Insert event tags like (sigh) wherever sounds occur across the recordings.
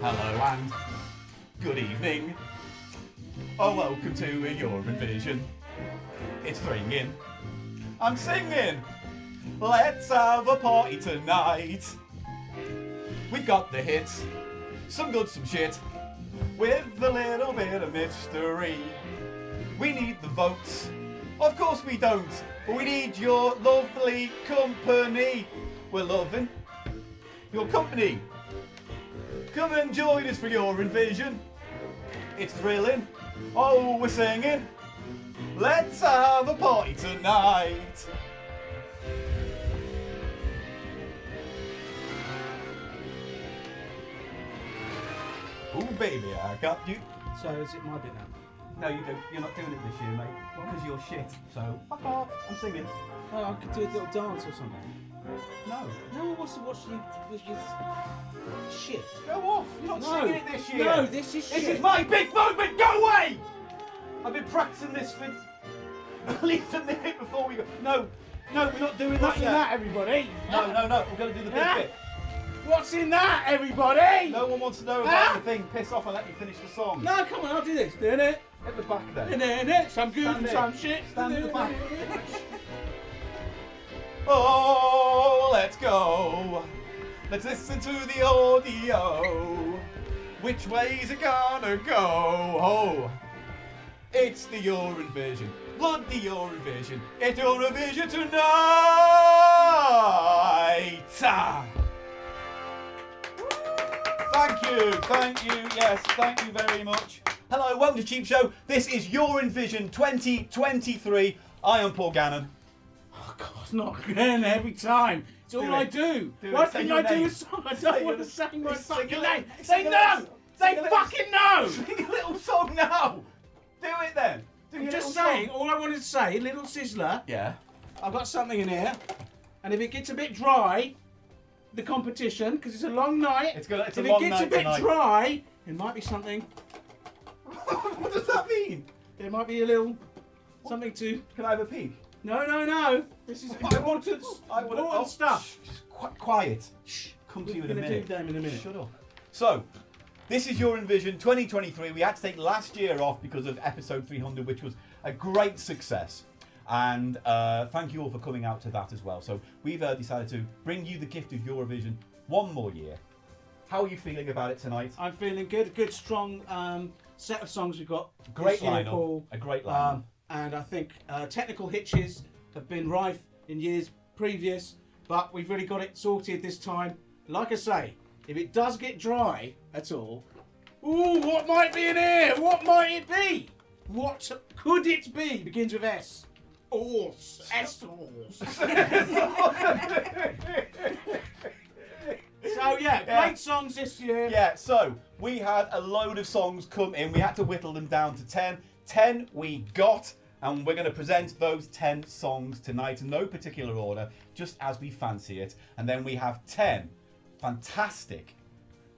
Hello and good evening. Oh, welcome to Eurovision. It's ringing. I'm singing. Let's have a party tonight. We've got the hits, some good, some shit, with a little bit of mystery. We need the votes. Of course we don't, but we need your lovely company. We're loving your company. Come and join us for your invasion. It's thrilling. Oh, we're singing. Let's have a party tonight. Ooh, baby, I got you. So is it my bit now? No, you don't. You're not doing it this year, mate. Because you're shit. So fuck off. I'm singing. Oh, I could do a little dance or something. No. No one wants to watch you with this shit. Go off. You're not No. singing it this year. No, this is This shit. is my big moment. Go away. I've been practicing this for (laughs) at least a minute before we go. No, no, we're not doing that What's in yet. that, everybody? No, no, no. We're gonna do the big Yeah. bit. What's in that, everybody? No one wants to know about Ah. the thing. Piss off and let me finish the song. No, come on, I'll do this. Doing it. At the back there. Doing it. Some good Stand and there. some shit. Stand at the back. Dun-dun-dun-dun. Oh, let's go. Let's listen to the audio. Which way's it gonna go? Oh, it's the Eurovision. Bloody Eurovision. It's Eurovision tonight. Ah. Thank you, thank you, yes, thank you very much. Hello, welcome to Cheap Show. This is Your Envision 2023. I am Paul Gannon. Oh, God, it's not again every time. It's all Do I it. do. Do Why it. Say can your I do name. a song? I Say don't your- want to sing my Sing fucking a- name. sing They a- know. sing They a- fucking know. (laughs) Sing a little song now. Do it then. Do I'm your just little song. saying, all I wanted to say, little sizzler, Yeah. I've got something in here, and if it gets a bit dry, the competition, because it's a long night. It's gonna- it's a if long it gets night a bit tonight. dry, it might be something. (laughs) what does that mean? There might be a little something to. Can I have a peek? No, no, no. This is (laughs) I want important. I want important stuff. Shh, just qu- quiet. Shh. Come to We're you in a gonna minute. do them in a minute. Shut up. So, this is your Envision 2023. We had to take last year off because of episode 300, which was a great success. And uh, thank you all for coming out to that as well. So, we've uh, decided to bring you the gift of Eurovision one more year. How are you feeling about it tonight? I'm feeling good. Good, strong um, set of songs we've got. Great This year, lineup. Paul. A great lineup. Um, and I think uh, technical hitches have been rife in years previous, but we've really got it sorted this time. Like I say, if it does get dry at all, ooh, what might be in here? What might it be? What could it be? Begins with S. Horse. S (laughs) horse. so yeah, Yeah. great songs this year. Yeah, so we had a load of songs come in. We had to whittle them down to 10. 10 we got, and we're going to present those 10 songs tonight in no particular order, just as we fancy it. And then we have 10 fantastic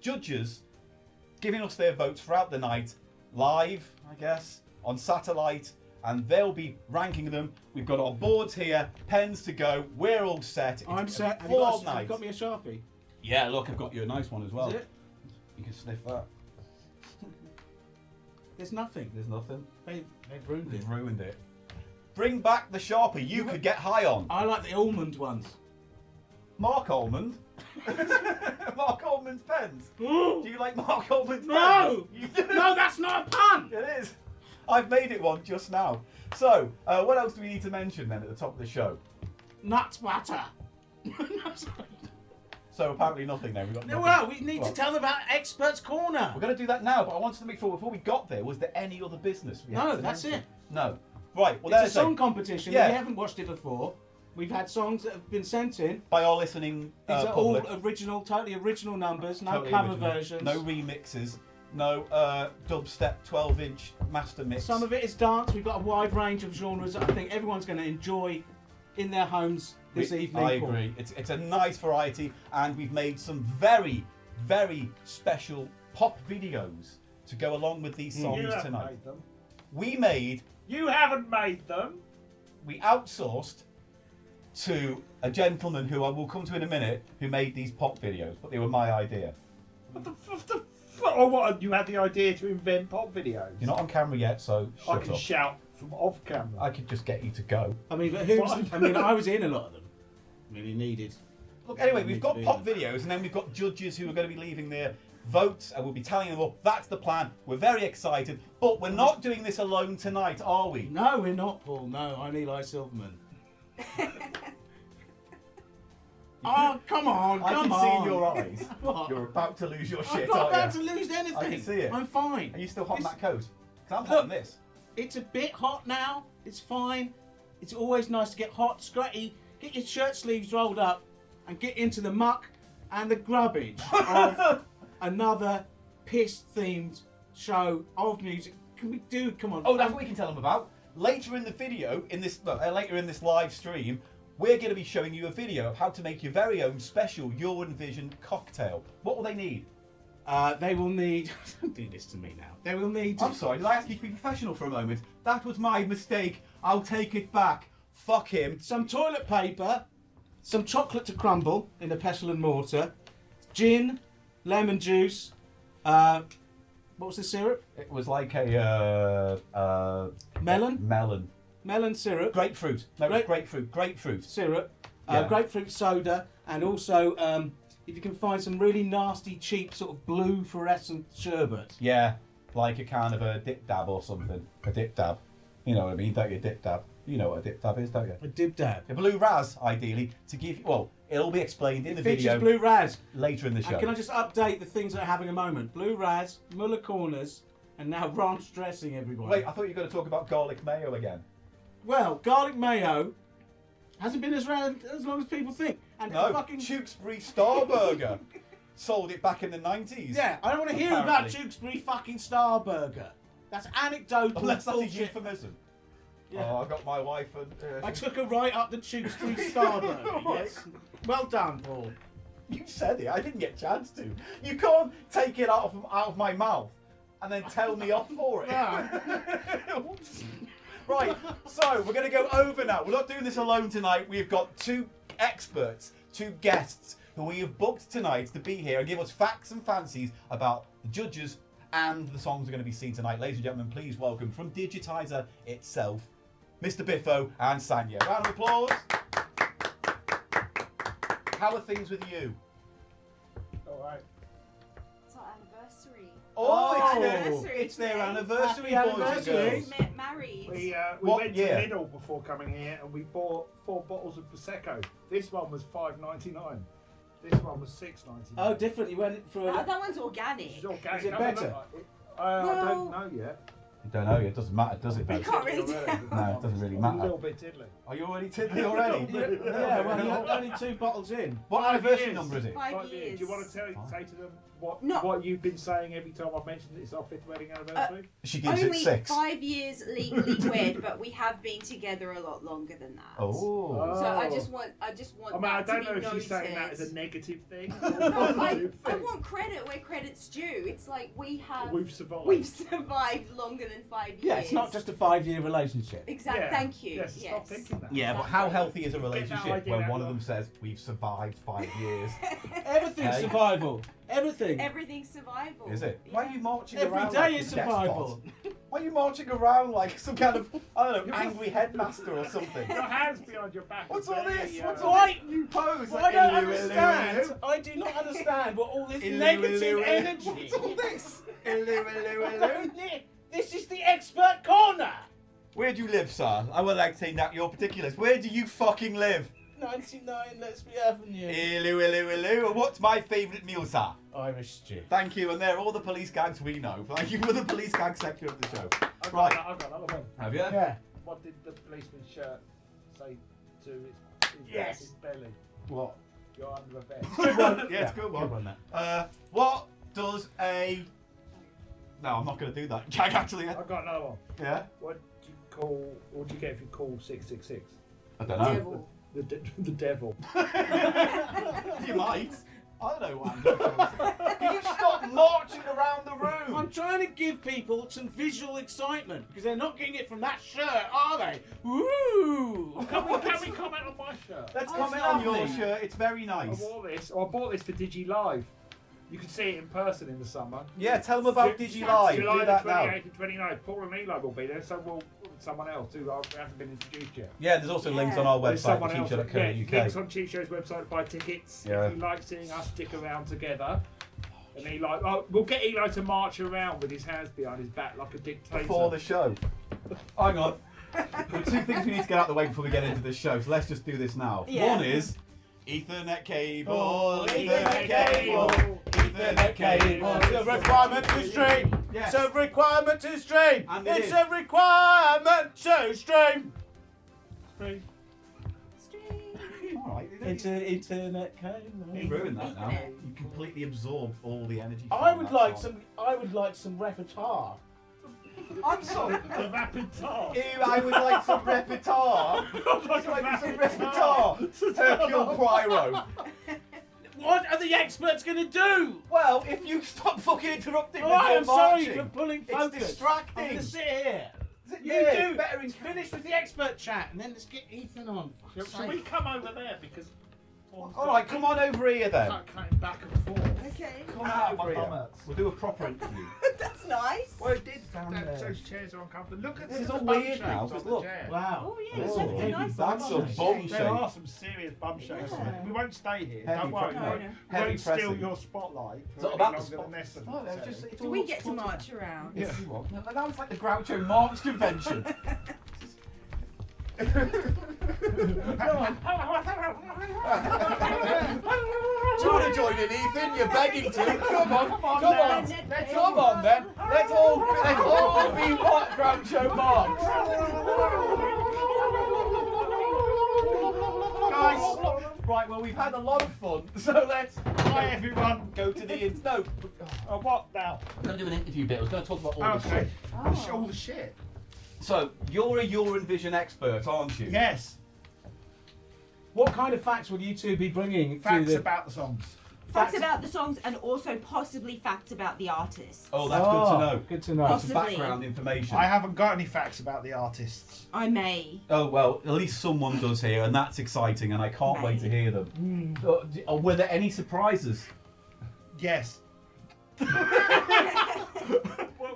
judges giving us their votes throughout the night, live, I guess, on satellite, and they'll be ranking them. We've got our boards here, pens to go. We're all set. It's I'm a set. Have you, full got, a- have night. you got me a sharpie? Yeah, look, I've got you a nice one as well. Is it? You can sniff that. There's nothing. There's nothing. They they've ruined it. They've ruined it. Bring back the Sharpie you could get high on. I like the almond ones. Mark Almond. (laughs) Mark Almond's (gasps) pens. Do you like Mark Almond's No! pens? You do. No, that's not a pun! (laughs) It is. I've made it one just now. So, uh, what else do we need to mention then at the top of the show? Nut butter. So apparently nothing then. We've got no, nothing. well, we need Well, to tell them about Experts Corner. We're going to do that now, but I wanted to make sure before we got there, was there any other business? we had No, to that's mention? it. No. Right. Well, It's there's a song competition. Yeah. If you haven't watched it before, we've had songs that have been sent in. by our listening These uh, are public. all original, totally original numbers, no Totally cover original. versions. No remixes. No uh, dubstep 12 inch master mix. Some of it is dance. We've got a wide range of genres that I think everyone's going to enjoy in their homes this We- evening. I Paul. agree. It's, it's a nice variety, and we've made some very, very special pop videos to go along with these songs You haven't tonight. made them. We made, You haven't made them. we outsourced to a gentleman who I will come to in a minute who made these pop videos, but they were my idea. What the, f- the Or what? You had the idea to invent pop videos. You're not on camera yet, so I shut can up. shout from off camera. I could just get you to go. I mean, but who's? Fine. I mean, I was in a lot of them. I mean, he needed. Look, anyway, we've Need to got do pop that. videos, and then we've got judges who are going to be leaving their votes, and we'll be tallying them up. That's the plan. We're very excited, but we're not doing this alone tonight, are we? No, we're not, Paul. No, I'm Eli Silverman. oh, come on, I come can on. see in your eyes. (laughs) What? You're about to lose your I'm shit, not about aren't to you? lose anything. I can see it. I'm fine. Are you still hot in It's- that coat? 'Cause I'm hot in Look. this. It's a bit hot now. It's fine. It's always nice to get hot, scratty. Get your shirt sleeves rolled up and get into the muck and the grubbage (laughs) of another piss-themed show of music. Can we do? Come on. Oh, that's what we can tell them about. Later in the video, in this well, uh, later in this live stream, we're going to be showing you a video of how to make your very own special your envisioned cocktail. What will they need? Uh, they will need. (laughs) Don't do this to me now. They will need. I'm sorry, did I ask you to be professional for a moment? That was my mistake. I'll take it back. Fuck him. some toilet paper, some chocolate to crumble in a pestle and mortar, gin, lemon juice. Uh, what was the syrup? It was like a uh, uh, Melon? melon, Melon syrup. grapefruit. No, it was Grape- grapefruit, grapefruit. syrup, Yeah. uh, grapefruit soda, and also um, if you can find some really nasty, cheap sort of blue fluorescent sherbet. Yeah, like a kind of a dip dab or something. A dip dab. You know what I mean? Don't you dip dab? You know what a dip dab is, don't you? A dib dab. The blue raz, ideally, to give. Well, it'll be explained in the video Features Blue Raz. later in the show. And can I just update the things that are having a moment? Blue Raz, Muller Corners, and now ranch dressing, everyone. Wait, I thought you were going to talk about garlic mayo again. Well, garlic mayo hasn't been as around as long as people think. And No, fucking Tewkesbury Star Burger (laughs) sold it back in the nineties. yeah, I don't want to hear about Apparently. Tewkesbury fucking Star Burger. That's anecdotal unless that's a bullshit. euphemism. Yeah. Oh, I got my wife and. Uh, I (laughs) took a right up the tubes through Starburger. yes. Well done, Paul. you said it. I didn't get a chance to. You can't take it out of out of my mouth and then tell me off for it. (laughs) right. So we're going to go over now. We're not doing this alone tonight. We've got two experts, two guests who we have booked tonight to be here and give us facts and fancies about the judges and the songs we're going to be seeing tonight. Ladies and gentlemen, please welcome from Digitizer itself, Mr. Biffo and Sanya. Round of applause. How are things with you? All right. It's our anniversary. Oh, Oh, it's, their, it's their anniversary, Happy boys and anniversary. girls. Just met married. We, uh, we What went year? to Lidl before coming here and we bought four bottles of prosecco. This one was five ninety nine. This one was six ninety nine. Oh, different. You went for Oh, a. that one's organic. It's okay. Is it No, no, no, better? I, I, I don't Well- know yet. Don't know. It doesn't matter, does it? We Babs? can't really It's tell. No, it doesn't really I'm matter. A little bit tiddly. Are you already tiddly already? Yeah, Yeah, well, you had only two bottles in. What Five anniversary years. number is it? Five Right, years. Do you want to tell, say to them what No. what you've been saying every time I've mentioned it's our fifth wedding anniversary? She gives Only it six. five years legally wed, but we have been together a lot longer than that. Oh. So I just want, I just want I mean, that Oh, I don't to know be if she's saying that noticed. as a negative (laughs) thing. no, I, I want credit where credit's due. It's like we have, We've survived. we've survived longer than five years. Yeah, it's not just a five-year relationship. Exactly. Yeah. Thank you. Yes, stop Yes. thinking that. Yeah, but how healthy is a relationship idea when out one of there. them says, We've survived five (laughs) years? Everything's Hey. survival. Everything. Everything's survival. Is it? Yeah. Why are you marching Every around? day like is a despot? survival. Why are you marching around like some kind of, I don't know, angry headmaster or something? Your hands behind your back. What's is all very, this? uh, What's all Why- this new pose? Well, I don't Illu, illu, understand. illu. I do not understand what all (laughs) this Illu, negative illu, illu. energy. What's (laughs) all this? (laughs) Illu, illu, I illu. don't li- This is the expert corner. Where do you live, sir? I would like to say not your particulars. Where do you fucking live? 99 Let's Be (laughs) Avenue. Illu, illu, illu. And what's my favourite meal, sir? Irish stew. Thank you, and they're all the police gags we know. Thank you for the police gag section of the show. I've got Right. another- I've got another one. Have you? Yeah. What did the policeman's shirt say to his, his, Yes. his belly? What? You're under a vest. Good one. Yeah, it's a good one. that. Uh, what does a. No, I'm not going to do that. (laughs) Gag, actually. I've got another one. Yeah? What do you call? What do you get if you call six six six? I don't Devil. The de- the devil. you might. I don't know what I'm doing. Can you stop marching around the I'm room? trying to give people some visual excitement because they're not getting it from that shirt, are they? Woo! Can (laughs) we, can we comment on my shirt? Let's Oh, comment it's on your lovely. shirt. It's very I nice. wore this. Or I bought this for Digi Live. You can see it in person in the summer. Yeah, tell them about Ju- DigiLive. July Do that the now. 28th and 29th. Paul and Eli will be there, so will someone else who I hasn't been introduced yet. Yeah, there's also links on our There's website, someone else- yeah, thecheapshot.co.uk. Links on Cheap Show's website. Buy tickets. Yeah. If you like seeing us stick around together. And Eli, oh, we'll get Eli to march around with his hands behind his back like a dictator. Before the show. Hang on. There are two things we need to get out of the way before we get into this show, so let's just do this now. Yeah. One is Ethernet cable, Oh, Ethernet cable, Ethernet cable. It's a requirement to stream. Yes. It's a requirement to stream. And it it's is. a requirement to stream. Alright. internet You cable. ruined that now. You completely absorbed all the energy. I from would that like song. some. I would like some repertoire. I'm (laughs) sorry. the rapid tar. Ew, I would like some repertoire. Like a I'd like some rapid repertoire. Hercule Poirot. (laughs) What are the experts going to do? Well, if you stop fucking interrupting All when right, you're I'm sorry marching. for pulling It's focus. distracting. I'm going to sit here. Is it- You yeah, do. Better in- Finish with the expert chat, and then let's get Ethan on. Shall shall we come over there because? All right, come on over here then. Cut- cutting back and forth. Okay. Come on Ah, over my here. bummer. We'll do a proper interview. (laughs) That's nice. well, it did sound That- there. Those chairs are uncomfortable. Look at This the is all bum weird shapes now, on just the look. chair. Wow. Oh yeah, it's Oh, left a even nice that's one. a bum There are shape. some serious bum shakes. Yeah. on it. We won't stay here. Heavy Don't worry. pressing. No, We no. Heavy won't steal pressing. your spotlight It's for not any about the longer spot. than necessary. No, it's just, it's Do all we get to sort of- march around? Yes, Yeah. you are. No, that sounds like the Groucho Marx convention. Do you want to join in, Ethan? You're begging to. Come on, come on, Come then. on, then. Let's- come on then. Let's all, let's all be what Oh, Groucho Marx. Guys, right. Well, we've had a lot of fun, so let's Hi everyone. go to the in- no. Uh, what now? I'm gonna do an interview bit. I was gonna talk about all this Okay. shit. The sh- Oh. All the shit. So you're a Eurovision expert, aren't you? Yes. What kind of facts will you two be bringing? Facts to the... about the songs. Facts- Facts about the songs and also possibly facts about the artists. Oh, that's Oh, good Good to to know. know. Some Possibly. background information. I haven't got any facts about the artists. I may. Oh well, at least someone does here, and that's exciting, and I can't wait to hear them. Uh, d- uh, were there any surprises? Yes. (laughs) what,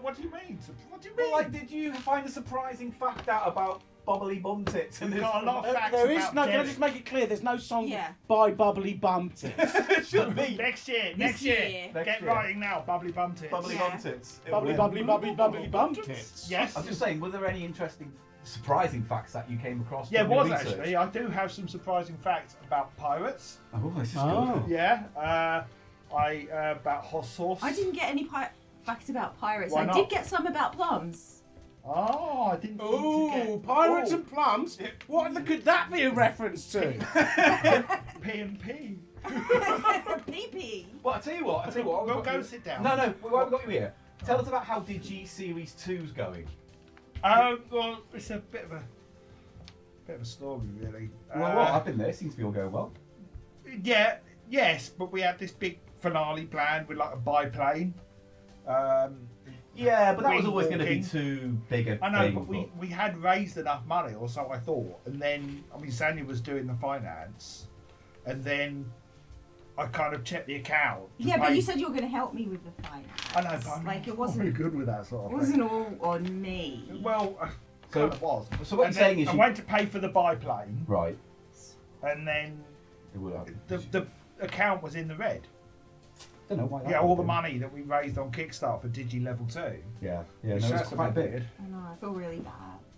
what do you mean? What do you mean? Well, like, did you find a surprising fact out about bobbly bum tits? in We've this- got a lot of facts there is about no. Can I Derek. just make it clear? There's no song Yeah. by Bubbly (laughs) Bumped. it should be Next year, This next year, year. Next get year. writing now, bubbly bum tits. bubbly Yeah. bum tits. It bubbly will. Bubbly Bubbly Bubbly Bumped. Tits. Yes. I'm just saying, were there any interesting, surprising facts that you came across? yeah, it during your was research? actually. I do have some surprising facts about pirates. Oh, this is Oh. good. Yeah. Uh, I uh, about hot sauce. I didn't get any pi- facts about pirates. Why I not? did get some about plums. Oh, I didn't. need Ooh, pirates and plums. What the, could that be a reference to? (laughs) to get P and P. Pee pee. (laughs) Well, I tell you what, I tell you what. We'll we've got go you- sit down. No, no, we haven't got you here. Tell us about how Digi Series 2's going. Um, well, it's a bit of a bit of a story, really. well, Uh, what happened there? Seems to be all going well. Yeah, yes, but we had this big finale planned with like a biplane. Um, Yeah, but that was Wing always going to be walking. too big a I know, thing. but we, we had raised enough money, or so I thought. And then, I mean, Sandy was doing the finance, and then I kind of checked the account. to Yeah, but pay- you said you were going to help me with the finance. I know, but I'm like it not very wasn't. good with that sort It of wasn't all on me. thing. Well, I So- kind of was. so what And you're saying then is I you- went to pay for the biplane, Right. and then It would happen. the, the account was in the red. don't know why. that Yeah, all the happened. money that we raised on Kickstarter for Digi Level 2. Yeah, yeah, Which no, it's that's quite a big. bit weird. I know. I feel really bad.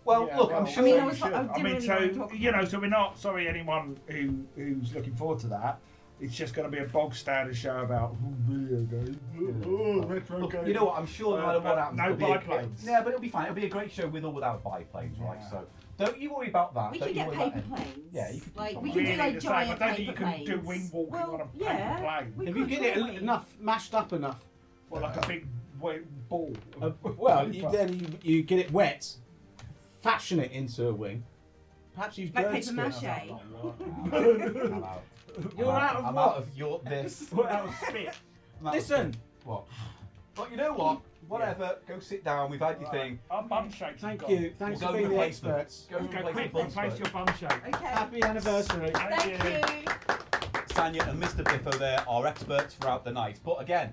Well, Yeah, look, well, I'm sure. I mean, you I was- should. I didn't really so wanna talk you know, about so we're not sorry anyone who who's looking forward to that. It's just going to be a bog standard show about "Oh, video games. Oh, retro Look, games." you know what? I'm sure no Uh, matter what but happens, no it'll be a- biplanes. Yeah, but it'll be fine. It'll be a great show with or without biplanes, right? Yeah. So don't you worry about that. We don't could you get worry about paper any- planes. Yeah, you could do like we something like Really could do like the same. I giant don't think paper you can planes. do wing walking well, on a paper yeah, plane. we if you could, get it couldn't we? enough, mashed up enough, Or like a big wa- ball. uh, well, you, then you, you get it wet, fashion it into a wing. Perhaps you've Like bird paper skin. (laughs) mache. that. I'm out. You're I'm out of I'm what? out of your this. Well, that was spit. I'm out of Listen. this. What? But you know what? Whatever. Go sit down. We've had your thing. Our bum shakes. have Thank gone. you. Thanks We'll for go being the replace them. experts. Go Go replace the quick, buns, replace though. your bum shake. Okay. Happy anniversary. Thank you. Sanya and Mr. Biffo there are experts throughout the night. But again,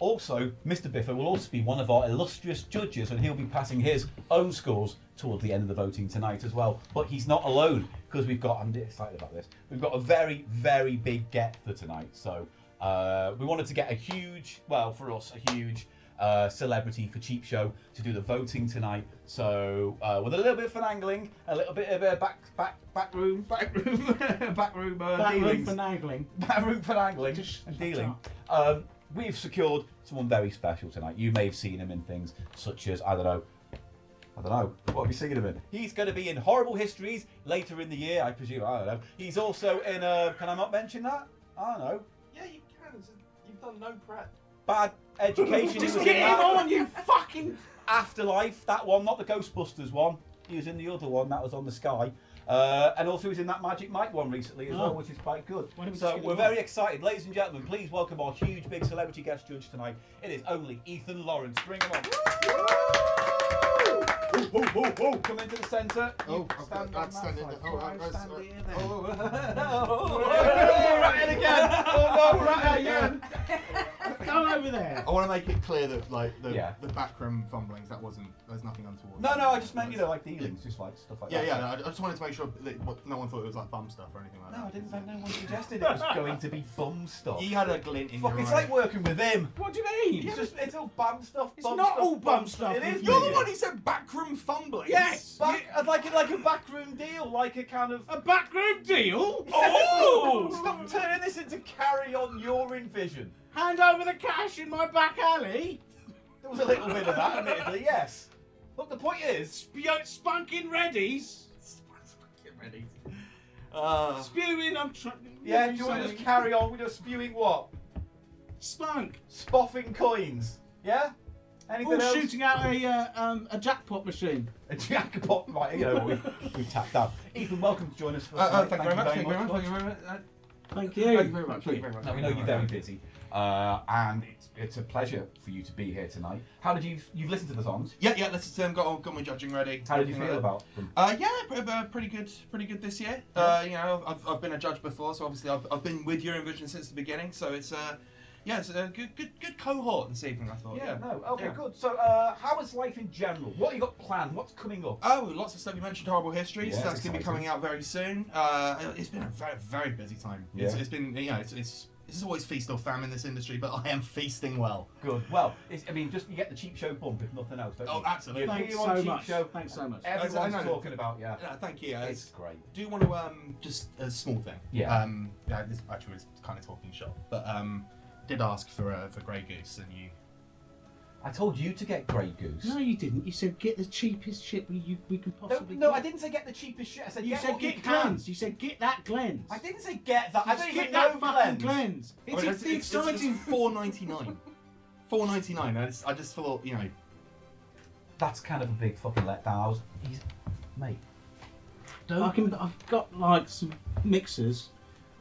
also, Mr. Biffo will also be one of our illustrious judges, and he'll be passing his own scores toward the end of the voting tonight as well. But he's not alone because we've got. I'm excited about this. We've got a very, very big get for tonight. So uh, we wanted to get a huge, well, for us, a huge uh, celebrity for Cheap Show to do the voting tonight. So uh, with a little bit of finagling, a little bit of uh, back, back, back room, back room, back room uh, Black room dealings for nagling. that room for angling Just and shut dealing. up. Um, we've secured someone very special tonight. You may have seen him in things such as I don't know. I don't know. What have you seen him in? He's going to be in Horrible Histories later in the year, I presume. I don't know. He's also in. Uh, can I not mention that? I don't know. Yeah, you can. It's a- you've done no prep. Bad (laughs) Education. Just he was get in him that. on, you fucking. Afterlife, that one, not the Ghostbusters one. He was in the other one that was on the sky. Uh, and also he was in that Magic Mike one recently as Oh. well, which is quite good. Why don't we just So get him we're on? very excited. Ladies and gentlemen, please welcome our huge big celebrity guest judge tonight. It is only Ethan Lawrence. Bring him on. Woo! Woo, woo, woo. Come into the centre. You Oh, I've got- I'd that stand in side. the- oh, I- Right, I- stand I- here (laughs) then. oh, oh, Oh, right in again. Oh, no, right in again. (laughs) Go over there. I want to make it clear that like the, Yeah. the backroom fumblings that wasn't there's nothing untoward. No, no, I just meant, you know, like dealings, just like stuff like Yeah, that. yeah. I, I just wanted to make sure that what, no one thought it was like bum stuff or anything like No, that. I didn't think no one suggested it was (laughs) going to be bum stuff. You had a glint in Fuck, your it's eye. like working with him. What do you mean? It's just it's all bum stuff. It's bum not stuff, all bum stuff It is. with You're Yeah. the one who said backroom fumblings. Yes. Back, I'd like it like a backroom deal, like a kind of. A backroom (laughs) deal? Oh! Stop turning this into carry on your envision. Hand over the cash in my back alley? There was a little bit of that, admittedly, yes. But the point is, Spu- spunking readies? Get ready. Uh, Spewing, I'm trying. yeah, do you want to just carry on? We're just spewing what? Spunk. Spoffing coins. Yeah? Anything Or else? Oh, shooting out a, uh, um, a jackpot machine. A jackpot, right? You (laughs) know, we've, we've tapped out. Ethan, welcome to join us for. uh, uh, tonight. thank you very much. Thank you very much. Thank you much. very much. uh, Thank Thank you very much. Thank you very much. No, we know you're very busy, uh, and it's, it's a pleasure for you to be here tonight. How did you you've listened to the songs? Yeah, yeah. Let's um, got all, got my judging ready. How did you Everything like feel that. about them? Uh, yeah, pr- uh, pretty good, pretty good this year. Uh, you know, I've, I've been a judge before, so obviously I've, I've been with Eurovision since the beginning. So it's uh, yeah, it's a good, good, good cohort this evening. I thought. Yeah, Yeah. no, okay, Yeah. good. So, uh, how is life in general? What you got planned? What's coming up? Oh, lots of stuff. You mentioned horrible histories. Yeah, so that's that's going to be exciting. coming out very soon. Uh, it's been a very, very busy time. It's, Yeah. it's been, you know, it's, it's it's always feast or famine in this industry, but I am feasting well. Good. Well, it's, I mean, just you get the cheap show bump if nothing else. Don't Oh, you? absolutely. You Thanks appear on so cheap much. Show, Thanks so much. Everyone's I know. talking about yeah. Yeah, uh, thank you. I It's great. do want to um just a small thing. Yeah. Um, yeah, this actually is kind of talking shop, but um, did ask for uh, for Grey Goose, and you I told you to get Grey Goose. No, you didn't. You said get the cheapest shit we, you, we can no, possibly no, get. I didn't say get the cheapest shit. I said You get said what you get can. Glens. You said get that Glens. I didn't say get that. I Just don't get even that know fucking Glens. Glens. It's, I mean, it's the exciting. It's four ninety nine. Four ninety nine. I just I just thought you know. That's kind of a big fucking letdown. I was, he's, mate. I can, I've got like some mixers.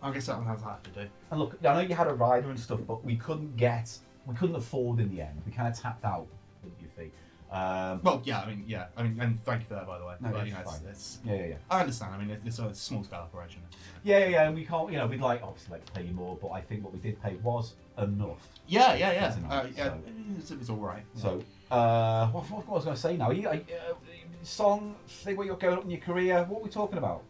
I guess that'll have to do. And look, I know you had a rider and stuff, but we couldn't get, we couldn't afford in the end. We kind of tapped out, wouldn't you think? Um, Well, yeah. I mean, yeah. I mean, and thank you for that, by the way. No, But, it's you know, it's, fine. it's, yeah, yeah, yeah. I understand. I mean, it's, it's a small scale operation. Yeah, yeah, yeah. And we can't, you know, we'd like, obviously, like to pay you more, but I think what we did pay was enough. Yeah, yeah, yeah. It's Uh, nice, yeah so- it's, it's all right. So, uh, what, what, what was I going to say now? Are you, are you, uh, song, thing where you're going up in your career, what are we talking about?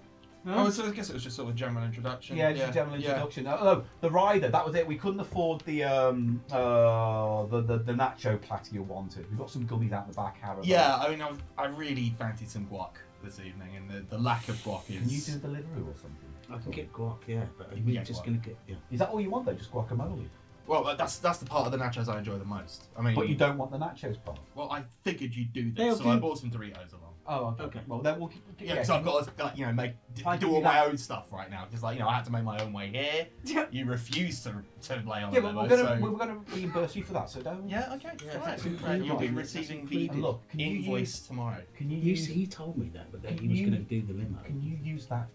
Oh, so I guess it was just sort of a general introduction. Yeah, just a general yeah. introduction. Oh, no, the rider, that was it. We couldn't afford the um uh the, the, the nacho platter you wanted. We've got some gummies out in the back, Harry. Yeah, I mean, I, was, I really fancied some guac this evening, and the, the lack of guac Can you is. do Deliveroo or something? I can get guac, yeah, but You can we're get just guac. going to get. Yeah. Is that all you want though? Just guacamole? Well, uh, that's that's the part of the nachos I enjoy the most. I mean, But you don't want the nachos part. Well, I figured you'd do this, They'll so I do- bought some Doritos along. Oh, Okay. Well, then we'll keep. Yeah, because I've got to, like, you know, make d- If I give do you all my that- own stuff right now. Because, like, you know, I had to make my own way (laughs) here. you refuse to, to lay on Yeah, the but limo, we're gonna so... we're gonna reimburse you for that, so don't. Yeah, okay. Yeah, all right. that's included. You'll be That's receiving the included. And look, can you invoice use- tomorrow. Can you You, use he told me that, but then he Can was you- going to do the limo. Can you use that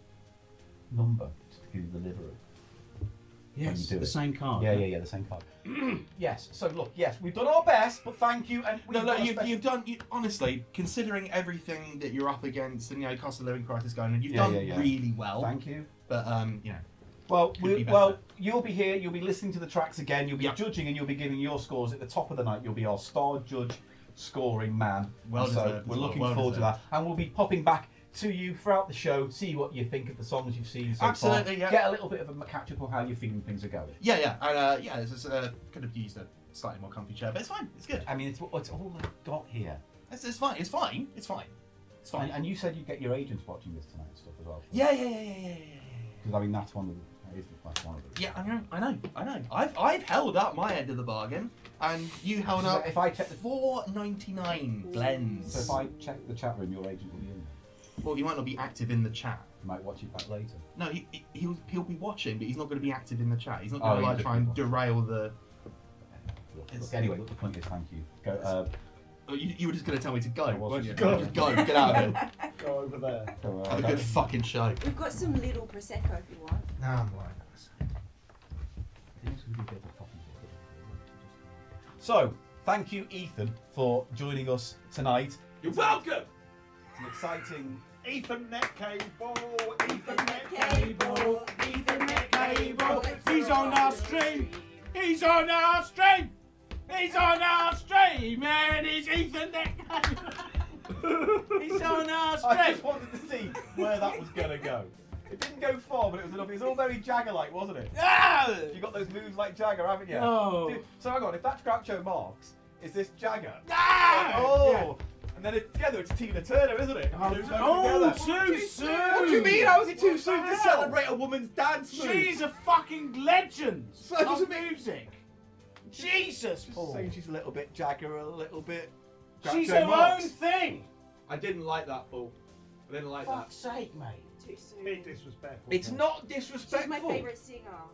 number to do Deliveroo? Yes, do the it? same card. Yeah, yeah, yeah. The same card. (clears throat) yes. So look, yes, we've done our best, but thank you. And we've No, no, got a you've, spe- you've done, you, honestly, considering everything that you're up against and, you know, cost of living crisis going on, you've Yeah, done yeah, yeah. really well. Thank you. But, um, you know, Well, Could we, be better. well, you'll be here. You'll be listening to the tracks again. You'll be Yep. judging, and you'll be giving your scores at the top of the night. You'll be our star judge, scoring man. Well so deserved we're as well, looking well forward deserved. to that, and we'll be popping back to you throughout the show, see what you think of the songs you've seen so Absolutely, yeah. far. Get a little bit of a catch up on how you're feeling things are going. Yeah, yeah, and uh, yeah, this is, uh, could have used a slightly more comfy chair, but it's fine. It's good. I mean, it's, it's all I've got here. It's, it's fine. It's fine. It's fine. It's fine. And, and you said you get your agents watching this tonight and stuff as well. yeah, yeah, yeah, yeah, yeah, yeah, yeah. Because I mean, that's one of the. That is that's one of the. Yeah, I know, I know, I know. I've I've held up my end of the bargain, and you held So up if I check the- four ninety nine So blends. if I check the chat room, your agent will be in there. Well, he might not be active in the chat. You might watch it back later. No, he, he he'll, he'll be watching, but he's not going to be active in the chat. He's not Oh, going to he's like just try and derail the. Look, It's- look, anyway, look, the point is, thank you. Go. Uh, Oh, you, you were just going to tell me to go. I was, weren't you? yeah. Go, just go, get out of here. Go over there. (laughs) go uh, Have a go- good fucking show. We've got some little prosecco if you want. No, I'm like, So, thank you, Ethan, for joining us tonight. You're welcome. It's an (laughs) exciting. Ethan Netcable, Ethan Cable, Netcable, Ethan oh. cable. Netcable. He's on our stream. He's on our stream. He's on our stream, and he's Ethan Netcable. he's on our I stream. just wanted to see where that was going to go. It didn't go far, but it was enough. It was all very Jagger like, wasn't it? Ah! You got those moves like Jagger, haven't you? No. Dude, so, hang on, if that's Groucho Marx, is this Jagger? Ah! Oh! Yeah. And then it, together, it's Tina Turner, isn't it? Oh, Those oh, together. too soon! What do you mean? How is it too soon the to hell? celebrate a woman's dance move? She's a fucking legend So it of doesn't- music. Jesus, Just Paul. saying she's a little bit Jagger, a little bit. She's Groucho her Marx. own thing. I didn't like that, Paul. I didn't like Fuck's sake, mate. Too soon. Bit disrespectful. that. It's not She's disrespectful. my favourite singer.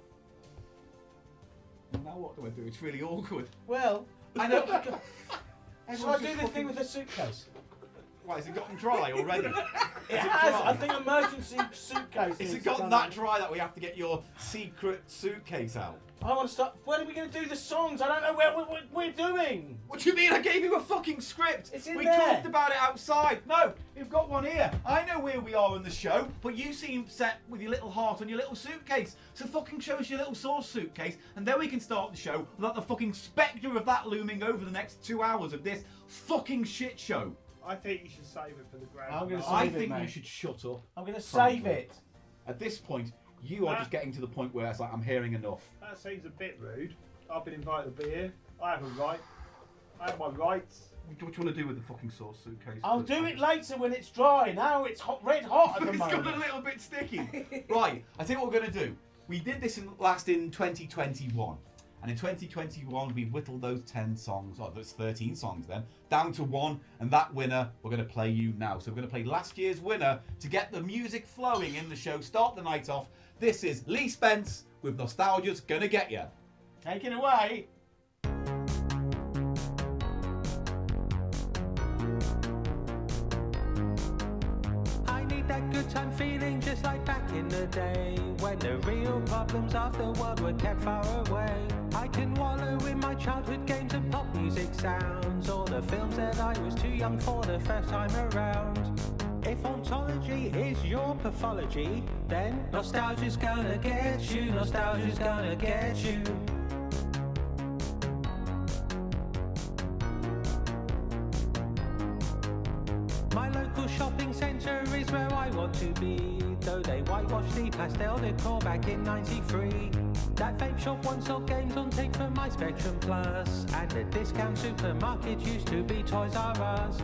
Now what do I do? It's really awkward. Well, I (laughs) know. shall I do the thing with the suitcase? Why has it gotten dry already? (laughs) It has. I think emergency (laughs) suitcase. Has is it gotten that dry that we have to get your secret suitcase out? I want to start. When are we going to do the songs? I don't know where we're, we're doing. What do you mean? I gave you a fucking script. It's in we there. talked about it outside. No, you've got one here. I know where we are on the show, but you seem set with your little heart on your little suitcase. So fucking show us your little sauce suitcase, and then we can start the show without the fucking spectre of that looming over the next two hours of this fucking shit show. I think you should save it for the grand. I'm gonna I Save it, think you mate. should shut up. I'm going to Frankly. save it. At this point, you are Ah. just getting to the point where it's like I'm hearing enough. That seems a bit rude. I've been invited to be here. I have a right. I have my rights. What do you want to do with the fucking sauce suitcase? I'll do it later when it's dry. Now it's hot, red hot at the (laughs) it's got a moment. little (laughs) bit sticky. right, I think what we're going to do. We did this in, last in 2021. And in 2021, we whittled those 10 songs, or those 13 songs then, down to one. And that winner, we're going to play you now. So we're going to play last year's winner to get the music flowing in the show, start the night off. This is Lee Spence with Nostalgia's Gonna Get Ya. Take it away. I need that good time feeling just like back in the day when the real problems of the world were kept far away. I can wallow in my childhood games and pop music sounds, all the films that I was too young for the first time around. If ontology is your pathology, then nostalgia's gonna get you, nostalgia's gonna get you. My local shopping centre is where I want to be. Though they whitewash the pastel decor back in 93. That vape shop once sold games on tape for my Spectrum Plus. And the discount supermarket used to be Toys R Us.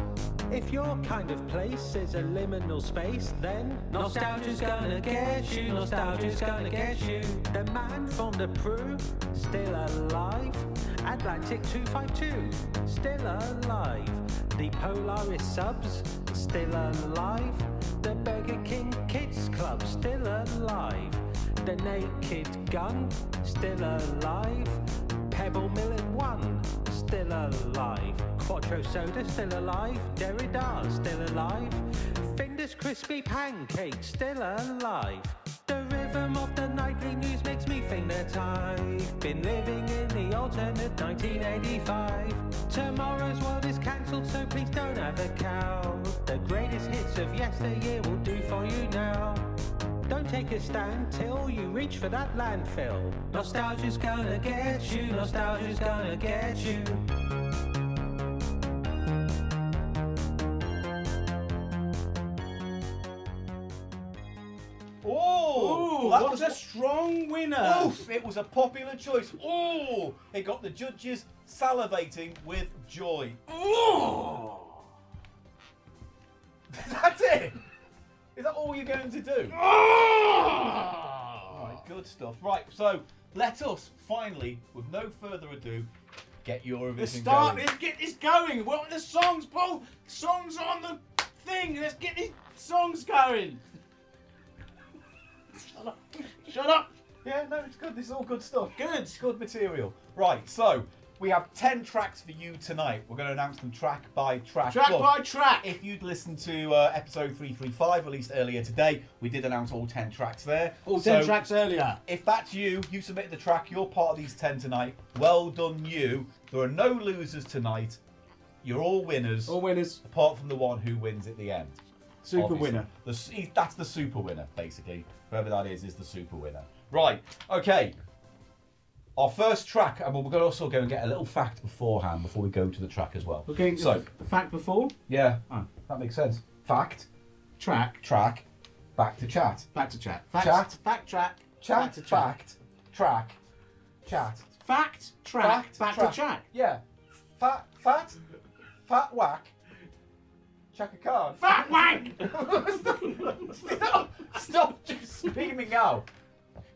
If your kind of place is a liminal space, then nostalgia's gonna get you, nostalgia's gonna get you. The man from the Prue, still alive. Atlantic 252, still alive. The Polaris subs, still alive. The Burger King Kids Club, still alive. The Naked Gun, still alive. Pebble Mill and One, still alive. Quattro Soda, still alive. Derrida, still alive. Finder's Crispy Pancake, still alive. The rhythm of the nightly news makes me think that I've been living in the alternate 1985. Tomorrow's world is cancelled, so please don't have a cow. The greatest hits of yesteryear will do for you now. Don't take a stand till you reach for that landfill. Nostalgia's gonna get you, nostalgia's gonna get you. Oh, Ooh, that what was a strong winner! Oof, it was a popular choice. Oh, it got the judges salivating with joy. (laughs) That's it. Is that all you're going to do? Right, good stuff. Right, so let us finally, with no further ado, get Eurovision Let's start. going. Let's get this going. What are the songs, Paul? Songs on the thing. Let's get these songs going. Shut up. Shut up. Yeah, no, it's good. This is all good stuff. Good. It's good material. Right, so we have 10 tracks for you tonight. We're going to announce them track by track. Track Well, by track. If you'd listened to uh, episode 335 released earlier today, we did announce all 10 tracks there. All ten So, tracks earlier. If that's you, you submitted the track, you're part of these 10 tonight. Well done, you. There are no losers tonight. You're all winners, All winners. apart from the one who wins at the end. Super obviously. winner. The s- he- that's the super winner, basically. Whoever that is, is the super winner. Right, okay. Our first track, and we're going to also go and get a little fact beforehand before we go to the track as well. Okay. So, the fact before yeah, Oh. that makes sense. Fact, track. track, back to chat. Back to track. Fact, Chat. Fact track. Chat, Back to track. fact, track, chat. Fact track. Fact, back track. to track. Yeah. Fat, fat, fat whack. Chaka Khan. Fat wank. (laughs) stop, stop just screaming out.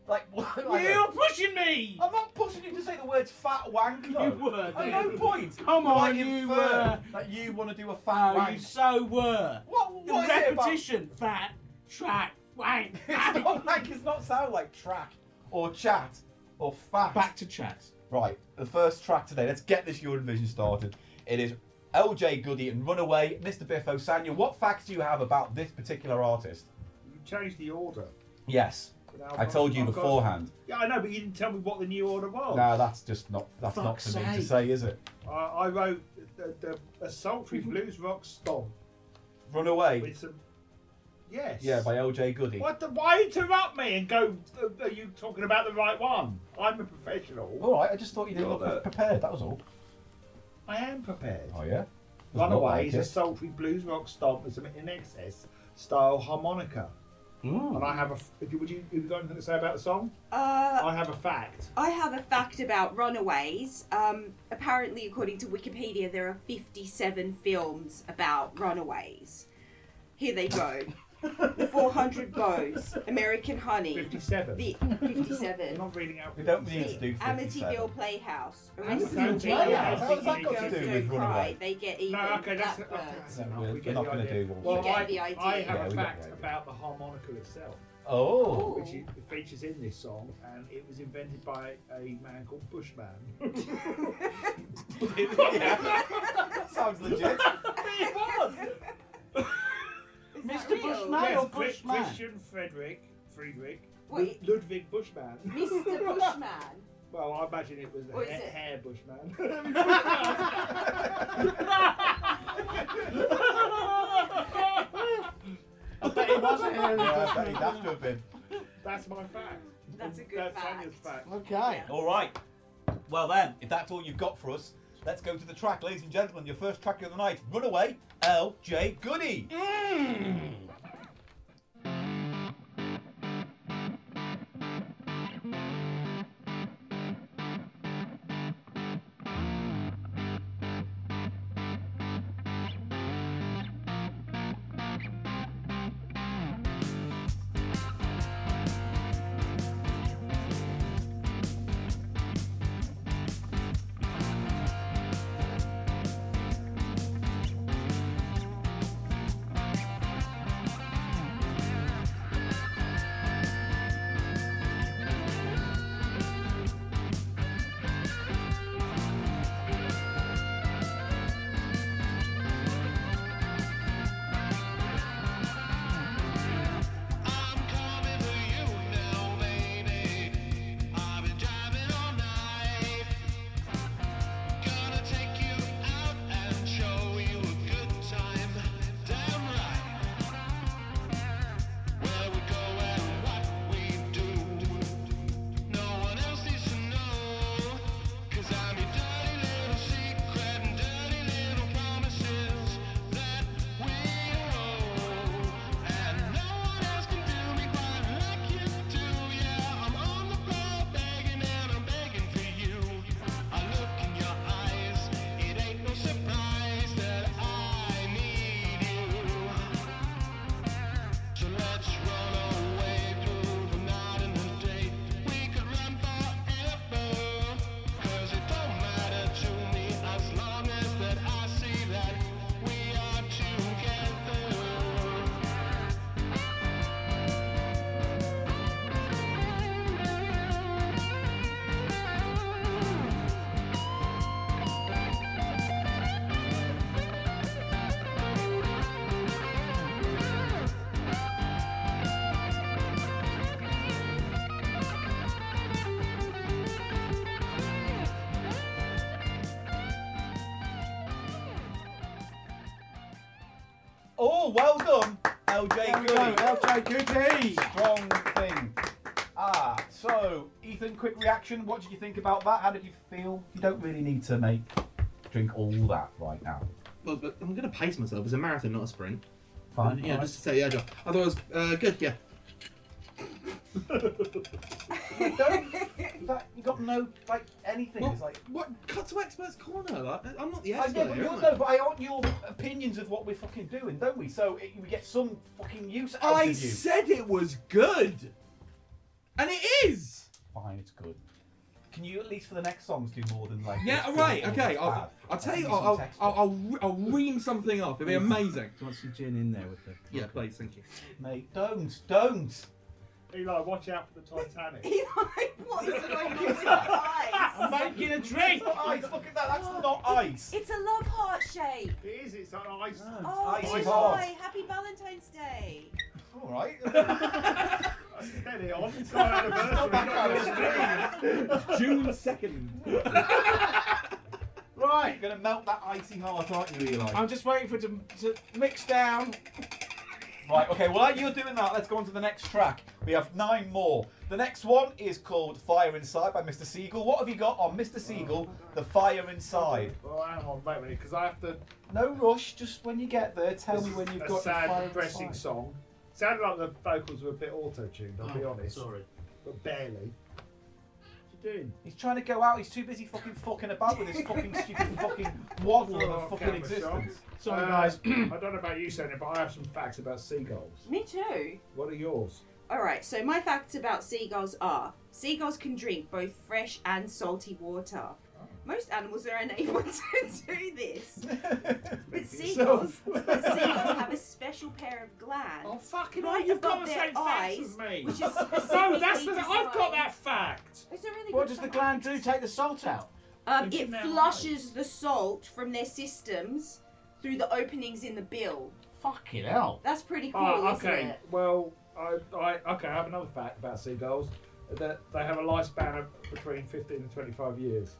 Like, what? Like You're pushing me. I'm not pushing you to say the words fat wank, though. You were, At then. no point. Come do I on, you uh, infer were. That you want to do a fat Oh, you wank. so were. What, The what is it about... repetition. Fat track. Wank. (laughs) It's not like, it's not sound like track or chat or fat. Back to chat. Right, the first track today. Let's get this Eurovision started. It is LJ Goody and Runaway, Mr. Biffo Sanya. What facts do you have about this particular artist? You changed the order. Yes, Now I I've told got- Oh. you I've got- beforehand. Yeah, I know, but you didn't tell me what the new order was. No, that's just not that's not Fuck's for me to sake. say, is it? I, I wrote the, the, a sultry Mm-hmm. blues rock stomp Runaway. with some. Yes. Yeah, by LJ Goody. What the, why interrupt me and go? "Uh, Are you talking about the right one? I'm a professional. All right, I just thought you didn't Got look that. prepared. That was all. I am prepared. Oh yeah. Doesn't look Runaway like is it. a sultry blues rock stomp with some in excess style harmonica. Mm. And I have a. f- Would you? Have you got anything to say about the song? Uh, I have a fact. I have a fact about Runaways. Um, apparently, according to Wikipedia, there are 57 films about Runaways. Here they go The (laughs) 400 Bows, American Honey, Fifty-seven. the I'm 57, (laughs) not reading out. We don't need to the do 57. Amityville Playhouse, Amityville Arrested Playhouse? Development, How's that got to Girls do Don't with Cry, Runaway? They Get Even, No, okay, that's okay. Blackbirds. that's enough, We're we get not the gonna idea. do all Well, You get I, the idea. I have Yeah, we a get fact the idea. about the harmonica itself, Oh. Ooh. which is, features in this song, and it was invented by a man called (laughs) Bushman. (laughs) it (laughs) Sounds legit. was. Is Mr. that real? Bushman? oh, Man or Chris- Bushman? Christian Frederick, Friedrich, Wait. Lud- Ludwig Bushman. Mr. Bushman. (laughs) Well, I imagine it was Or is ha- it- hair (laughs) (laughs) Bushman. I bet it wasn't (laughs) Henry Yeah, I bet Bushman. he'd have to have been. That's my fact. That's a good That's fact. Tanya's fact. Okay. All right. Well then, if that's all you've got for us, let's go to the track, ladies and gentlemen. Your first track of the night, Runaway, L.J. Goody. Mm. Runaway, Oh, well done, LJ There we go, Goody. LJ Goody. Strong thing. Ah, so Ethan, quick reaction. What did you think about that? How did you feel? You don't really need to make drink all that right now. Well, but (laughs) I'm going to pace myself. It's a marathon, not a sprint. Fine. Yeah, just to say, yeah, Joe. I thought it was uh, good, yeah. you don't. That, you got no like anything. Well, it's like What? Cut to expert's corner. Like, I'm not the I expert know, but here, you am I? know, but I want your opinions of what we're fucking doing, don't we? So it, we get some fucking use out I of you. said it was good, and it is. Fine, it's good. Can you at least for the next songs do more than like? Yeah, this all right, or okay. this I'll, bad? I'll tell you, Give me some I'll, texture. I'll, I'll, re- I'll ream something off. (laughs) It'll be amazing. Do you want some gin in there with them? Yeah, please, thank you. Mate, don't, don't. Eli, watch out for the Titanic. (laughs) Eli, what is it (laughs) on your eyes? I'm making a drink. Ice, look at that. That's not ice. Oh, It's a love heart shape. it is, it's on ice. Oh, Ice Eli, is hard. happy Valentine's Day. All right. (laughs) (laughs) Steady on, it's our (laughs) anniversary. (laughs) back not on your the stream. June second. (laughs) right, you're gonna melt that icy heart, aren't you, Eli? I'm just waiting for it to, to mix down. Right, okay, well, while you're doing that, let's go on to the next track. We have nine more. The next one is called Fire Inside by Mr. Siegel. What have you got on Mr. Siegel, The Fire Inside? Well, hang on, wait a minute, because I have to. No rush, just when you get there, tell this me is when you've a got The Fire sad, depressing Inside. song. Sounded like the vocals were a bit auto tuned, I'll Oh, be honest. Sorry. But barely. What you doing? He's trying to go out, he's too busy fucking fucking about with his (laughs) fucking stupid fucking waddle of Oh, a fucking camera existence. Sorry, Uh, guys. (clears throat) I don't know about you, Sonia, but I have some facts about seagulls. Me too. What are yours? All right, so my facts about seagulls are seagulls can drink both fresh and salty water. Most animals are unable (laughs) to do this. But seagulls, but seagulls have a special pair of Oh, glands, fucking Right above their eyes, me. (laughs) which is No, that's the. specifically I've got designed- that fact. It's a really What good does the fact. gland do? Take the salt out. Um, It's it in their flushes the salt from their systems through the openings in the bill. Fucking hell. Ah, That's pretty cool, Oh, isn't okay. it? Well, I, I, okay. I have another fact about seagulls that they have a lifespan of between 15 and 25 years.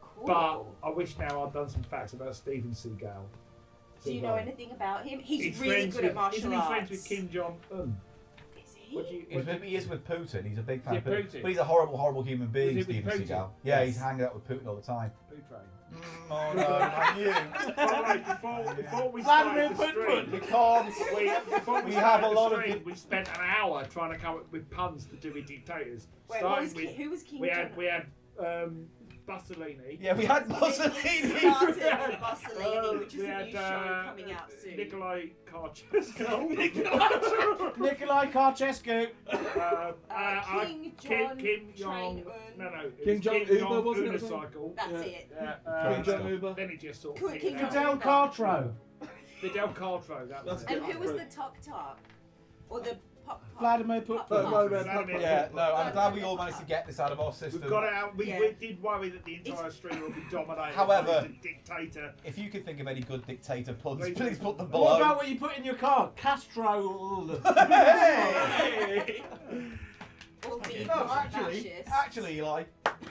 Cool. But I wish now I'd done some facts about Steven Seagal. do you know anything about him? He's, He's really friends good with, at martial isn't he arts. friends with Kim Jong Un? Is he? What do you? He's What with, he is with Putin. He's a big fan Yeah, of Putin. Putin. But he's a horrible, horrible human being, Is he Steven with Putin? Seagal. Yeah, he's Yes. hanging out with Putin all the time. Food train. Mm, oh no, not you. By the way, before, before we Vladimir started the stream, You can't. we, before we, We have started a the lot of- stream, We spent an hour trying to come up with puns to do with dictators. Wait, what Starting was Ki- with who was King we Jong- had we had um, Bussolini. Yeah, we had It Mussolini. (laughs) started with Mussolini, which is we a had, new show uh, coming out soon. Nikolai (laughs) Karchenko. Nikolai Karchescu. um, uh, uh, uh, King Kim, Kim John Train Jong. Un. No, no. it Kim was Jong Kim Uber, Jong wasn't it, or Unicycle. That's Yeah. it. Yeah, Kim uh, Jong Uber. Then he just sort of King figured it Jong- out. Fidel Cartro. Fidel Castro. That was That's it. And who was Right. the Tok Tok? Or the Pop Pop? Vladimir Putin. Pop Pop? Vladimir Vladimir Yeah, Putin. no, I'm glad we all managed to get this out of our system. We've got it out. We, Yeah. we did worry that the entire stream would be dominated However- by the dictator. If you could think of any good dictator puns, Wait. please put them What about below. what you put in your car? (laughs) Castro. Hey! Albeit No, was a actually, fascist. actually, Eli,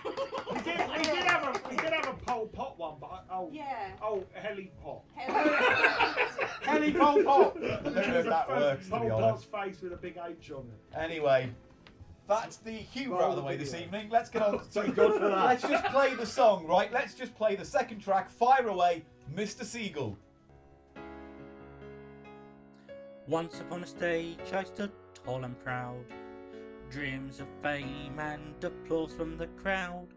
We did, we did have a we did have a Pol Pot one, but I- oh Yeah. oh Heli Pot. (laughs) Hell- Kelly Pol Pot. I don't know if that works, to Pol be Pot's honest. face with a big H on it. Anyway, that's the humour out of the way this Roll the evening. Let's get on. (laughs) Thank (laughs) God for that. Let's just play the song, right? Let's just play the second track, Fire Away, Mr. Siegel. Once upon a stage, I stood tall and proud. Dreams of fame and applause from the crowd.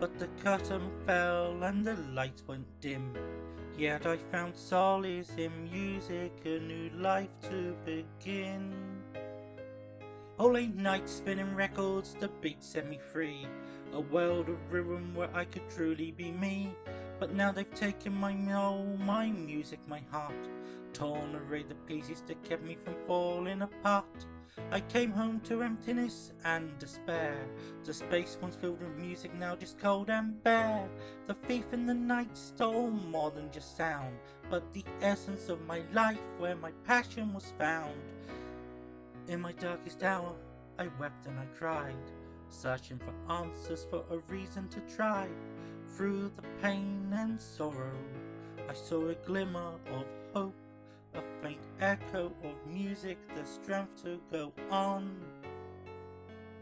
But the curtain fell and the lights went dim. Yet I found solace in music, a new life to begin. All late night spinning records, the beat set me free. A world of rhythm where I could truly be me. But now they've taken my soul, my music, my heart torn away the pieces that kept me from falling apart. I came home to emptiness and despair. The space once filled with music now just cold and bare. The thief in the night stole more than just sound, but the essence of my life where my passion was found. In my darkest hour, I wept and I cried, searching for answers for a reason to try. Through the pain and sorrow, I saw a glimmer of hope a faint echo of music that's draft to go on.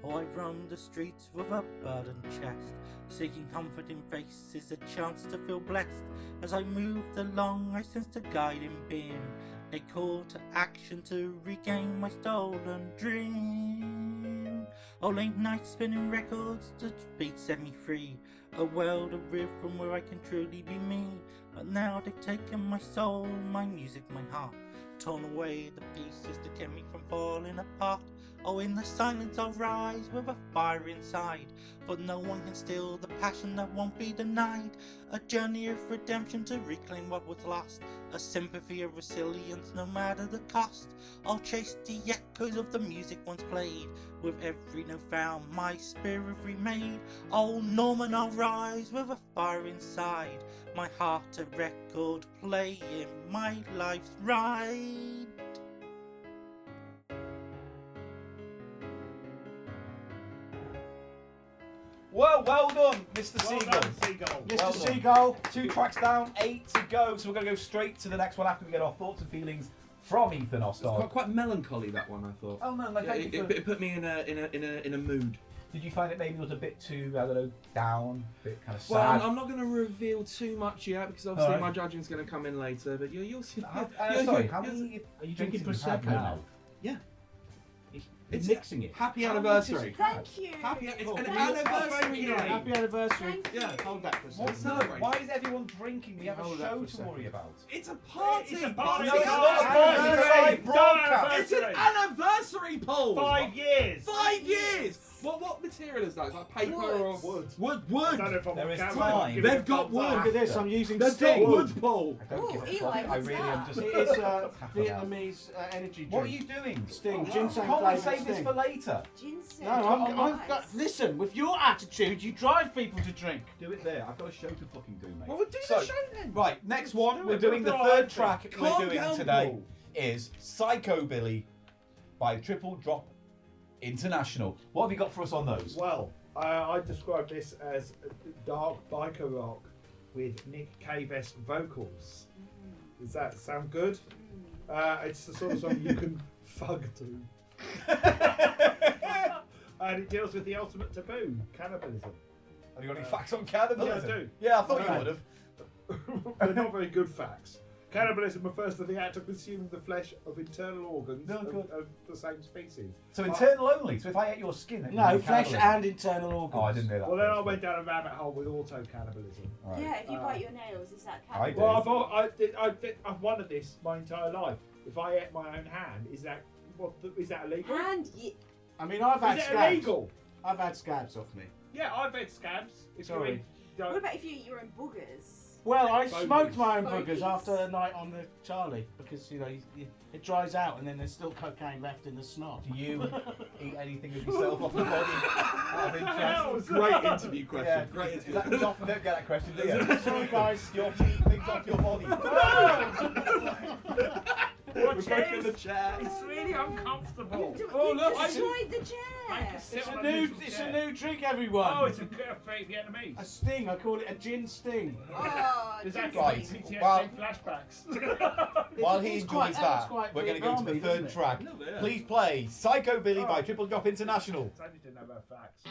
I roam the streets with a burdened chest, seeking comfort in faces, a chance to feel blessed. As I moved along, I sensed a guiding beam, a call to action to regain my stolen dream. Oh, late nights spinning records, the beat set me free. A world of rhythm where I can truly be me. But now they've taken my soul, my music, my heart, torn away the pieces that kept me from falling apart. Oh, in the silence I'll rise with a fire inside, for no one can steal the passion that won't be denied. A journey of redemption to reclaim what was lost, a sympathy of resilience no matter the cost. I'll chase the echoes of the music once played, with every note found my spirit remade. Oh, Norman, I'll rise with a fire inside, my heart a record playing my life's ride. Well, well done, Mr. Well Seagull. done, Seagull. Mr. Well done. Seagull, two tracks down, eight to go. So we're going to go straight to the next one after we get our thoughts and feelings from Ethan Ostog. Quite, quite melancholy that one, I thought. Oh, no, no, Yeah, thank it, you it, for- it put me in a in a in a in a mood. Did you find it maybe was a bit too, I don't know, down, a bit kind of sad? Well, I'm, I'm not going to reveal too much yet because obviously Alright. my judging's going to come in later. But you, you'll see. Uh, (laughs) you'll- sorry, you'll- how you'll- many Are you drinks drinking have you had Prosecco now? Yeah. It's mixing it. Happy anniversary. Thank you. Happy it's an Oh, Thank anniversary. you. Happy anniversary. Thank Yeah, hold that for a What's second. that? Why is everyone drinking? We have a Hold that show for a to second. worry about. It's a party. It's a party. No, it's not a party. It's a live broadcast. It's an anniversary poll. Five years. Five years. What what material is that? Is that paper or Wood. wood? I don't know Wood. if I'm There is gonna- time. give it a They've got thumbs up. Look at wood. this, I'm using They've got Sting. wood poll. I don't Ooh, give a Eli, fuck. I what's really am that? just. It is uh, (laughs) Half an hour. Vietnamese uh, energy drink. What are you doing? Sting, Oh, ginseng Can't I flavoured save this sting. for later? Ginseng. Oh No, I'm, nice. I've got. Listen, with your attitude, you drive people to drink. Do it there. I've got a show to fucking do, mate. Well, we'll do So, the show then. Right, next one. Do We're it. doing the Right. third track Calm we're doing down, today Paul. is Psycho Billy by Triple Drop International. What have you got for us on those? (laughs) Well, uh, I describe this as dark biker rock with Nick Cave's vocals. Does that sound good? Uh, it's the sort of song you can thug to. and it deals with the ultimate taboo, cannibalism. Uh, Have you got any facts on cannibalism? yeah, I do. Yeah, I thought you Right. would have. (laughs) They're not very good facts. Cannibalism refers to the act of consuming the flesh of internal organs No, of, good. of the same species. So internal only. So if I ate your skin, that would No, be flesh cannibalism. and internal organs. Oh, I didn't know that. Well, then I went down a rabbit hole with auto cannibalism. Right. Yeah, if you Uh, bite your nails, is Uh, that I cannibal? do. Well, I've, al- I, did- I, did- I've wondered this my entire life. If I ate my own hand, is that what the, is that illegal? Hand ye- I mean, I've had is it scabs. illegal? I've had scabs off me. Yeah, I've had scabs. If (laughs) Sorry. You eat, don't- What about if you eat your own boogers? Well, I Bogies. smoked my own Bogies. boogers after a night on the Charlie because you know you, you, it dries out and then there's still cocaine left in the snot. Do (laughs) you eat anything of yourself off the body? Out of What the hell interest. was Great that? interview question. Yeah, Great is, interview. is that you often don't get that (laughs) question, do you? Sorry, guys. You're eating things off your (laughs) body. Watch Back in the it. chair. It's really uncomfortable. Do- Oh, you look, I destroyed the I can chair. sit It's on a a new, neutral it's chair. a new drink, everyone. Oh, it's a great Vietnamese. a sting. I call it a gin sting. Oh, (laughs) Is that Right, right? PTSD well- (laughs) flashbacks. While he It's enjoys quite- it's that, quite we're going to go to Vietnamese, the third isn't it? track. No, yeah. Please play Psycho Billy by Oh. Triple Drop International. I just didn't know about facts.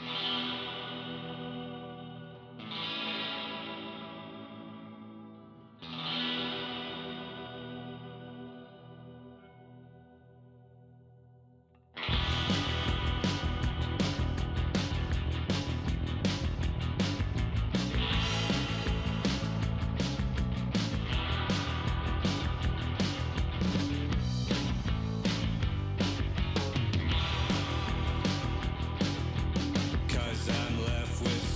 Cause I'm left with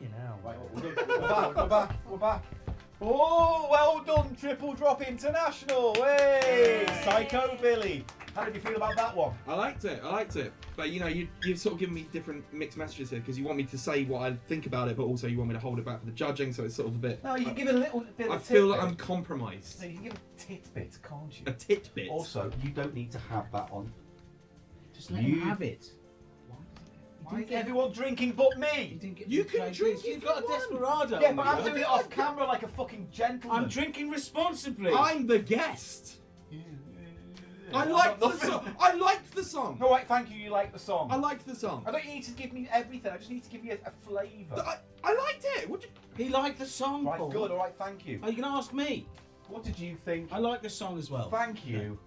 We're back, we're back, we're back. Oh, well done, Triple Drop International. Hey, Psycho Billy. How did you feel about that one? I liked it. I liked it. But you know, you, you've sort of given me different mixed messages here because you want me to say what I think about it, but also you want me to hold it back for the judging. So it's sort of a bit. No, you can give it a little bit I of feel like tidbit. I'm compromised. So you can give a tidbit, can't you? A tidbit. Also, you don't need to have that on. Just let him have it. Why is everyone drinking but me? You can drink. You've got a desperado. Yeah, on but you. I'm doing it off camera like a fucking gentleman. I'm drinking responsibly. I'm the guest. I liked the song. I liked the song. All right, thank you. You like the song. I liked the song. I don't need to give me everything. I just need to give you a, a flavour. I, I liked it. What did, He liked the song. Right, Paul. good. All right, thank you. Are you gonna ask me? What did you think? I like the song as well. Thank you.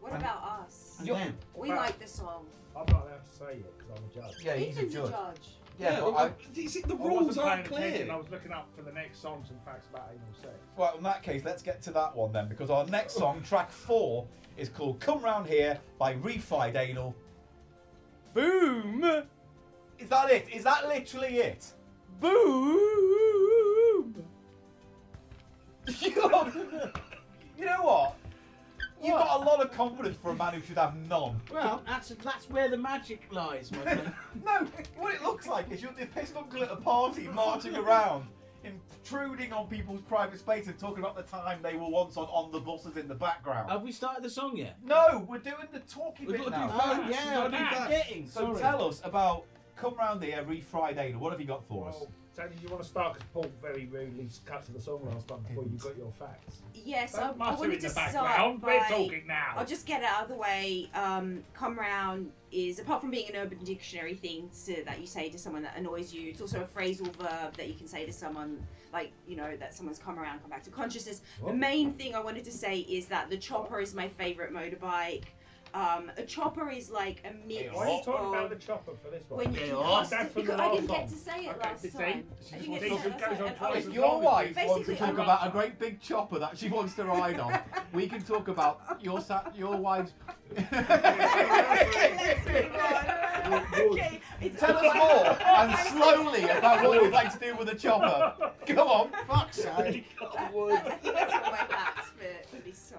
What about us? And You're- them. We Well- like the song. I'm not allowed to say it because I'm a judge. Yeah, he's a Ethan's judge. yeah, Yeah, but I, well, you see, the I rules wasn't aren't paying attention, I clear. was looking up for the next songs and facts about anal sex. Right, in that case, let's get to that one then, because our next (laughs) song, track four, is called Come Round Here by Refried Anal. Boom! Is that it? Is that literally it? (laughs) Boom! you know what? You've got a lot of confidence for a man who should have none. Well, that's that's where the magic lies, my friend. (laughs) No, what it looks like is you're the pissed uncle at a party marching around, intruding on people's private space and talking about the time they were once on, on the buses in the background. Have we started the song yet? no, we're doing the talking We've bit got to do now. that. Oh, Facts, yeah, you gotta do I'm facts. forgetting. So Sorry. tell us about Come Round Here, Refried Anal. What have you got for us? Well, Tony, you want to start because Paul very rudely cut to the song last time before you got your facts. Yes, I, Don't I mutter wanted in to the start background. We're by. talking now. I'll just get it out of the way. Um, come round is apart from being an urban dictionary thing to, that you say to someone that annoys you, it's also a phrasal verb that you can say to someone like you know that someone's come around, come back to consciousness. Oh. The main thing I wanted to say is that the chopper is my favorite motorbike. Um, a chopper is like a mix. Why are you talking of- about the chopper for this one? Oh. when you Yeah, can oh, custom- that's from because the I didn't last get to song. say it Okay, last did they? time. I This didn't is get to what say goes it last on time. If twice as And I- long your wife wants to Basically, talk I'm- about a great big chopper that she wants to ride on, we can talk about your sa- your wife's. (laughs) Let's move on. Okay, it's- Tell (laughs) us more and slowly about what you'd like to do with a (laughs) chopper. Come on, fuck's (laughs) sake. That- that- I think that's all my facts for, for this song.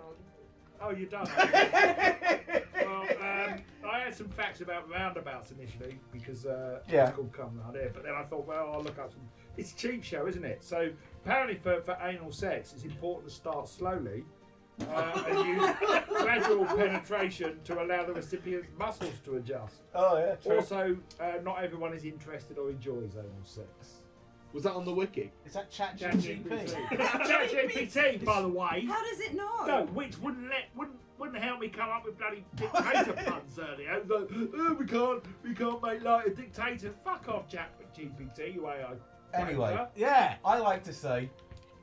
Oh, you're (laughs) done. well, um, I had some facts about roundabouts initially because uh, Yeah. it's called Come Round Here, but then I thought, well, I'll look up some. It's a cheap show, isn't it? So apparently, for, for anal sex, it's important to start slowly uh, and (laughs) use gradual penetration to allow the recipient's muscles to adjust. Oh yeah, Also, uh, not everyone is interested or enjoys anal sex. Was that on the wiki? Is that chat ChatGPT. GP? ChatGPT, by the way. How does it know? No, which wouldn't let wouldn't wouldn't help me come up with bloody (laughs) dictator puns earlier. It was like, oh, we can't we can't make light of dictator. Fuck off, Jack GPT, you AI. Anyway. Yeah. I like to say,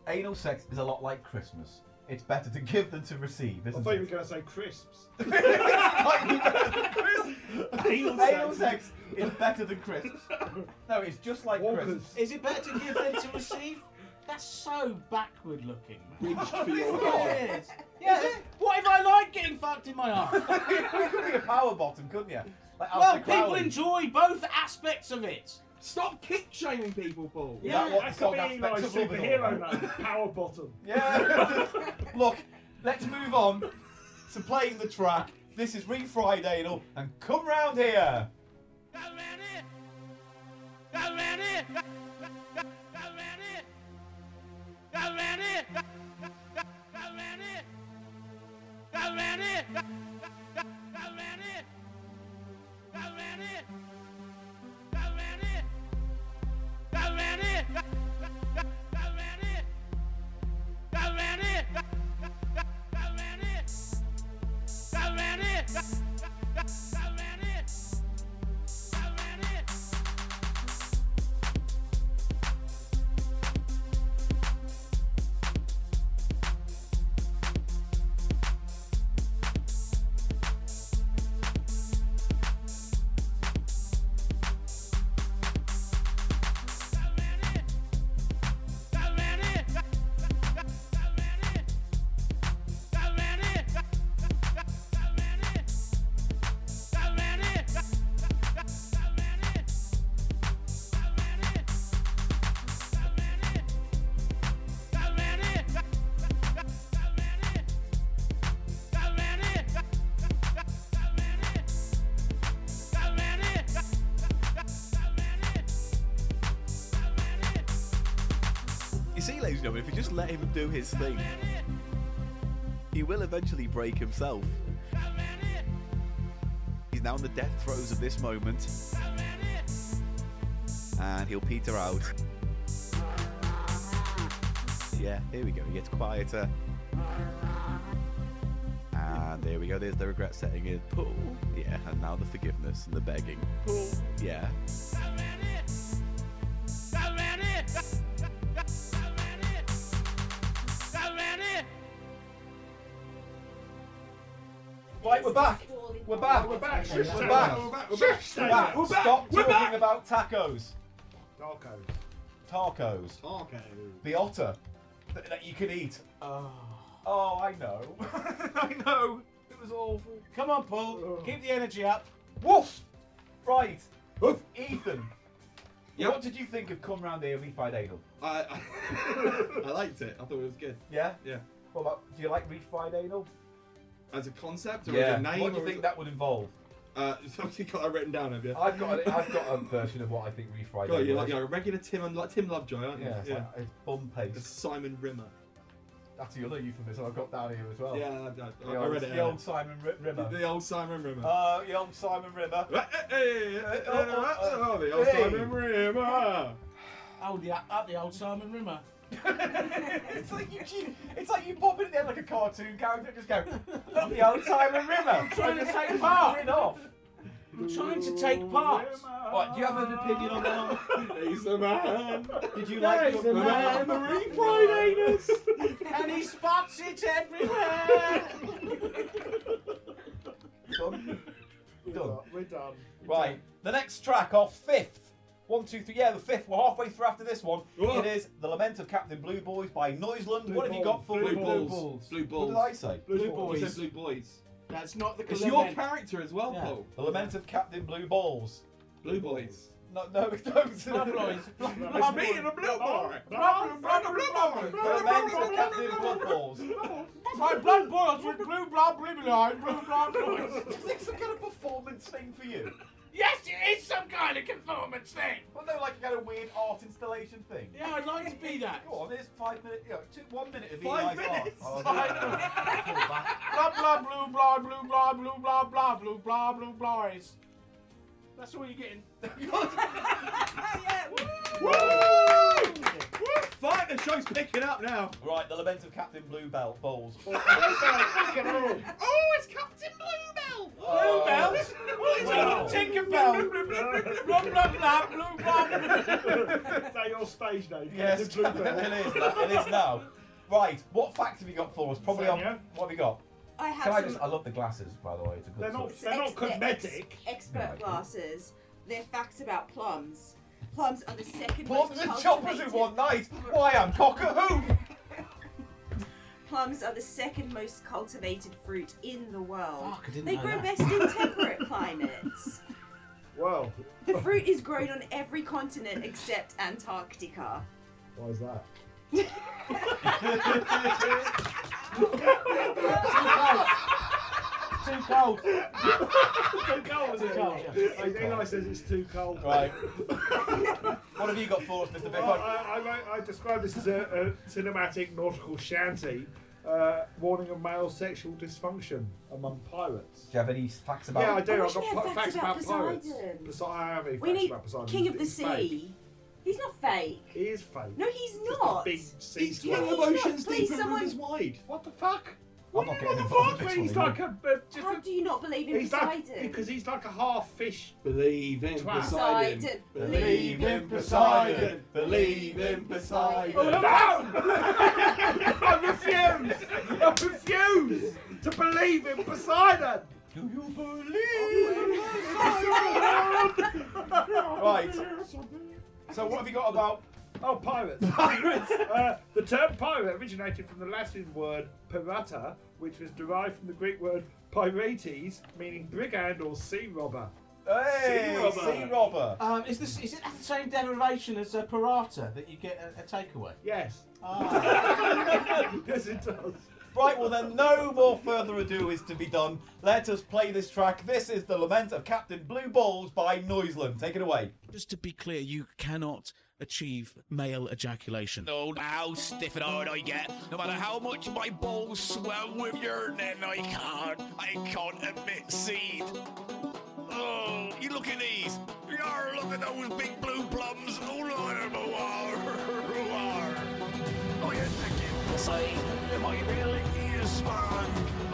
anal sex is a lot like Christmas. It's better to give than to receive, I isn't thought you were it? going to say (laughs) crisps. (laughs) Might be better than Christmas. Anal Anal sex. sex is better than crisps. No, it's just like Walkers. crisps. Is it better to give than to receive? That's so backward looking, man. (laughs) Yeah, It's it is. Yeah. What if I like getting fucked in my (laughs) arse? not. you could be a power bottom, couldn't you? Like well, Aleister people Crowley. enjoy both aspects of it. Stop kick shaming people, Paul. Is Yeah, that what That's the song a aspect bit Eli of Robin superhero Hood? name. Power bottom. (laughs) Yeah. Look, let's move on to playing the track. This is Refried Anal, and come round here. Got see, ladies and gentlemen, if you just let him do his thing, he will eventually break himself. He's now in the death throes of this moment. And he'll peter out. Yeah, here we go. He gets quieter. And there we go. There's the regret setting in. Pool. Yeah, and now the forgiveness and the begging. Pool. Yeah. Right, we're back. We're back. We're back. We're Shush, Daniel. back. We're back. We're back. We're back. We're back. Stop We're talking back. about tacos. Darko. Tacos. Darko. The otter that, that you can eat. Oh. Oh, I know. I know. It was awful. Come on, Paul. Keep the energy up. Woof. Right. Ethan. What did you think of Come Round Here and Me Fight Adel? I, I (laughs) liked it. I thought it was good. Yeah? Yeah. What about, uh, do you like Read Fight Adel? As a concept or Yeah. as a name? What do you or think as a- that would involve? Uh, (laughs) so you got that written down, have you? I've got a, I've got a version of what I think Read Fight God, Adel you're is. like you're a regular Tim, and like Tim Lovejoy, aren't you? Yeah, it's like- it's bum paste. Simon Rimmer. That's the other euphemism I've got down here as well. Yeah, I- I- the I old, read it The earlier. old Simon R- Rimmer. The old Simon Rimmer. Uh, the old Simon Rimmer. oh, the old Hey. Simon Rimmer. Oh, the, uh, the old Simon Rimmer. (laughs) it's like you, keep- it's like you pop in there like a cartoon character, just go, not the old Simon Rimmer. I'm trying to take part. Grin off. I'm trying to take part. What? Do you have an opinion on that? (laughs) He's the man. Did you like like There's the your- man, Marie Fridayness. (laughs) and he spots it everywhere. Done. Done. We're done. Right, the next track, our fifth. One, two, three. Yeah, the fifth. We're halfway through after this one. Whoa. It is The Lament of Captain Blue Boys by Noiseland. Blue what have you got for Blue Blue Balls. Balls? Blue What Balls. did I say? Blue, Blue Balls. Boys. Said Blue Boys. That's not the It's your lament. character as well, Yeah. Paul. The Lament of Captain Blue Balls. Blue Boys. No, no, (laughs) don't. Blood boys. It's me and the Blue Boy. The Lament of Captain Blood Balls. My blood boils with blue blood blimmin' blue blood boils. Is this some kind of performance thing for you? Yes, it is some kind of conformance thing. Well, no, like a kind of weird art installation thing. Yeah, I'd like to be that. Go on, there's five minutes. You know, two, one minute of Five Eli's art. minutes? Oh, I'll do (laughs) that. I'll pull that. Blah blah blue blah blue blah blue blah blah blue blah blue blies. That's all you're getting. Fine, the show's picking up now. Right, the lament of Captain Blue Bell (laughs) Bowls. Oh, it's Captain Bluebell. Blue Oh. bells? What is Wow. it? Tinker (laughs) bell? Blah blah blah blue blah. Is that your stage name? yes, (laughs) it is. Captain Bluebell? now- It is now. Right, what fact have you got for us? Probably on. Sonia? What have you got? I have Can I some- just? I love the glasses, by the way. It's a good. They're not- touch. they're not Ex- ex- cosmetic. expert glasses. They're facts about plums. Plums are the second Plums most and choppers cultivated. in one night. Why I'm cock a hoop. Plums are the second most cultivated fruit in the world. Fuck, I didn't they know grow that. best in temperate climates. Well, The fruit is grown on every continent except (laughs) Antarctica. why is that? Too cold. too cold, was it? cold, yeah. Like, Eli says it's too cold. Right. what have you got for us, Mr. Well, Biffon? I, I, wrote- I described this as a, a cinematic nautical shanty uh, warning of male sexual dysfunction among pirates. Do you have any facts about? Yeah, I do. I I've wish got we had pl- facts facts about, about pirates. Poseidon. Poseidon. I have any we facts need about Poseidon. King of the It's fake. Sea. He's not fake. He is fake. No, he's Just not. A big sea He's swell. King of Oceans Please, Deep and someone- Rivers wide. What the fuck? I'm What not do you getting want involved the in fuck? this when He's one like a, a uh, just How a, do you not believe in he's like Poseidon? because he's like a half fish. Believe in Twat. Poseidon. Poseidon. Believe in Poseidon. Believe in Oh, no! Poseidon. (laughs) I refuse. I refuse to (laughs) believe in Poseidon. Do you believe? (laughs) Right. So what have you got about Oh, pirates. (laughs) pirates? Uh, the term pirate originated from the Latin word pirata, which was derived from the Greek word pirates, meaning brigand or sea robber. Uh, Hey, Sea sea robber. robber. Um, is this is it the same derivation as a parata that you get a, a takeaway? Yes. Ah. (laughs) yes, it does. Right, well then, no more further ado is to be done. Let us play this track. This is the lament of Captain Blue Balls by Noiseland. Take it away. Just to be clear, you cannot achieve male ejaculation. No, how stiff and hard I get. No matter how much my balls swell with urine, I can't. I can't admit seed. Oh, you look at these. Yar, look at those big blue plums all over the (laughs) Oh, you think you say, am I really a span?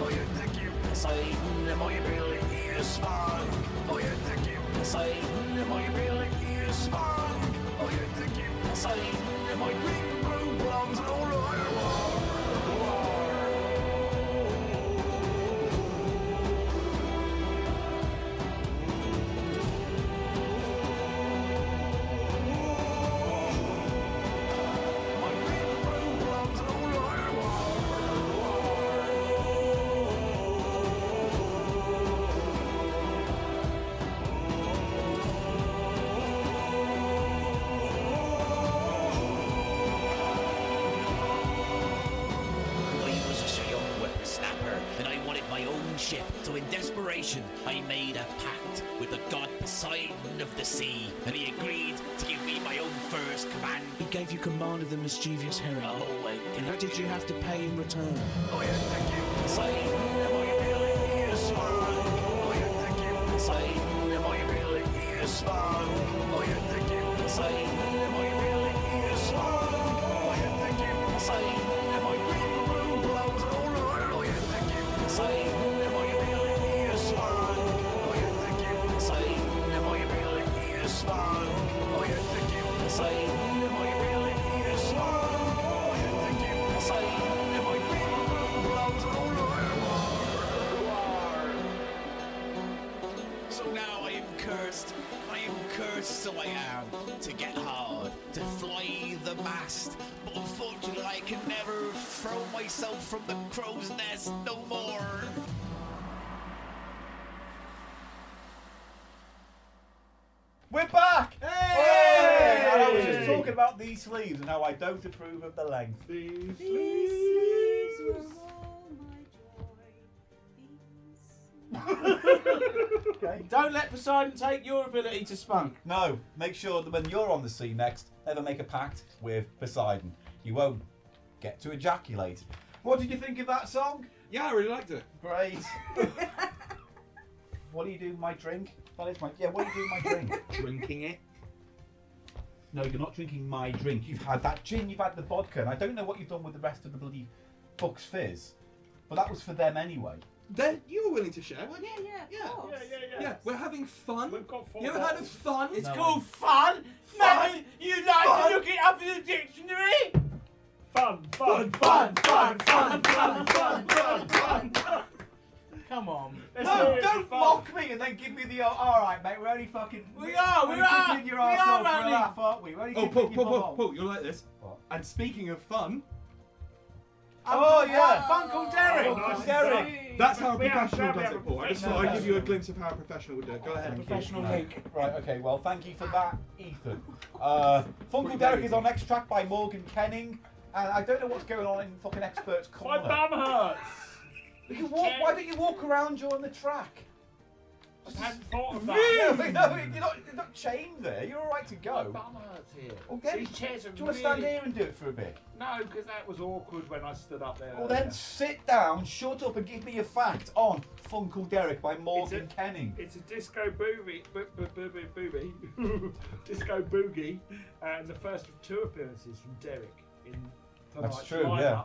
Oh, you think you say, am I really a span? Oh, you think you say, am I really a span? Oh, you think you say, am I big blue plums all over the I was just a young whippersnapper, and I wanted my own ship. So in desperation, I made a pact with the god Poseidon of the sea, and he agreed to give me my own first command. He gave you command of the mischievous herring. Oh, I and what did you have to pay in return? Poseidon, am I really a swan? Oh, you think you Poseidon, am I really a swan? Oh, you think you Poseidon, am I really a swan? Oh, you think you Poseidon, am I green, blue, blows all over? Oh, you think you Poseidon, am I really a swan? Oh, you think you Poseidon, am I really a swan? Oh, you think you Poseidon, am I really a swan? Oh, you think you Poseidon, am I green, blue, blows all So now I am cursed. I am cursed, so I am. To get hard, to fly the mast. But unfortunately, I can never throw myself from the crow's nest no more. We're back! Hey! And I was just talking about these sleeves and how I don't approve of the length. These sleeves Don't let Poseidon take your ability to spunk. No, make sure that when you're on the sea next, never make a pact with Poseidon. You won't get to ejaculate. What did you think of that song? Yeah, I really liked it. Great. what do you do with my drink? That is my yeah. What do you do with my drink? Drinking it. No, you're not drinking my drink. You've had that gin. You've had the vodka, and I don't know what you've done with the rest of the bloody Bucks Fizz, but that was for them anyway. Then you were willing to share, weren't you? Yeah, yeah, yeah, yeah, yeah. we're having fun. We've got fun. You ever had a fun? (laughs) It's called fun. Fun. You like Fun. to look it up in the dictionary. Fun, fun, fun, fun, fun, fun, fun, fun, fun. Come on. No, don't mock me and then give me the old, all right, mate. We're only fucking. We are, we only are, kicking your Ah, we arse are off for a only- laugh, aren't we? We're only Oh, kicking Paul, your Paul, Paul, bum. Paul, you're like this. And speaking of (laughs) fun, Oh yeah, Uncle Derek. Oh, Uncle nice. Derek. that's how a We have- professional we have does a it, Paul. I just professional thought I'd give you a person. glimpse of how a professional would do it. Go ahead. Thank you. No. Right, okay, well, thank you for that, Ethan. Uh, Funko Derek is on next track by Morgan Kenning, and I don't know what's going on in fucking Expert's Corner. My bum hurts. You can walk, why don't you walk around during the track? I hadn't thought (laughs) of No, that. no, you're not, you're not chained there. You're all right to My go. bum hurts here. Well, get- These chairs do are you want to stand really- here and do it for a bit? No, because that was awkward when I stood up there. Well, then sit down, shut up, and give me a fact on Funko Derek by Morgan Kenning. It's a disco booby, bo- bo- bo- bo- booby, (laughs) disco boogie, and the first of two appearances from Derek in tonight's That's true, lineup. yeah.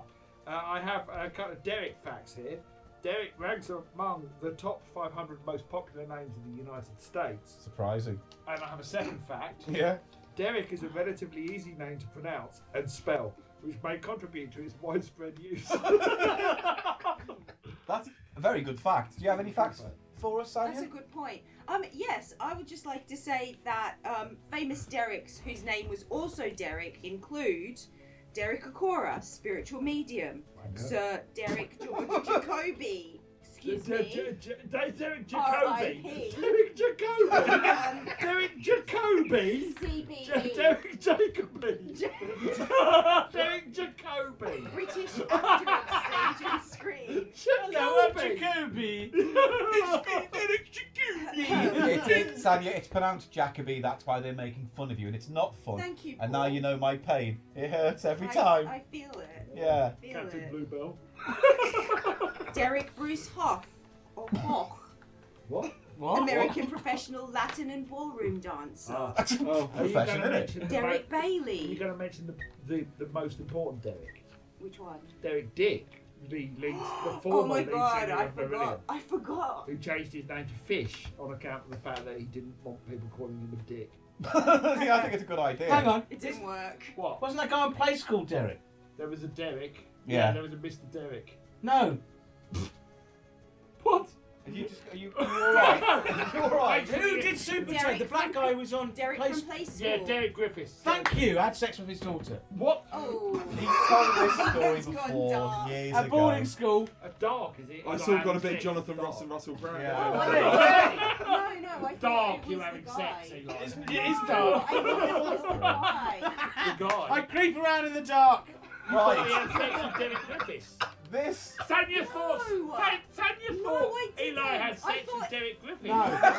Uh, I have a couple of Derek facts here. Derek ranks among the top 500 most popular names in the United States. Surprising. And I have a second fact. (laughs) Yeah. Derek is a relatively easy name to pronounce and spell, which may contribute to its widespread use. (laughs) That's a very good fact. Do you have any facts for us, Simon? That's a good point. Um, yes, I would just like to say that um, famous Derricks, whose name was also Derrick, include Derek Akora, spiritual medium, Sir Derek (laughs) George Jacobi. Excuse Der- me. Der- Der- Derek R.I.P.. Jacobi. Derek Jacobi. Derek (laughs) Jacobi. CBE. Ja- Derek (laughs) Jacobi. Derek Jacobi. British (laughs) actor on stage and screen. Jacobi. Jacoby. Derek (laughs) It is Sanya, it's pronounced Jacoby. That's why they're making fun of you, and it's not fun. Thank you, And now Paul. you know my pain. It hurts every I- time. I, feel it. Yeah. I feel Captain it. Bluebell. Derek Bruce Hoff, or (laughs) Hoch, What? American professional Latin and ballroom dancer. Ah. Oh, are you gonna Profession, innit? mention the Derek mo- Bailey. You're going to mention the, the, the most important Derek. Which one? Derek Dick, the, lead, the (gasps) former Oh my lead god, singer I of Marillion, forgot. I forgot. Who changed his name to Fish on account of the fact that he didn't want people calling him a dick. (laughs) See, I think it's a good idea. Hang on. It didn't work. What? Wasn't that guy on place called Derek? There was a Derek. Yeah. there was a Mr. Derek. No. what? Are you just are (laughs) you, are you all right? you all right? Who did Super Ted? The black guy was on Derek place. from Play School. Yeah, Derek Griffiths. Thank you. I had sex with his daughter. What? Oh. He's told this story (laughs) That's gone before dark. years At ago. boarding school. A dark, is it? I Like still got having a bit sex Jonathan dark. Ross and Russell Brown. Yeah, Oh, I Hey! (laughs) thought- no, no, I Dark, thought it you was having the guy. sex, Eli. It is No, dark. Oh I thought it was the guy. The guy. Oh I creep around in the dark. Oh, he Right. had sex with Derek Griffiths. This. Sanya Force! San- Sanya No, Force! I (laughs) didn't. Eli I had sex thought- with Derek Griffiths.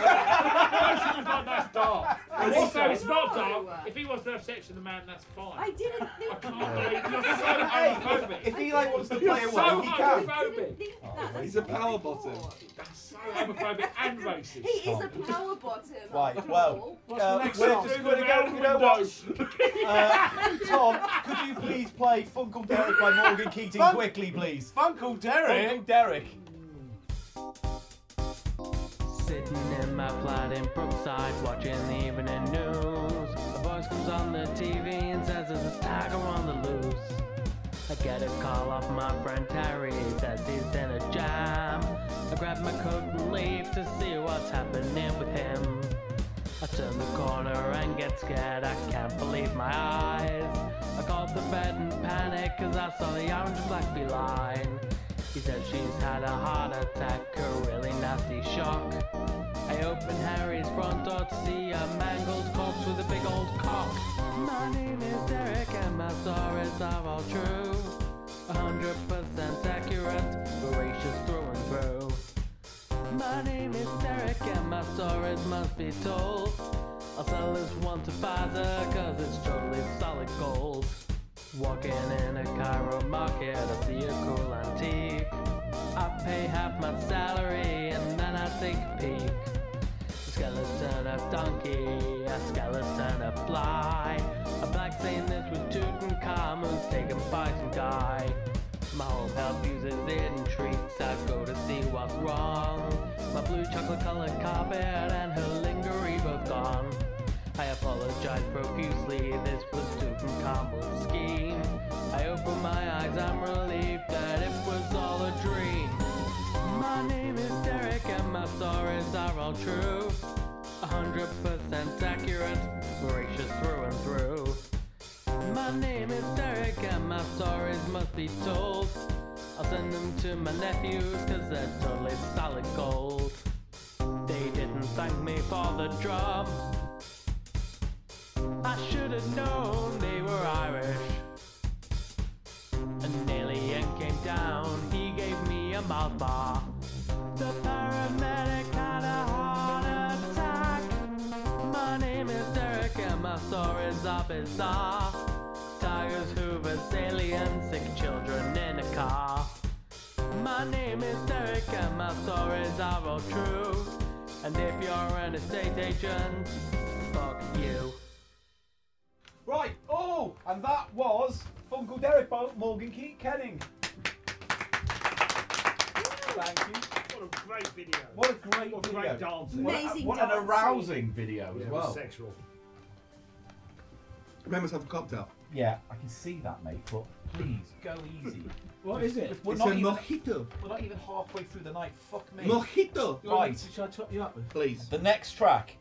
(laughs) No. that's dark. And think also, so. it's not No. dark. If he wants to have sex with a man, that's fine. I didn't think can't that. believe you're so Hey, homophobic. if, if Eli wants to You're play a so one, he can. homophobic. Homophobic. Didn't think that. That's He's a what I power thought. bottom. That's so homophobic and racist. He is a power bottom. Right, after well, all. What's the uh, next we're song? just Through going the to go. round You know what? windows. Uh, Tom, could you please play Funkle Derek by Morgan Keating Fun- quickly, please? Funkle Derek. Funkle Derek. Sitting in my flat in Brookside, watching the evening news. A voice comes on the TV and says there's a tiger on the loose. I get a call off my friend Terry, he says he's in a jam. I grab my coat and leave to see what's happening with him. I turn the corner and get scared, I can't believe my eyes. I called the vet in panic cause I saw the orange and black beeline. He said she's had a heart attack, a really nasty shock. I open Harry's front door to see a mangled corpse with a big old cock. My name is Derek and my stories are all true. 100% accurate, voracious through and through. My name is Derek and my stories must be told. I'll sell this one to Pfizer cause it's totally solid gold. Walking in a Cairo market, I see a cool antique. I pay half my salary and then I take a peek. A skeleton of donkey, a skeleton of fly. A black this with Tutankhamun's taken by some guy. My whole health uses intrigues, I go to see what's wrong. My blue chocolate colored carpet and her lingerie both gone. I apologize profusely, this was Tutankhamun's scheme. I open my eyes, I'm relieved that it was all a dream. My name is Derek and my stories are all true. 100% accurate, voracious through and through. My name is Derek and my stories must be told. I'll send them to my nephews cause they're totally solid gold. They didn't thank me for the job. I should have known they were Irish. An alien came down, he gave me a mouth bar. The paramedic had a heart attack. My name is Derek and my stories are bizarre. Tigers, hoovers, aliens, sick children in a car. My name is Derek and my stories are all true. And if you're an estate agent, fuck you. Right. Oh, and that was Funkle Derek by Morgan Keat Kenning. Thank you. What a great video. What a great, What a video. great dancing. What, a- Amazing what an dancing. arousing video Yeah, as it was well. sexual. Remember to have a cocktail. Yeah, I can see that, mate. But please go easy. What is it? We're it's not a even- mojito. We're not even halfway through the night. Fuck me. Mojito. Right. Should I top you up with? Please. The next track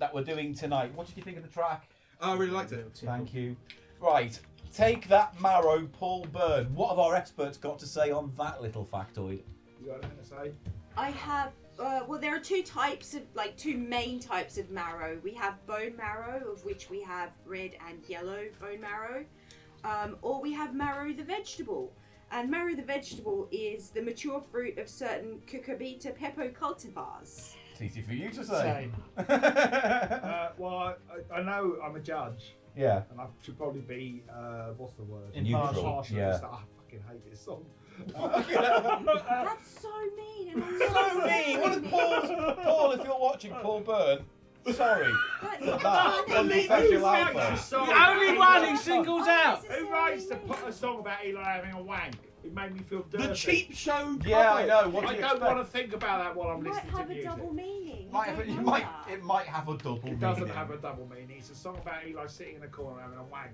that we're doing tonight. What did you think of the track? Oh, I really liked it. Thank you. Right. Take that marrow, Paul Byrne. What have our experts got to say on that little factoid? You got anything to say? I have. Uh, well, there are two types of, like, two main types of marrow. We have bone marrow, of which we have red and yellow bone marrow, um, or we have marrow the vegetable. And marrow the vegetable is the mature fruit of certain cucurbita pepo cultivars. It's easy for you to say. (laughs) uh, well, I, I know I'm a judge. Yeah. And I should probably be, uh, what's the word? Impartial, Impartial. yeah. It's that I fucking hate this song. (laughs) Uh, That's so mean. And I'm so mean. What if Paul's, Paul, if you're watching, Paul Byrne, sorry. That's That- not that's mean. sexual Who's alpha. actually sorry. The only one who singles out. Who writes to put a song about Eli having a wank? It made me feel dirty. Cheap Show. Yeah, I know. What do I you don't expect? want to think about that while I'm Might listening have to a music. double meaning. Might have- don't you know might- that. It might have a double It doesn't meaning. have a double meaning. It's a song about Eli sitting in a corner having a wank.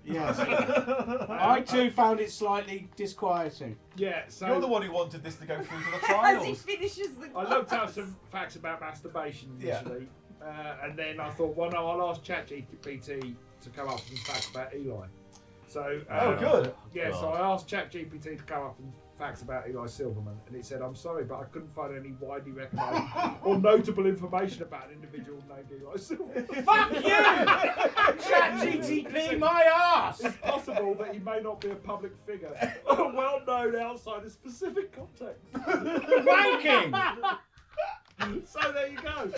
(laughs) (laughs) (laughs) I too found it slightly disquieting. Yeah, so You're the one who wanted this to (laughs) go through to (laughs) (laughs) the As he finals. finishes the. I looked up some facts about masturbation Yeah. initially, uh, and then I thought, well, no, I'll ask ChatGPT to come up with some facts about Eli. So, Oh, um, good. Yeah, so God. I asked ChatGPT to come up with facts about Eli Silverman, and it said, I'm sorry, but I couldn't find any widely recognised (laughs) or notable information about an individual named Eli Silverman. Fuck you! (laughs) ChatGPT my arse! It's possible that he may not be a public (laughs) figure or well known outside a specific context. Wanking! (laughs) so there you go.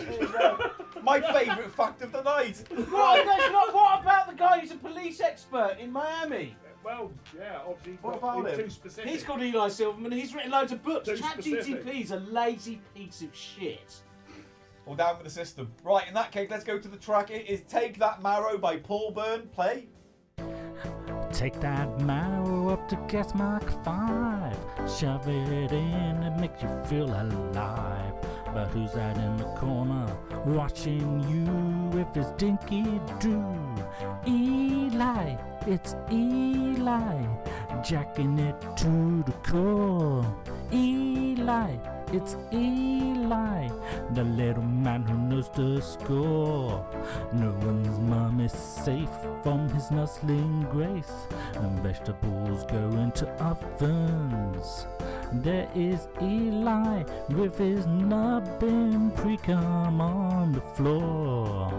(laughs) My favourite fact of the night. What? That's not. What about the guy who's a police expert in Miami? Well, yeah, obviously. What not- about he's him? Too specific. He's called Eli Silverman. He's written loads of books. Too specific. ChatGPT's a lazy piece of shit. Or down with the system. Right, in that case, let's go to the track. It is Take That Marrow by Paul Byrne. Play. Take that marrow up to gas mark 5. Shove it in, it makes you feel alive. But who's that in the corner watching you if it's Dinky Doo? Eli, it's Eli, jacking it to the core. Eli, it's Eli, the little man who knows the score. No one's mum is safe from his nuzzling grace, and vegetables go into ovens. There is Eli with his nubbin precum on the floor.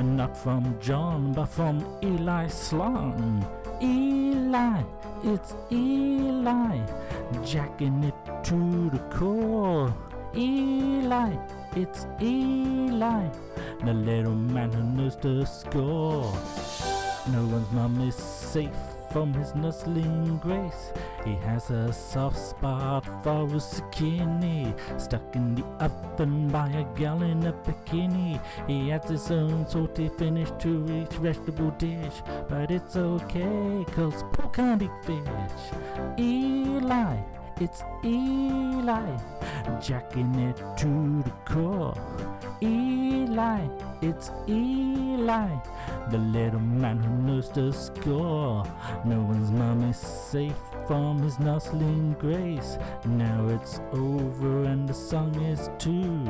And not from John, but from Eli Slong. Eli, it's Eli, jacking it to the core. Eli, it's Eli, the little man who knows the score. No one's mum is safe from his nuzzling grace. He has a soft spot for a zucchini, stuck in the oven by a gal in a bikini. He adds his own salty finish to each vegetable dish, but it's okay, cause Paul can't eat fish. Eli, it's Eli, jacking it to the core. Eli, it's Eli, the little man who knows the score. No one's mum is safe from his nuzzling grace. Now it's over and the song is too.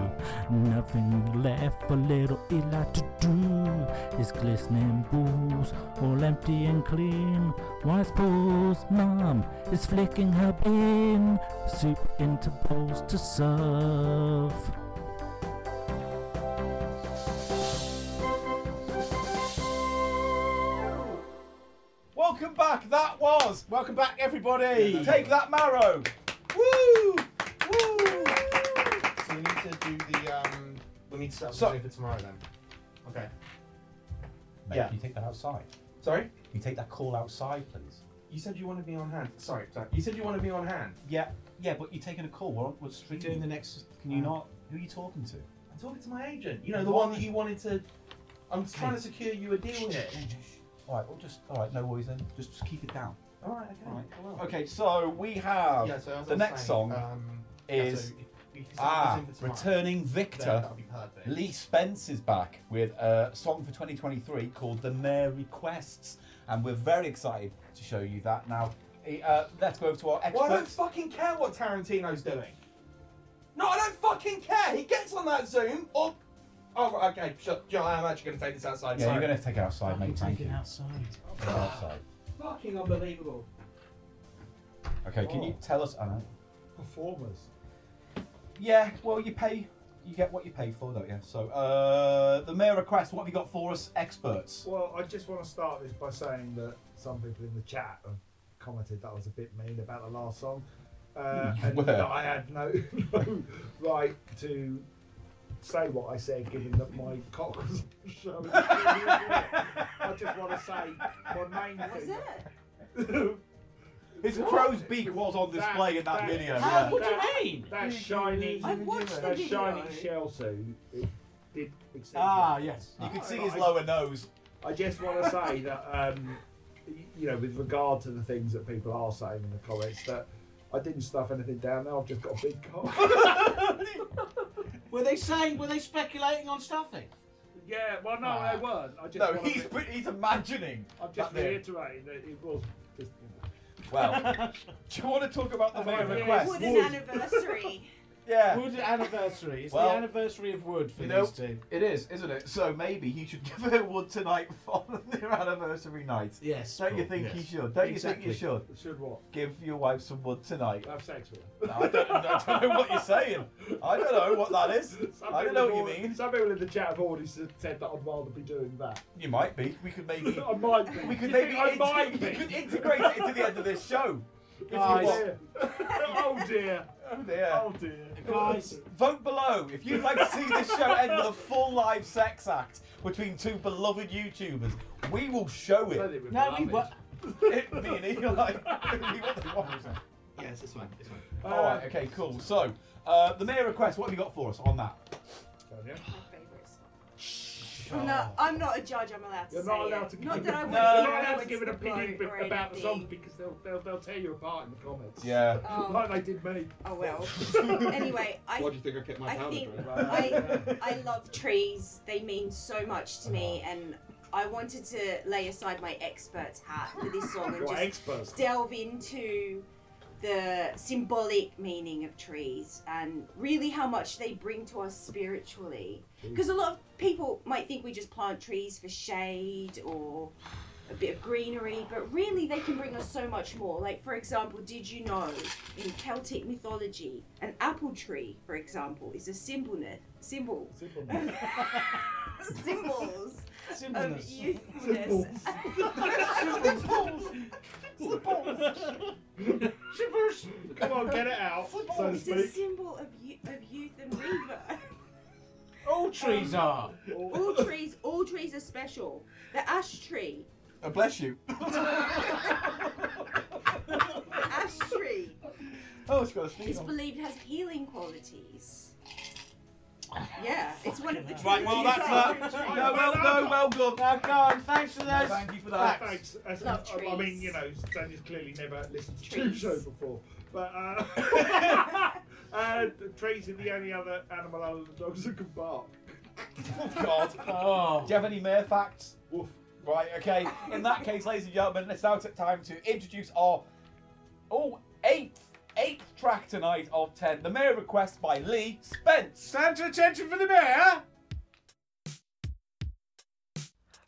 Nothing left for little Eli to do. His glistening booze, all empty and clean. Wise Paul's mum is flicking her bean. Soup into bowls to serve. Welcome back. That was. Welcome back, everybody. Take That Marrow. Woo! Woo! So we need to do the um. We need to set up So- something for tomorrow then. Okay. Mate, Yeah. Can you take that outside? Sorry. Can you take that call outside, please? You said you wanted me on hand. Sorry, sorry. You said you wanted me on hand. Yeah. Yeah, but you're taking a call. We're, on- we're streaming. doing the next. Can you not? Who are you talking to? I'm talking to my agent. You know the one that you wanted to. I'm trying to secure you a deal here. All right. Well, just all right. No worries then. Just, just keep it down. All right. Okay. All right. Hello. Okay, so we have Yeah, so as I the was next saying, song um, yeah, is so if- if you ah send this in for tomorrow, returning then victor. that'll be perfect. Lee Spence is back with a song for 2023 called "The Mary Quests," and we're very excited to show you that now. eh, Uh, let's go over to our Well, I don't experts. fucking care what Tarantino's doing. No, I don't fucking care. He gets on that Zoom or. Oh, right, okay. Shut. John, I'm actually going to take this outside. yeah, sorry. you're gonna have to take it outside, mate. Thank you. outside. Take it outside. Fucking unbelievable. Okay, can you tell us? Uh, Performers. yeah, well, you pay, you get what you pay for, don't you? So, uh, the mayor request. What have you got for us, experts? Well, I just want to start this by saying that some people in the chat have commented that I was a bit mean about the last song, uh, (laughs) You and (laughs) were. that I had no, no right to say what I said, given that my cock was (laughs) showing. uh, (laughs) I just want to say my main. Was thing- it? His What? crow's beak was on display in that video, yeah. What do you mean? That shiny, I've watched the that video. shiny shell suit it did exceed Ah, that. yes. You could But see his I- lower nose. I just want to say that, um, y- you know, with regard to the things that people are saying in the comments, that I didn't stuff anything down there. I've just got a big cock. Were they saying? Were they speculating on stuffing? Ah. yeah, well, (laughs) no, I was. I just No, wanna he's re- put- he's imagining. I'm just that there. reiterating that it was just. Well, do you want to talk about the main request? Would an anniversary. (laughs) Yeah. Wood anniversary. It's Well, the anniversary of wood for You these know, two. it is, isn't it? So maybe he should (laughs) give her wood tonight for (laughs) their anniversary night. Yes. Don't you Paul, think he yes. should? Don't you Exactly. think you should? Should what? Give your wife some wood tonight. (laughs) (laughs) Have sex with No, I, don't, I don't know what you're saying. I don't know what that is. Some I don't know what people have you already- mean. Some people in the chat have already s- said that I'd rather be doing that. You might be. We could maybe. (laughs) I might be. We could You think maybe. I int- (laughs) might we be? could integrate it into the end of this show. If you Guys. want. oh dear. (laughs) Oh dear. Oh dear. Guys. Vote below if you'd like to see this show end with a full live sex act between two beloved YouTubers. We will show it. No, we were. (laughs) It- Me and Ian are like, we want the one. Yes, it's fine. It's fine. All right, okay, cool. So, uh, the mayor request, what have you got for us on that? (laughs) I'm not, I'm not a judge, I'm allowed to You're say not allowed it. to give not that I no, would you're not be allowed allowed to give an to opinion vote or about the anything. songs because they'll, they'll they'll tear you apart in the comments. Yeah. Oh. Like they did me. (laughs) Oh well. (laughs) anyway, I Why do you think I kept my I powder think dry? I, I love trees. They mean so much to me, Uh-huh. and I wanted to lay aside my expert hat for this song (laughs) and Your just expert. delve into the symbolic meaning of trees and really how much they bring to us spiritually. Because a lot of people might think we just plant trees for shade or a bit of greenery, but really they can bring us so much more. Like, for example, did you know in Celtic mythology, an apple tree, for example, is a symbol, symbol, (laughs) symbols of Symbolness. youthfulness. Shivers. (laughs) Come on, get it out, so to It's a speak. symbol of, you- of youth and rebirth. All trees are. Oh. All trees, all trees are special. The ash tree, Oh, bless you. the ash tree Oh, it's got a is sneeze on. believed has healing qualities. Yeah, it's one of the trees. Right, well, that's uh, uh, (laughs) that. No, well, no, well done. Now, Karen, thanks for this. Thank you for that. Thanks. That's Love not- I mean, trees. you know, Sandy's clearly never listened to two Trees. shows before. But uh, (laughs) uh, the trees are the only other animal other than dogs that can bark. Oh, God. (laughs) Oh. Do you have any mayor facts? Woof. Right, okay. In that case, ladies and gentlemen, it's now t- time to introduce our oh eighth eighth track tonight of ten. The mayor request by Lee Spence. Stand to attention for the mayor.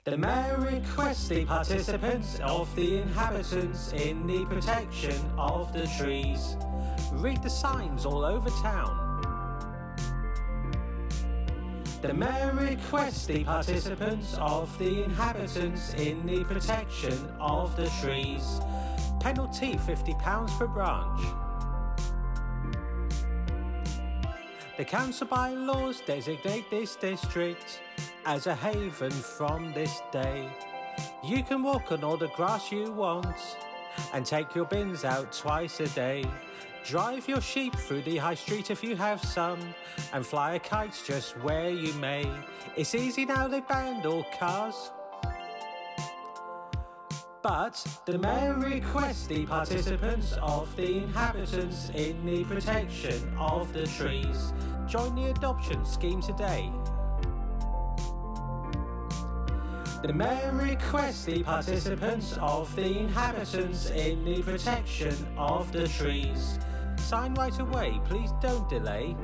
The mayor requests the participants of the inhabitants in the protection of the trees. Read the signs all over town. The mayor requests the participants of the inhabitants in the protection of the trees. Penalty £50 per branch. The council bylaws designate this district as a haven from this day. You can walk on all the grass you want and take your bins out twice a day. Drive your sheep through the high street if you have some and fly a kite just where you may. It's easy now they've banned all cars. But the mayor requests the participants of the inhabitants in the protection of the trees. Join the adoption scheme today. The mayor requests the participants of the inhabitants in the protection of the trees. Sign right away, please don't delay.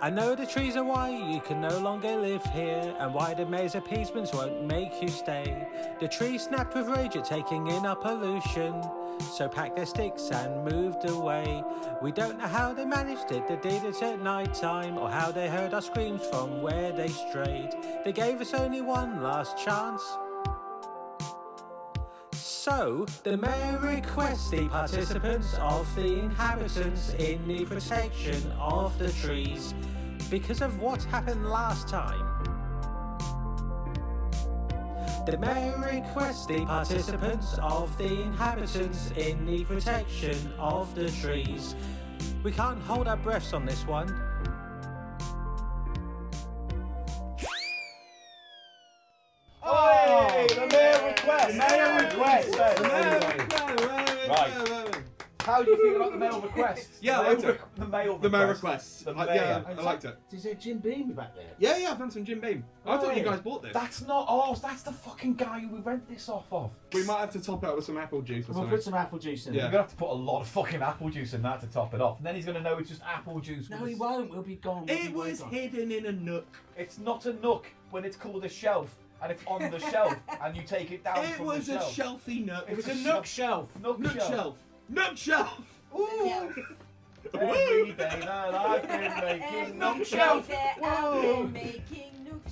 I know the trees are why you can no longer live here, and why the mayor's appeasements won't make you stay. The trees snapped with rage at taking in our pollution, so packed their sticks and moved away. We don't know how they managed it, they did it at night time, or how they heard our screams from where they strayed. They gave us only one last chance. So So, the mayor requests the participants of the inhabitants in the protection of the trees because of what happened last time. The mayor requests the participants of the inhabitants in the protection of the trees. We can't hold our breaths on this one. Oh, the mayor request. mayor request. The mayor Right. How do you feel about the mail requests? Yeah, I the liked mail, it. requ- the mail requests. The mail requests. The I- mail. yeah, I liked it. Is there Jim Beam back there? Yeah, yeah, I've done some Jim Beam. I thought you Oh. guys bought this. That's not ours. That's the fucking guy who we rent this off of. We might have to top it up with some apple juice or We'll something. put some apple juice in. Yeah. there. You're gonna have to put a lot of fucking apple juice in that to top it off, and then he's gonna know it's just apple juice. No, he won't. We'll be gone. We'll be way gone. hidden in a nook. It's not a nook when it's called a shelf and it's on the (laughs) shelf and you take it down It from was the a shelf. shelfy nook. It was a Nook nook shelf. Nook, Nook shelf. Nook shelf. Ooh. Every day that I've been (laughs) making nook shelf. Whoa. making nook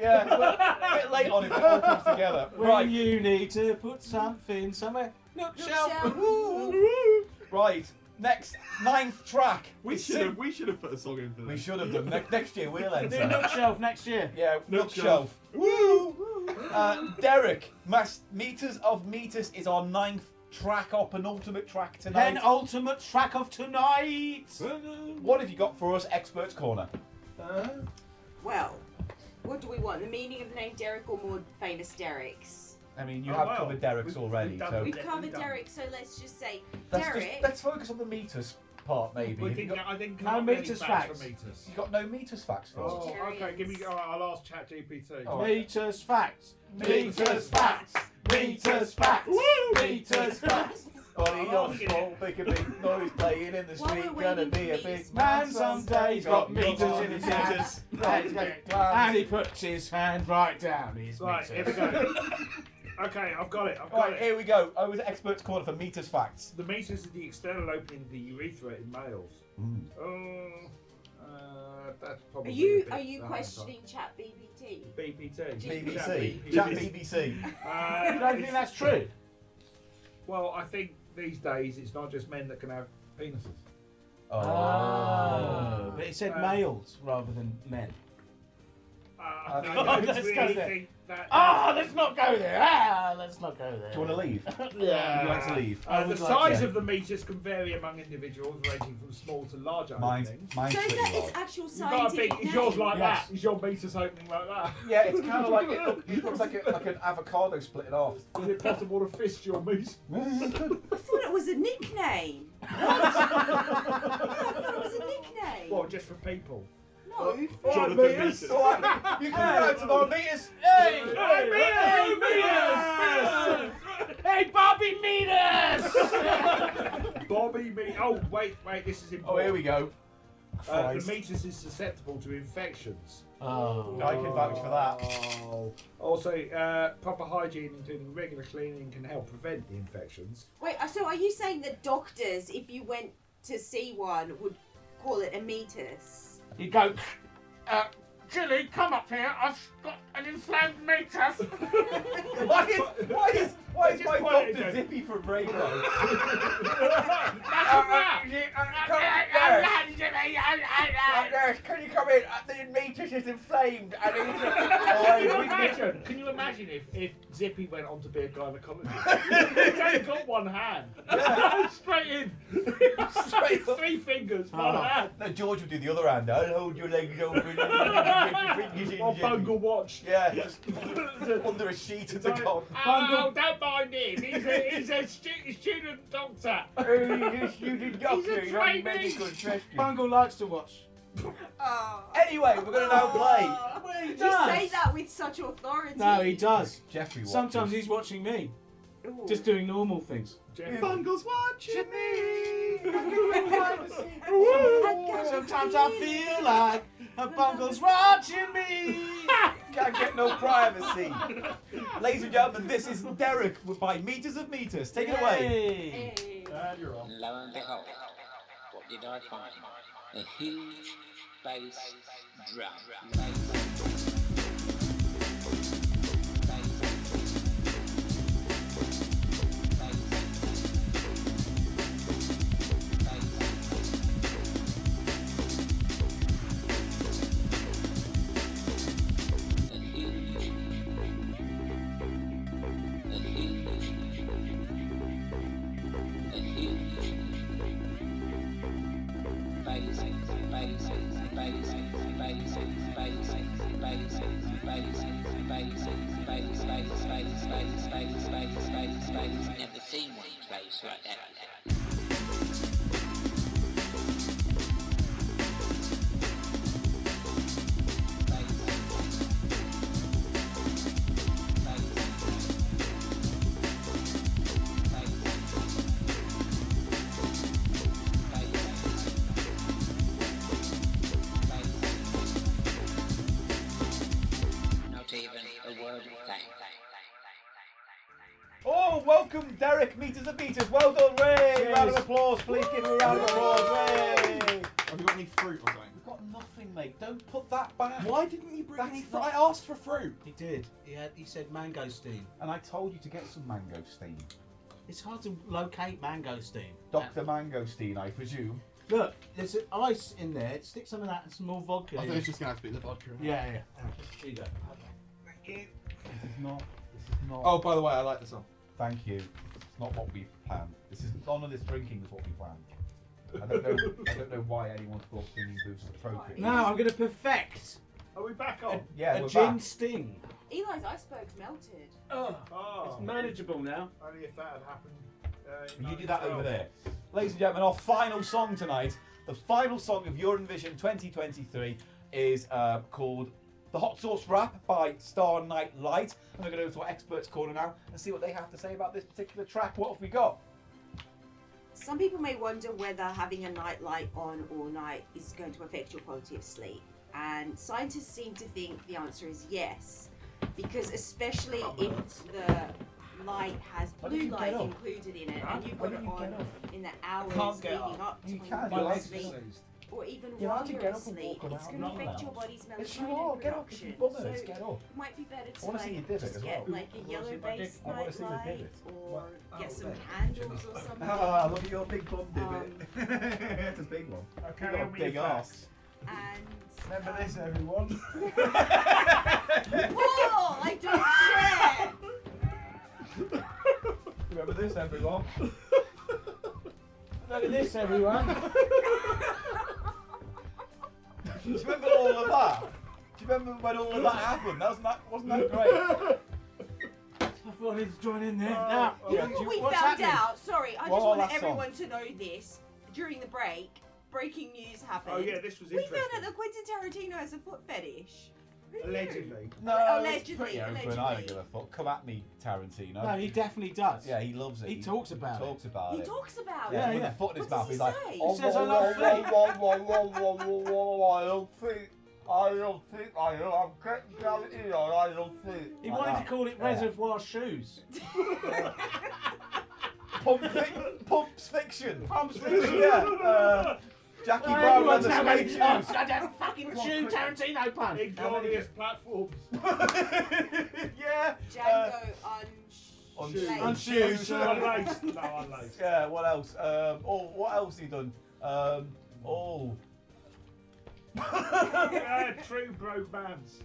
Yeah, we're a bit late on it, but it all comes together. When Right. you need to put something somewhere. Nook shelf. Right, next ninth track. We should have. We should have put a song in for this. We should have done. Ne- next year we'll We'll do enter. Nook shelf next year. Yeah, Nook Nook shelf. Shelf. Woo! Uh, Derek, Mas- Meters of Meters is our ninth track, our penultimate track tonight. Then ultimate track of tonight. what have you got for us, Experts Corner? Uh, Well, what do we want? The meaning of the name Derek or more famous Derek's? I mean, you Oh, have well, covered Derek's we've- already, we've done- so We've covered done. Derek, so let's just say let's, Derek. just, let's focus on the meters part, maybe. We Have didn't you got, get- I didn't come No up with any meters facts for facts. meters. you got no meters facts for us? Oh, okay. Give me. All right, I'll ask ChatGPT. Oh. Meters facts. Meters facts. Meters facts. (laughs) Meters facts. On the old small big and big noise playing in the While street, we're gonna waiting be for a meters big Man some days got meters in his (laughs) hands. (laughs) And he puts his hand right down his Right, here we meters. go. (laughs) okay, I've got it. I've got Right, it. here we go. I was experts corner for meters facts. The meters is the external opening of the urethra in males. Hmm. Oh, uh, that's Are probably. a you bit are you bad. questioning Chat BBT? BPT? BBC. Chat BBC. Uh, You don't think that's true? Well, I think these days it's not just men that can have penises. Oh. Oh. But it said Um, males rather than men. Uh, (laughs) I I think- don't Let's go really there. think that. Ah, let's not go there. Ah, let's not go there. Do you want to (laughs) leave? Yeah. You want to leave? I Uh, the would like size to. of the meters can vary among individuals, ranging from small to large. I Mine's, think. mine's So is pretty that large. its actual You got a scientific big. name? Is yours like Yes. that? Is your meters opening like that? Yeah, it's kind of like it, look, it looks like, a, like an avocado split in half. Is it possible to fist (laughs) your meter? I thought it was a (laughs) nickname. No, I thought it was a nickname. Well, just for people. No. Jonathan meters. All right, (laughs) you can go tomorrow, meters. Hey, Hey, meters! Meters! Hey, Bobby, meet Bobby me. Oh wait, wait. This is Oh, here important. we go. Uh, the Christ. meters is susceptible to infections. Oh. I can vouch for that. Oh. Also, uh, proper hygiene, including regular cleaning, can help prevent the infections. Wait. uh, So are you saying that doctors, if you went to see one, would call it a metis? You go, uh, Julie, come up here. I've got an inflamed (laughs) meter. Uh, Why is why is why is Just my point it doctor down. zippy from Rainbow? (laughs) (laughs) uh, Uh, Can you come in? Uh, The meters is inflamed. (laughs) I need Can you to. imagine- Can you imagine if, if Zippy went on to be a (laughs) gynecologist? He's only got one hand. Straight in. Straight up. Three fingers, one hand. No, George would do the other hand. I'll hold your legs over. and your fingers in, Or Jimmy. Bungle watch. (laughs) Yeah, just (laughs) under a sheet of the cot. Oh, don't mind him. He's a, he's a stu- student doctor. you did doctor, He's a you're on trainee. medical training. Bungle likes to watch. Oh. Anyway, we're going to now play. Oh. Well, he You say that with such authority. No, he does. Jeffrey watches. Sometimes he's watching me, Ooh. just doing normal things. Bungle's watching Sometimes I feel like a bungle's watching (laughs) me. Can't get no privacy. Ladies and gentlemen, this is Derek by Meters of Meters. Take it away. Hey. Hey. lo and behold, what did I find? A huge bass drum. Never seen one place like that. Not even a word of thanks. Oh, welcome, Derek, meters of meters. Well done, Ray. Round of applause, please. Give him a round of applause, Ray. Have you got any fruit or something? We've got nothing, mate. Don't put that back. Why didn't you bring That's any fruit? not- I asked for fruit. He did. He, had, he said mango steam. And I told you to get some mango steam. It's hard to locate mango steam. Dr. Mango Steam, I presume. Look, there's an ice in there. Stick some of that and some more vodka. I in. think it's just gonna have to be the vodka. Yeah, yeah. Here you go. This is not. This is not. Oh, by the way, I like the song. Thank you. It's not what we planned. This is none of this drinking is what we planned. I don't know. I don't know why anyone thought singing booths appropriate. Now I'm going to perfect Are we back on? Yeah, a we're gin back. sting. Eli's iceberg's melted. Oh, Oh. manageable now. Only if that had happened. Uh, in Will you do that 1912. over there? Ladies and gentlemen, our final song tonight, the final song of Eurovision 2023, is uh, called The Hot Sauce Rap by Star Night Light. And we're going to go to our experts' corner now and see what they have to say about this particular track. What have we got? Some people may wonder whether having a night light on all night is going to affect your quality of sleep. And scientists seem to think the answer is yes, because especially if the light has Why don't blue you get light up? included in it, Huh? and you Why put it don't you on get in the hours can't get leading up up. to You when can, you your go to legs are sleep, raised. or even You're allowed while to you're get up and asleep, walk it's around, going to not affect allowed. your body's Yes, you melatonin are. Get up if production. you're bothered, So get up. it might be better to I wanna see like, your divot just as get well. like I a wanna yellow see my based dick. I wanna night see the light, divot. or What? get Oh, some there. candles or something. Ah, look at your big (laughs) bum, divot. it's a big one. Okay, You've got a on with big your facts. ass. And Remember this, everyone. Whoa! I don't share. Remember this, everyone. Look at this, (laughs) everyone. (laughs) Do you remember all of that? Do you remember when all of that happened? That was not, wasn't that great? Everyone is joining there. now, You know what Oh, we what's found happening? out? Sorry, I Well, just want that's on. everyone to know this. During the break, breaking news happened. Oh, yeah, this was We found interesting. out that Quentin Tarantino has a foot fetish. Who knew? Allegedly. No, it's Allegedly, pretty open. I don't give a fuck. Come at me, Tarantino. No, he definitely does. Yeah, he loves it. He talks about Talks about He it. talks about yeah, it. with a foot in his mouth. does He's he like, say? oh, He says, whoa, "I love whoa, feet." whoa, whoa, whoa, whoa, whoa, whoa, oh, I love feet. I love feet. I love getting down in on. I love feet. He Like wanted that. to call it Yeah. (laughs) Reservoir Shoes. Pump fi- pumps fiction. Pumps fiction. (laughs) yeah. Uh, Jackie Brown and the Suede Shoes. fucking Come on, shoe quick. Tarantino pun. Inglorious platforms. (laughs) yeah. Uh, Django On Shoes. shoes. On shoes. Unlaced. No, unlaced. (laughs) Yeah, what else? Um, oh, what else he done? Um, oh. yeah, true bromance.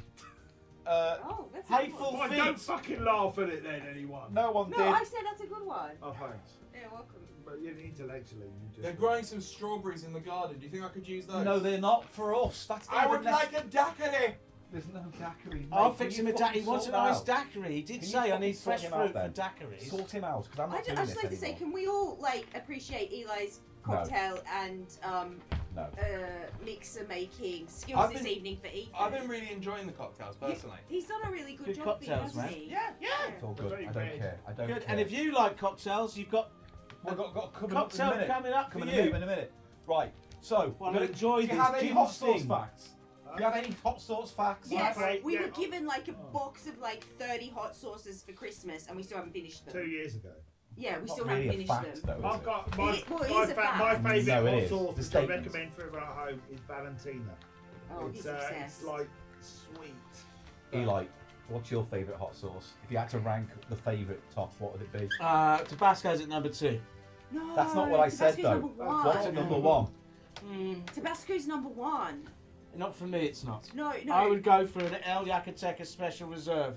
Uh, Oh, that's a good Why one. don't fucking laugh at it then, anyone. No one No, I said that's a good one. Oh, thanks. Yeah, welcome. But you intellectually, you just. They're growing some strawberries in the garden. Do you think I could use those? No, they're not for us. That's I would next- like a daiquiri. There's no daiquiri. I'll mate. fix Can him you a daiquiri. He fucking wants a sort it nice out? daiquiri. He did Can you say I fucking need sort fresh him fruit out for then? daiquiris. Sort him out because I'm I not ju- I doing just, this like to say, anymore. can we all like appreciate Eli's No. cocktail and um, No. uh, mixer making skills I've this been- evening for Ethan? I've been really enjoying the cocktails personally. He's done a really good, Good job cocktails, for you, hasn't mate. he? Yeah, yeah. It's all good. I don't care. I don't Good. care. And if you like cocktails, you've got We've got, got coming cocktail up in a minute. coming up coming for in you. a minute, in a minute. Right. So, Well, we're I'll gonna- enjoy do you this Uh, have any gin hot sauce sting. facts? Do you have any hot sauce facts? Yes, Right, we yeah. were given like Oh. a box of like 30 hot sauces for Christmas and we still haven't finished them. Two years ago. Yeah, we Not still really a haven't finished fact, them. though, is I've it? got my, It- well, it my, is a fa- my fact. No, it favourite hot is. sauce The which I statements. recommend for everyone at home is Valentina. Oh, it's, he's uh, obsessed. it's like sweet. Eli, what's your favourite hot sauce? If you had to rank the favourite top, what would it be? uh, Tabasco's at number two. Uh, No, That's not what I said Tabasco's though. number one. Mm, What's at number one? Tabasco's number one. Not for me, it's not. No, no. I would go for an El Yacateca Special Reserve.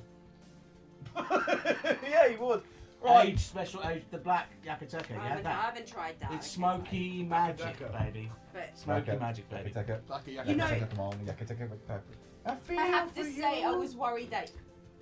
(laughs) yeah, you would. Right. Age, special age, the black Yakateka. I, Yeah, haven't, I that. haven't tried that. It's smoky magic, baby. But- Smoky Yakateka. magic, baby. Yakateka. You know- Yakateka, come on, Yakateka, Yakateka. I, have to say, I was worried that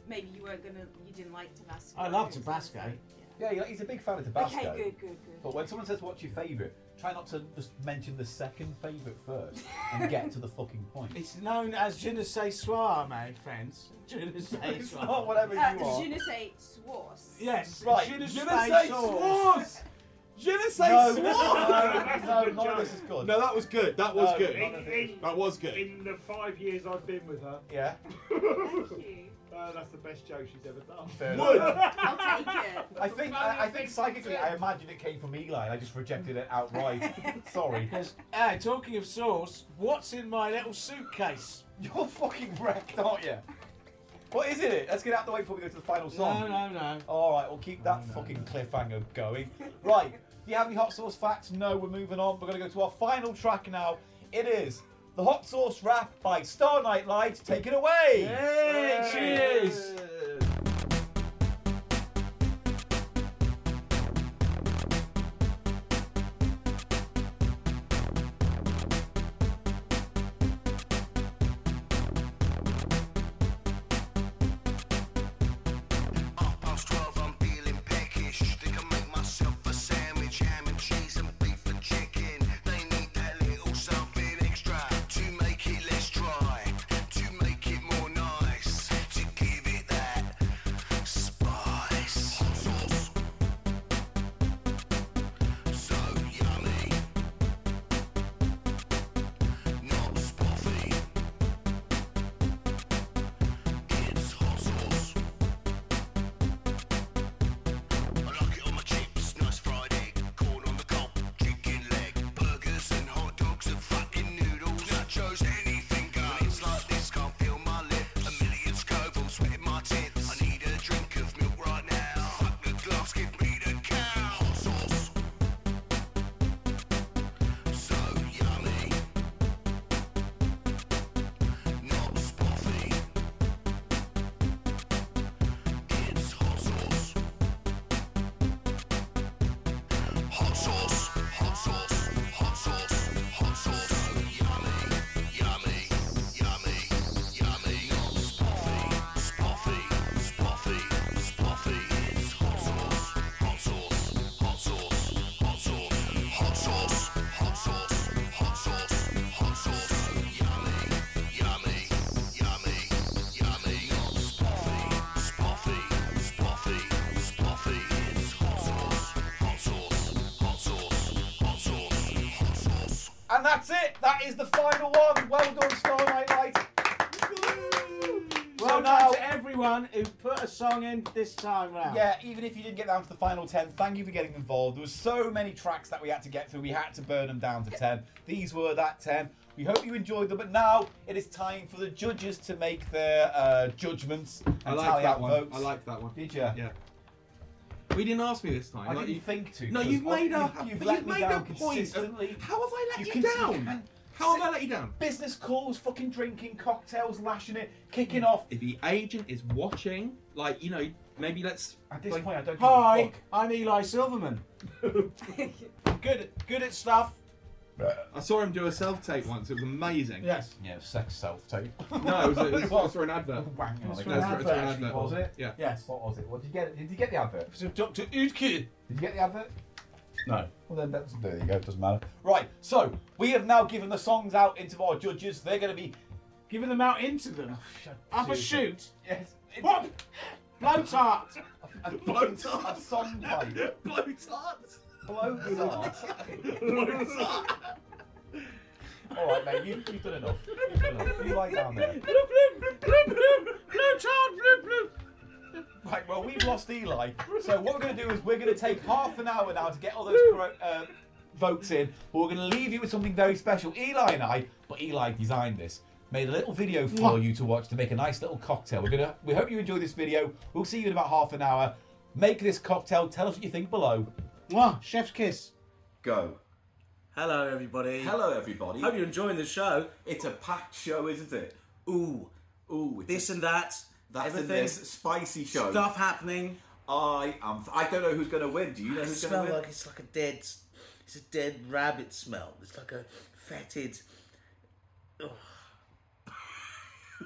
maybe you weren't gonna, you didn't like Tabasco. I love Tabasco. Yeah, yeah, he's a big fan of Tabasco. Okay, good, good, good. But when someone says what's your favourite, try not to just mention the second favourite first and get to the fucking (laughs) point. It's known as je ne sais soir, my friends. Je ne sais (laughs) It's soir. not whatever Uh, je ne sais sauce. Yes, Right, Je ne je ne sais sais sauce. Je ne sais soi. No, (laughs) no, no, none of this is good. No, that was good. That was No, good. none of this. That was good. In the five years I've been with her. (laughs) Yeah. Uh, that's the best joke she's ever done. Fair Wood. enough. (laughs) I'll take it. I think I, I think psychically I imagine it came from Eli and I just rejected it outright. Sorry. Because, hey, talking of sauce, what's in my little suitcase? You're fucking wrecked, aren't you? What is it? Let's get out the way before we go to the final song. No, no, no. Alright, we'll keep that fucking cliffhanger going. Right, do you have any hot sauce facts? No, we're moving on. We're gonna go to our final track now. It is the Hot Sauce Rap by Star Night Lights. Take it away! Hey, cheers! past 12, I'm feeling peckish. Think I make myself a sandwich, ham and cheese and beef and chicken. They need that little something extra to make it less dry, to make it more nice, to give it that spice. Hot sauce. So yummy. Not spoffy. It's hot sauce. I like it on my chips, nice fried egg, corn on the cob, chicken leg, burgers and hot dogs and fucking noodles. Nachos, anything goes. It's like this, can't feel my lips. A million scovilles wetting my tits. I need a drink of milk right now. Fuck the glass, give me the cow. Hot sauce. So yummy. Not spoffy. It's hot sauce. Hot sauce, hot sauce, hot sauce, hot sauce. Yummy, yummy, yummy, yummy. Spoffy, spoffy, spoffy, spoffy. It's hot sauce, hot sauce, hot sauce, hot sauce, hot sauce, hot sauce, hot sauce, hot sauce. Yummy, yummy, yummy, yummy. Spoffy, spoffy, spoffy, spoffy. It's hot sauce, hot sauce, hot sauce, hot sauce, hot sauce. And that's it. That is the final one. Well done, Star Night Lights. Well So done now- to everyone who put a song in this time round. Yeah, even if you didn't get down to the final 10, thank you for getting involved. There was so many tracks that we had to get through. We had to burn them down to 10. These were that 10. We hope you enjoyed them, but now it is time for the judges to make their uh, judgments and I like tally that out one. votes. I like that one. Did you? Yeah. We didn't ask me this time. I like, didn't you- think to. No, because you've made I- a you've- you've but let you've me made a down point. of- consistently. How have I let you, can- down? can- How have I let you down? Business calls, fucking drinking, cocktails, lashing it, kicking off. If the agent is watching, like you know, maybe let's. At this point, I don't. Hi, I'm Eli Silverman. good, good at stuff. I saw him do a self tape once. It was amazing. Yes. Yeah, sex self tape. No, it was, it was, it was for an advert. Wang. It was Oh, It for was an an advert, advert, an actually, advert. wasn't it? Yeah. Yes. What was it? What did you get? Did you get the advert? So Dr. Udke. Did you get the advert? No. Well, then that's, there you go. It doesn't matter. Right. So we have now given the songs out into our judges. They're going to be giving them out into them. Up a seriously. shoot. Yes. Whoop. Blow tart. blow tart. A song pipe. blow tarts. Blow tart. blow tart. All right, mate. You, you've done enough. You've done enough. You lie down there. Right, well, we've lost Eli. So, what we're going to do is we're going to take half an hour now to get all those correct, uh, votes in. But we're going to leave you with something very special. Eli and I, but Eli designed this, made a little video for you to watch to make a nice little cocktail. We're going to. We hope you enjoy this video. We'll see you in about half an hour. Make this cocktail. Tell us what you think below. Mwah, chef's kiss. Go. Hello, everybody. Hello, everybody. Hope you're enjoying the show. It's a packed show, isn't it? Ooh, ooh. This and that. That's in everything. this spicy show. Stuff happening. I am. I don't know who's going to win. Do you know It who's going smells to win? like it's like a dead, it's a dead rabbit smell. It's like a fetid. oh, Ugh.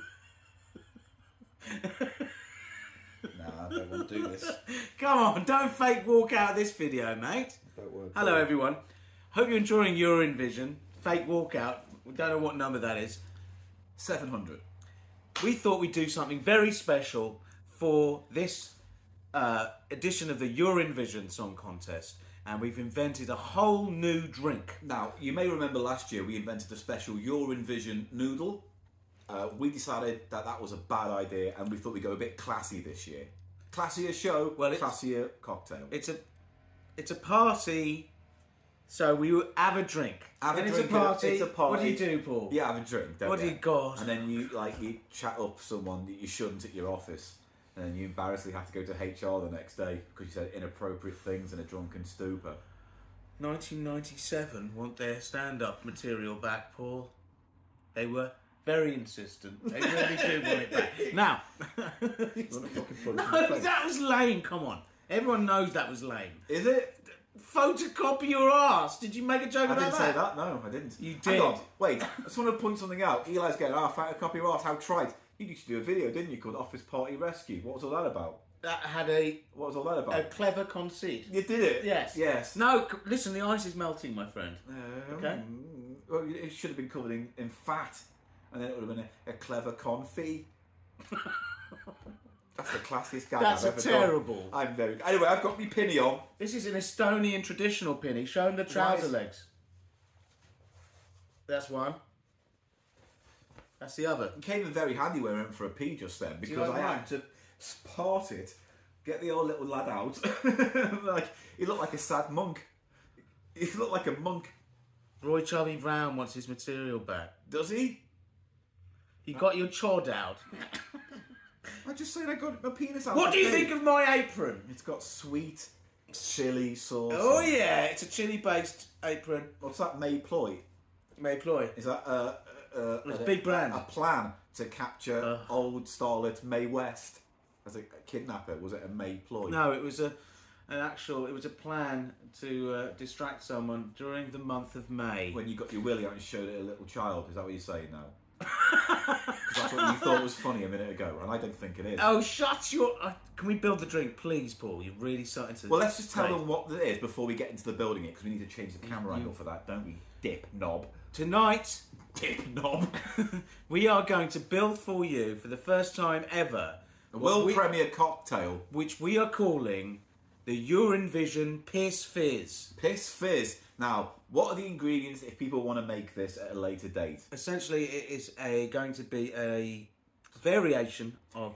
nah, I don't want to do this. Come on, don't fake walk out of this video, mate. Don't worry. Hello, everyone. Hope you're enjoying your Vision. Fake walkout. We don't know what number that is. 700. We thought we'd do something very special for this uh, edition of the Urine Vision Song Contest, and we've invented a whole new drink. Now, you may remember last year we invented a special Your Envision noodle. Uh, we decided that that was a bad idea and we thought we'd go a bit classy this year. Classier show, well, classier cocktail. It's a it's a party, so we will have a drink. Have a And drink It's a party. It's a party. What do you do, Paul? Yeah, have a drink. Don't What do you? you got? And then you like you chat up someone that you shouldn't at your office, and then you embarrassingly have to go to HR the next day because you said inappropriate things in a drunken stupor. 1997 want their stand-up material back, Paul. They were very insistent. They really do want it (laughs) back. Now, (laughs) no, that was lame. Come on, everyone knows that was lame. Is it? Photocopy your ass. Did you make a joke I about didn't that? say that. No, I didn't. You did. Wait, I just want to point something out. Eli's going, "Ah, oh, copy of art. How trite." You used to do a video, didn't you, called "Office Party Rescue"? What was all that about? That had a what was all that about? A clever conceit. You did it. Yes. Yes. Uh, Um, No. c- Listen, the ice is melting, my friend. okay. mm, Well, it should have been covered in, in fat, and then it would have been a, a clever confit. (laughs) That's the classiest guy That's I've a ever terrible- Done. I'm very. Anyway, I've got my pinny on. This is an Estonian traditional pinny. Show him the trouser is- legs. That's one. That's the other. It came in very handy when (laughs) I went for a pee just then Do you because like I mine? had to spart it, get the old little lad out. (laughs) like he looked like a sad monk. He looked like a monk. Roy Charlie Brown wants his material back. Does he? He got your chod out. I just said I got my penis out. What my do you pee. think of my apron? It's got sweet chili sauce. Oh on it. yeah, it's a chili based apron. What's that Mayploy? Mayploy. Is that uh, uh, It's a a big brand. A plan to capture old starlet May West as a kidnapper? Was it a Mayploy? No, it was a an actual. It was a plan to uh, distract someone during the month of May. When you got your willy out and showed it a little child, is that what you're saying (laughs) now? 'Cause that's what you thought was funny a minute ago, and I don't think it is. Oh, shut your! Uh, can we build the drink, please, Paul? You're really starting to. well, let's just tell Right. them what it is before we get into the building it, because we need to change the camera angle for that, don't we? Dip knob. Tonight, dip knob. (laughs) we are going to build for you for the first time ever A world what we- premiere cocktail. which we are calling the Urinvision Piss Fizz. Piss fizz. Now, what are the ingredients if people want to make this at a later date? Essentially, it is a going to be a variation of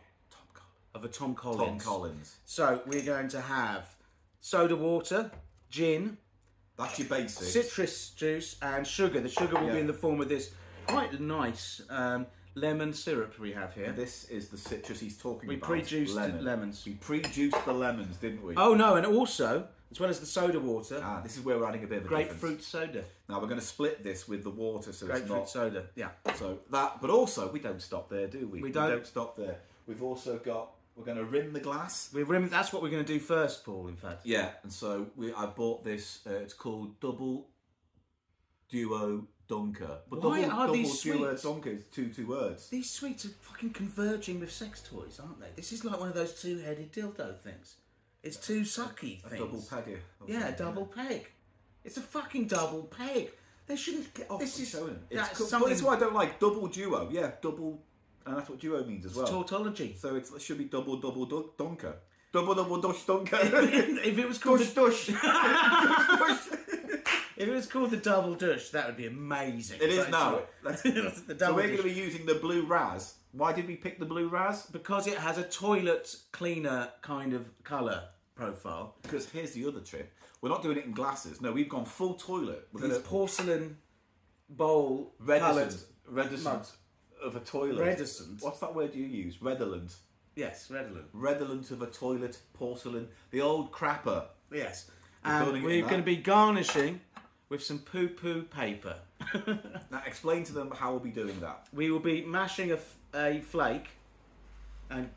of a Tom Collins. Collins. So we're going to have soda water, gin. That's your basic. Citrus juice and sugar. The sugar will be Yeah. in the form of this quite nice um, lemon syrup we have here. This is the citrus he's talking We about. pre-juiced Lemon. lemons. We pre-juiced the lemons, didn't we? Oh no, and also as well as the soda water, Ah, this is where we're adding a bit of a grapefruit difference. soda. Now we're going to split this with the water, so it's Grapefruit not soda, yeah. So that, but also we don't stop there, do we? We don't. stop there. We've also got. We're going to rim the glass. We rim. That's what we're going to do first, Paul. In fact, Yeah, and so we. I bought this. Uh, it's called double duo dunker. But Why double, are double these duo sweets- dunker is two two words. these sweets are fucking converging with sex toys, aren't they? This is like one of those two-headed dildo things. It's two sucky A things. double pegger. or Yeah, a something. double peg. It's a fucking double peg. They shouldn't get off. This is It's that's cool. something. But (laughs) it's what I don't like. Double duo. Yeah, double. And that's what duo means as well. tautology. So it's, it should be double, double, du- dunker. Double, double, dush, dunker. (laughs) if it was called. Dush, dush. If it was called the double douche, that would be amazing. It is But it's now. not. That's- It's (laughs) the so double we're going to douche. be using the blue Raz. Why did we pick the blue Raz? Because it has a toilet cleaner kind of colour profile. Because here's the other trip. We're not doing it in glasses. No, we've gone full toilet. We're These gonna- porcelain bowl coloured reticent, reticent mugs. of a toilet. Reticent. What's that word you use? Redolent. Yes, redolent. Redolent of a toilet, porcelain, the old crapper. Yes. We're And building it we're now. going to be garnishing with some poo poo paper. (laughs) Now explain to them how we'll be doing that. We will be mashing a, f- a flake and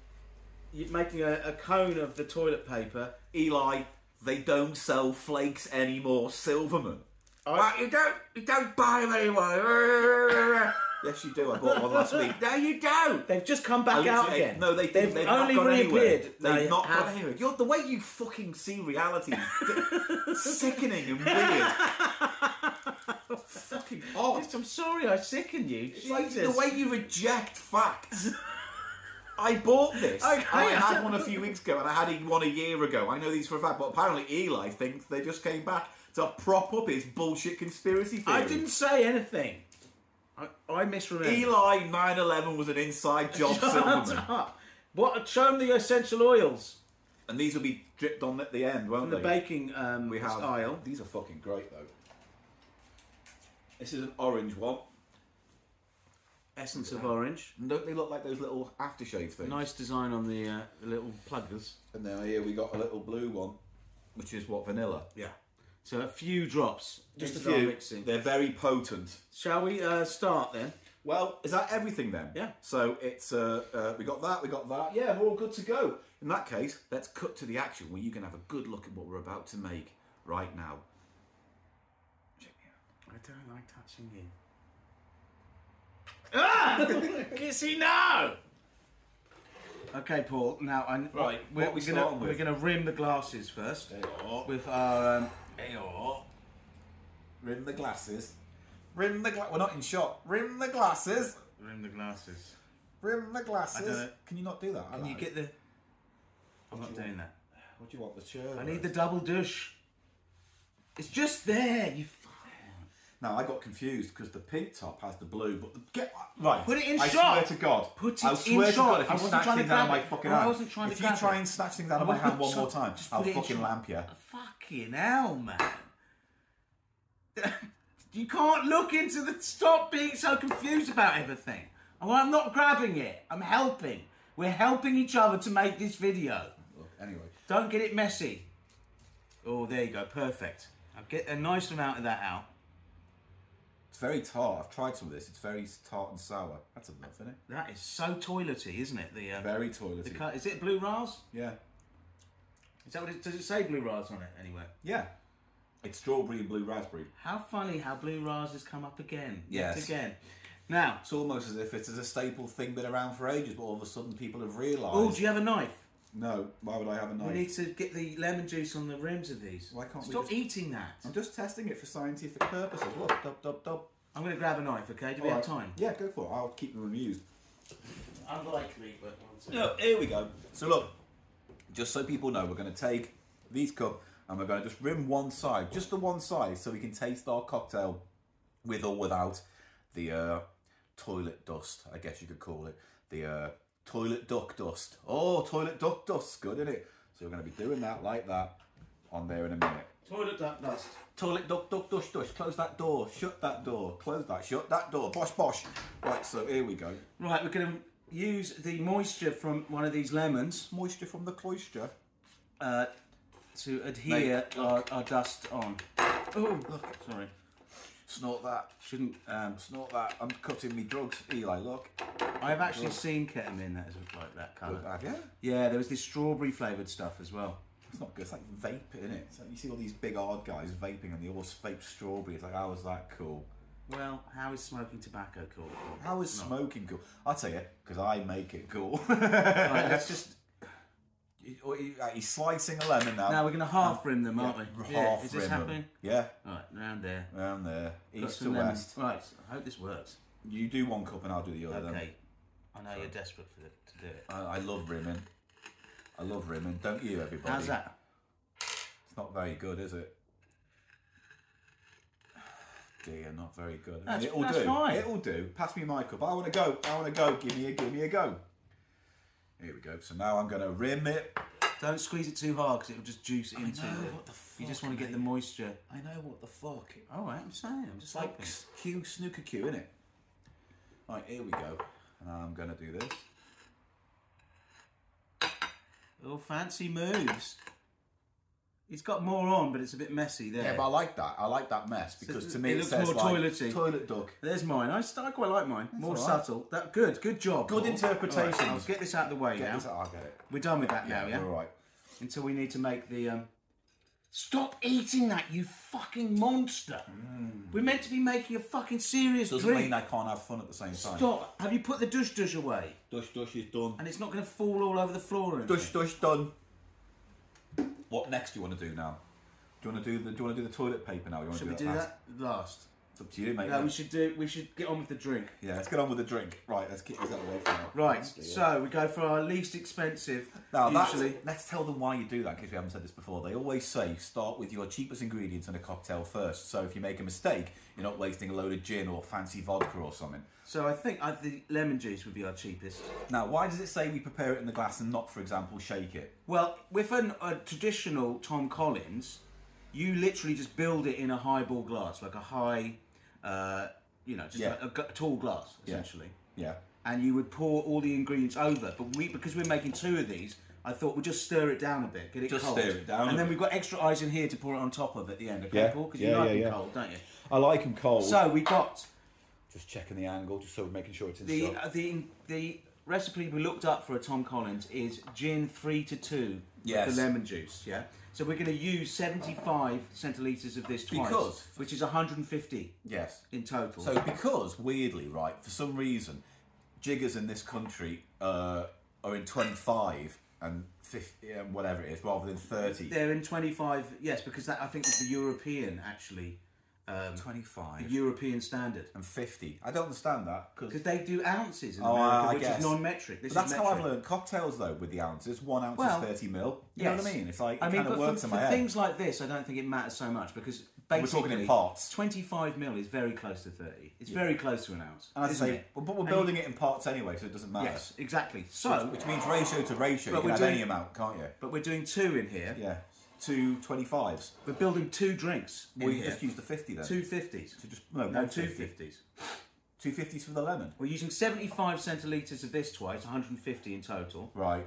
you're making a, a cone of the toilet paper. Eli, they don't sell flakes anymore, Silverman. I, you don't you don't buy them anymore. yes, you do. I bought one last (laughs) week. No, you don't. They've just come back I out literally- again. No, they didn't. They've They've not only gone anywhere. reappeared. They've They not have. gone anywhere. You're, the way you fucking see reality (laughs) is sickening and weird. fucking odd. I'm sorry, I second you. Oh. It's like the Jesus. way you reject facts. I bought this. Okay. I had one a few weeks ago, and I had one a year ago. I know these for a fact, but apparently Eli thinks they just came back to prop up his bullshit conspiracy theory. I didn't say anything. I, I misremembered. Eli 911 was an inside job, Shut Silverman. up. What? Show them the essential oils. And these will be dripped on at the end, won't From the they? baking um, we have aisle. These are fucking great though. This is an orange one. Essence of orange. And don't they look like those little aftershave things? Nice design on the uh, little pluggers. And then here we got a little blue one, which is what vanilla. Yeah. So a few drops. Just into a our few. Mixing. They're very potent. Shall we uh, start then? Well, is that everything then? Yeah. So it's uh, uh, we got that, we got that. Yeah, we're all good to go. In that case, let's cut to the action where you can have a good look at what we're about to make right now. I don't like touching you. Ah! Can see now? Okay, Paul. Now, I'm, Right, We're, what we we're gonna starting with? we're gonna rim the glasses first with our. Um, Rim the glasses. Rim the gla- We're not in shot. Rim the glasses. rim the glasses. Rim the I don't glasses. know. Can you not do that? Can you get the? I'm not doing that. What do you want? The chair. I need the double douche. It's just there. You. f- Now I got confused because the pink top has the blue, but the, get right. Put it in I shot. swear to God. Put it I in swear to shot. God, if I you wasn't snatch trying to things out of my grab it. fucking I hand, wasn't trying to if you grab try it. and snatch things I out of my wasn't hand one more trying- time, just put I'll it in fucking shot. lamp you. Fucking hell, man. (laughs) you can't look into the. Stop being so confused about everything. Oh, I'm not grabbing it. I'm helping. We're helping each other to make this video. Anyway, Don't get it messy. Oh, there you go. Perfect. I'll get a nice amount of that out. it's very tart. I've tried some of this. It's very tart and sour. That's enough, isn't it? That is so toilety, isn't it? The um, Very the toilety. cut. Is it blue rars? Yeah. Is that what it does? It say blue rars on it anyway. Yeah. It's strawberry and blue raspberry. How funny how blue rars has come up again. yet Yes. again. Now it's almost as if it's a staple thing been around for ages, but all of a sudden people have realised. Oh, do you have a knife? No. Why would I have a knife? We need to get the lemon juice on the rims of these. Why can't we Stop just- eating that. I'm just testing it for scientific purposes. Look, dub dub dub. I'm going to grab a knife, okay? Do we All have right. time? Yeah, go for it. I'll keep them amused. Unlikely, but Look, here we go. So look, just so people know, we're going to take these cup and we're going to just rim one side, just the one side, so we can taste our cocktail with or without the uh, toilet dust, I guess you could call it. The uh, toilet duck dust. Oh, toilet duck dust's good, isn't it? So we're going to be doing that like that on there in a minute. Toilet duck dust. Toilet duck duck dush dush. Close that door. Shut that door. Close that. Shut that door. Bosh bosh. Right, so here we go. Right, we're going to use the moisture from one of these lemons. Moisture from the cloister. Uh, to adhere our, our dust on. Oh, sorry. Snort that. Shouldn't um, snort that. I'm cutting me drugs, Eli. Look. I've actually Look. seen ketamine that is like that colour. Look, have you? Yeah, there was this strawberry flavoured stuff as well. It's not good. It's like vape, isn't it? It's like you see all these big hard guys vaping, and they all vape strawberry. It's like, how is that cool? Well, how is smoking tobacco cool? How is smoking cool? I'll tell you, because I make it cool. Right, (laughs) let's just He- or he- uh, He's slicing a lemon now. Now we're gonna half rim them, Yeah, aren't we? Yeah, Half is this rim happening? them. Yeah. Right, round there. Round there. Got East some to lemon. west. Right, so I hope this works. You do one cup and I'll do the other. then. Okay. I know you're desperate for it to do it. I, I love rimming. I love rimming. Don't you, everybody? How's that? It's not very good, is it? Dear, not very good. I mean, That's- it'll that's do. fine. It'll do. Pass me my cup. I want to go. I want to go. Give me a. Give me a go. Here we go. So now I'm going to rim it. Don't squeeze it too hard because it'll just juice it into know, the- what the You just fuck, want to get the moisture. I know what the fuck. All right, I'm saying. I'm just It's like hoping. s- Q snooker Q, innit? Right, here we go. And I'm going to do this. Little fancy moves. He's got more on, but it's a bit messy there. Yeah, but I like that. I like that mess because to me it looks says, more like, toilety. toilet duck. There's mine. I, st- I quite like mine. That's more all right. subtle. That good. Good job. Good Paul. interpretation. All right, I'll get this out of the way Get now. this out- I'll get it. We're done with that Yeah, now. Yeah. we're all right. Until we need to make the. Um... Stop eating that, you fucking monster. We're meant to be making a fucking serious Doesn't drink. mean I can't have fun at the same time. Stop. Have you put the douche douche away? Dush dush is done. And it's not going to fall all over the floor. Or Dush dush done. What next do you want to do now? Do you want to do the Do you want to do the toilet paper now? or You want Should to we do do that last? that last? It's up to you, mate. No, we should do. We should get on with the drink. Yeah, let's get on with the drink. Right, let's get this out of the way for now. Right. Let's do it. So we go for our least expensive. Now, that's, usually. let's tell them why you do that in case we haven't said this before. They always say start with your cheapest ingredients in a cocktail first. So if you make a mistake, you're not wasting a load of gin or fancy vodka or something. So I think I, the lemon juice would be our cheapest. Now, why does it say we prepare it in the glass and not, for example, shake it? Well, with an, a traditional Tom Collins, you literally just build it in a highball glass, like a high, uh, you know, just Yeah. like a, gu- tall glass Yeah. essentially. Yeah. And you would pour all the ingredients over. But we, because we're making two of these, I thought we'd just stir it down a bit, get it Just cold, stir it down and a then bit. we've got extra ice in here to pour it on top of at the end. Okay, Yeah, Paul, because you yeah, like yeah, it yeah. cold, don't you? I like them cold. So we got Just checking the angle, just so we're making sure it's in the shot. uh, the the recipe we looked up for a Tom Collins is gin three to two Yes. with the lemon juice. Yeah. So we're going to use seventy five centiliters of this twice, Because- which is one hundred and fifty. Yes. In total. So because weirdly, right, for some reason, jiggers in this country uh, are in 25 and 50 and whatever it is, rather than 30. they're in twenty five. Yes, because that I think is the European actually. Um, 25. The European standard. And 50. I don't understand that because they do ounces in Oh, America, I- I which guess. is non-metric. This But that's is how metric. I've learned cocktails though with the ounces. One ounce Well, is thirty mil. You know what I yes. mean? It's like it I mean, kind but of works for, in my for head. things like this, I don't think it matters so much because We're basically talking in parts. Twenty-five mil is very close to thirty. It's Yeah. very close to an ounce. and I isn't say, it? but but we're And building you- it in parts anyway, so it doesn't matter. Yes, exactly. So, which, which means ratio to ratio, you But can we're have doing- any amount, can't you? But we're doing two in here. Yeah, two 25s. We're building two drinks. in Well, you here. just use the 50 then. Two fifties. So just no, no one two 50. fifties. Two fifties for the lemon. We're using seventy-five centiliters of this twice, one hundred and fifty in total. (laughs) Right.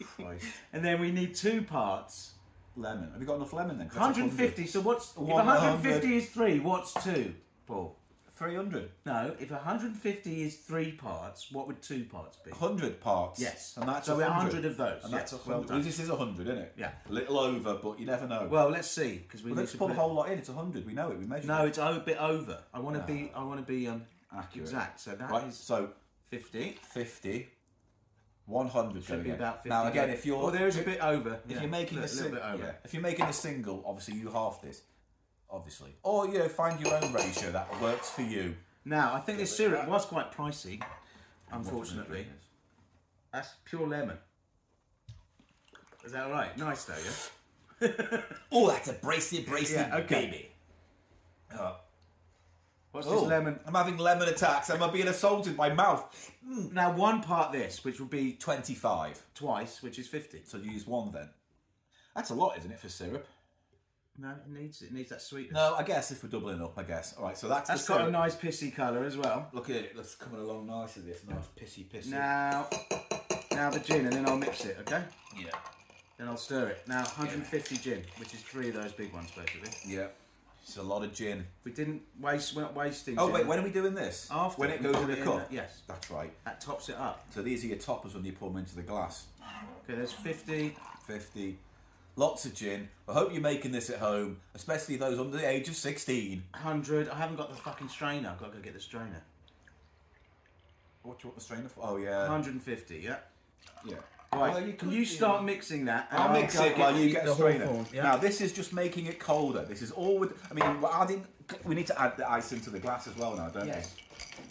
Christ. And then we need two parts. Lemon. Have you got enough lemon then? 'Cause that's 150. So what's if 100. 150 is three? What's two, Paul? 300. No, if 150 is three parts, what would two parts be? 100 parts. Yes. And that's so we're 100 of those. And yes. that's 100. Well done. this is 100, isn't it? Yeah. A little over, but you never know. Well, let's see because we Well, need let's to put put the it- whole lot in. It's 100. We know it. We measured No, it. it's o- a bit over. I want to Ah. be. I want to be um Accurate. exact. So that is Right, so 50. 50. 100 Should going be in. about 50. Now again, Yeah. if you're Oh, there (laughs) is a bit over. If Yeah, you're making a a, little sing- bit over. yeah. if you're making a single, obviously you half this, obviously, or you know find your own ratio that works for you. Now I think this syrup was quite pricey, unfortunately. That's pure lemon. Is that all right? Nice though, yeah. (laughs) Oh, that's a bracey, bracey Yeah, okay. baby. Uh, What's this lemon? I'm having lemon attacks. Am I being assaulted by mouth? Hmm. Now one part this, which would be twenty-five twice, which is fifty. So you use one then. That's a lot, isn't it, for syrup? No, it needs it needs that sweetness. No, I guess if we're doubling up, I guess. All right, so that's That's the got syrup. a nice pissy colour as well. Look at it. That's coming along nicely. This nice pissy, pissy. Now, now the gin, and then I'll mix it. Okay. Yeah. Then I'll stir it. Now 150 gin, which is three of those big ones basically. Yeah. It's a lot of gin. We didn't waste. We're not wasting. Oh gin. wait, when are we doing this? After when it goes in the cup. Yes. That's right. That tops it up. So these are your toppers when you pour them into the glass. Okay, there's 50. 50. Lots of gin. I hope you're making this at home, especially those under the age of 16. 100. I haven't got the fucking strainer. I've got to go get the strainer. What do you want the strainer for? Oh yeah. 150. Yeah. Yeah. Right. Well, you can could you do- start mixing that? and I'll, mix go it while get you the- get the a strainer. Hawthorn, yeah? Now this is just making it colder. This is all with. I mean, we're adding. We need to add the ice into the glass as well now, don't Yes. we?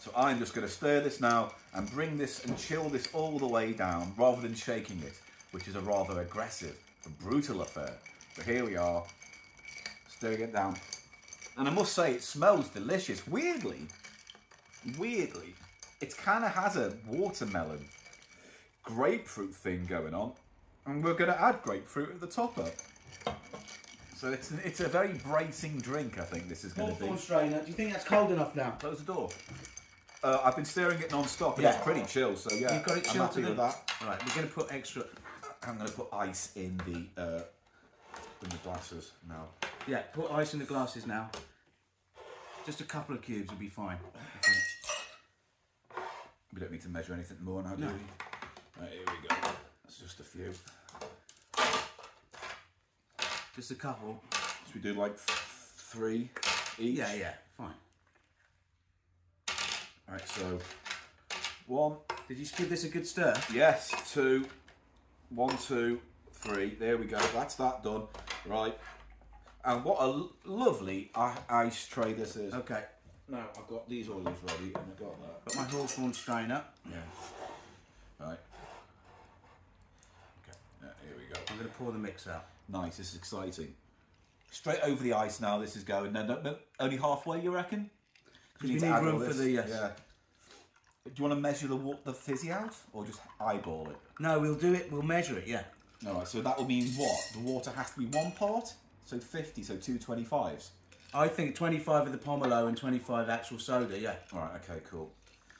So I'm just going to stir this now and bring this and chill this all the way down, rather than shaking it, which is a rather aggressive, and brutal affair. So here we are, stirring it down, and I must say it smells delicious. Weirdly, weirdly, it kind of has a watermelon grapefruit thing going on, and we're going to add grapefruit at the topper. So it's an, it's a very bracing drink. I think this is going to be. Hawthorn strainer. Do you think that's cold enough now? Close the door. Uh, I've been stirring it non-stop, and Yeah. it's pretty chill. So yeah, You've got it I'm chilled happy to the- with that. Right, we're going to put extra. I'm going to put ice in the uh, in the glasses now. Yeah, put ice in the glasses now. Just a couple of cubes would be fine. We don't need to measure anything more now, do No. we? Right, here we go. That's just a few. Just a couple. Should we do like th- three each? Yeah, yeah, fine. Right, so one. Did you just give this a good stir? Yes, two. One, two, three. There we go. That's that done. Right. And what a l- lovely i- ice tray this is. Okay. Now I've got these oils ready and I've got that. Put my hawthorn strainer. Yeah. Right. Okay. Yeah, here we go. I'm going to pour the mix out. Nice. This is exciting. Straight over the ice now. This is going. No, no, no, only halfway. You reckon? 'Cause we need to add room all for this. the, yes. Yeah. Do you want to measure the wa- the fizzy out or just eyeball it? No, we'll do it. We'll measure it. Yeah. All right. So that will mean what? The water has to be one part. So fifty. So two twenty-fives. I think 25 of the pomelo and 25 actual soda. Yeah. All right. Okay. Cool.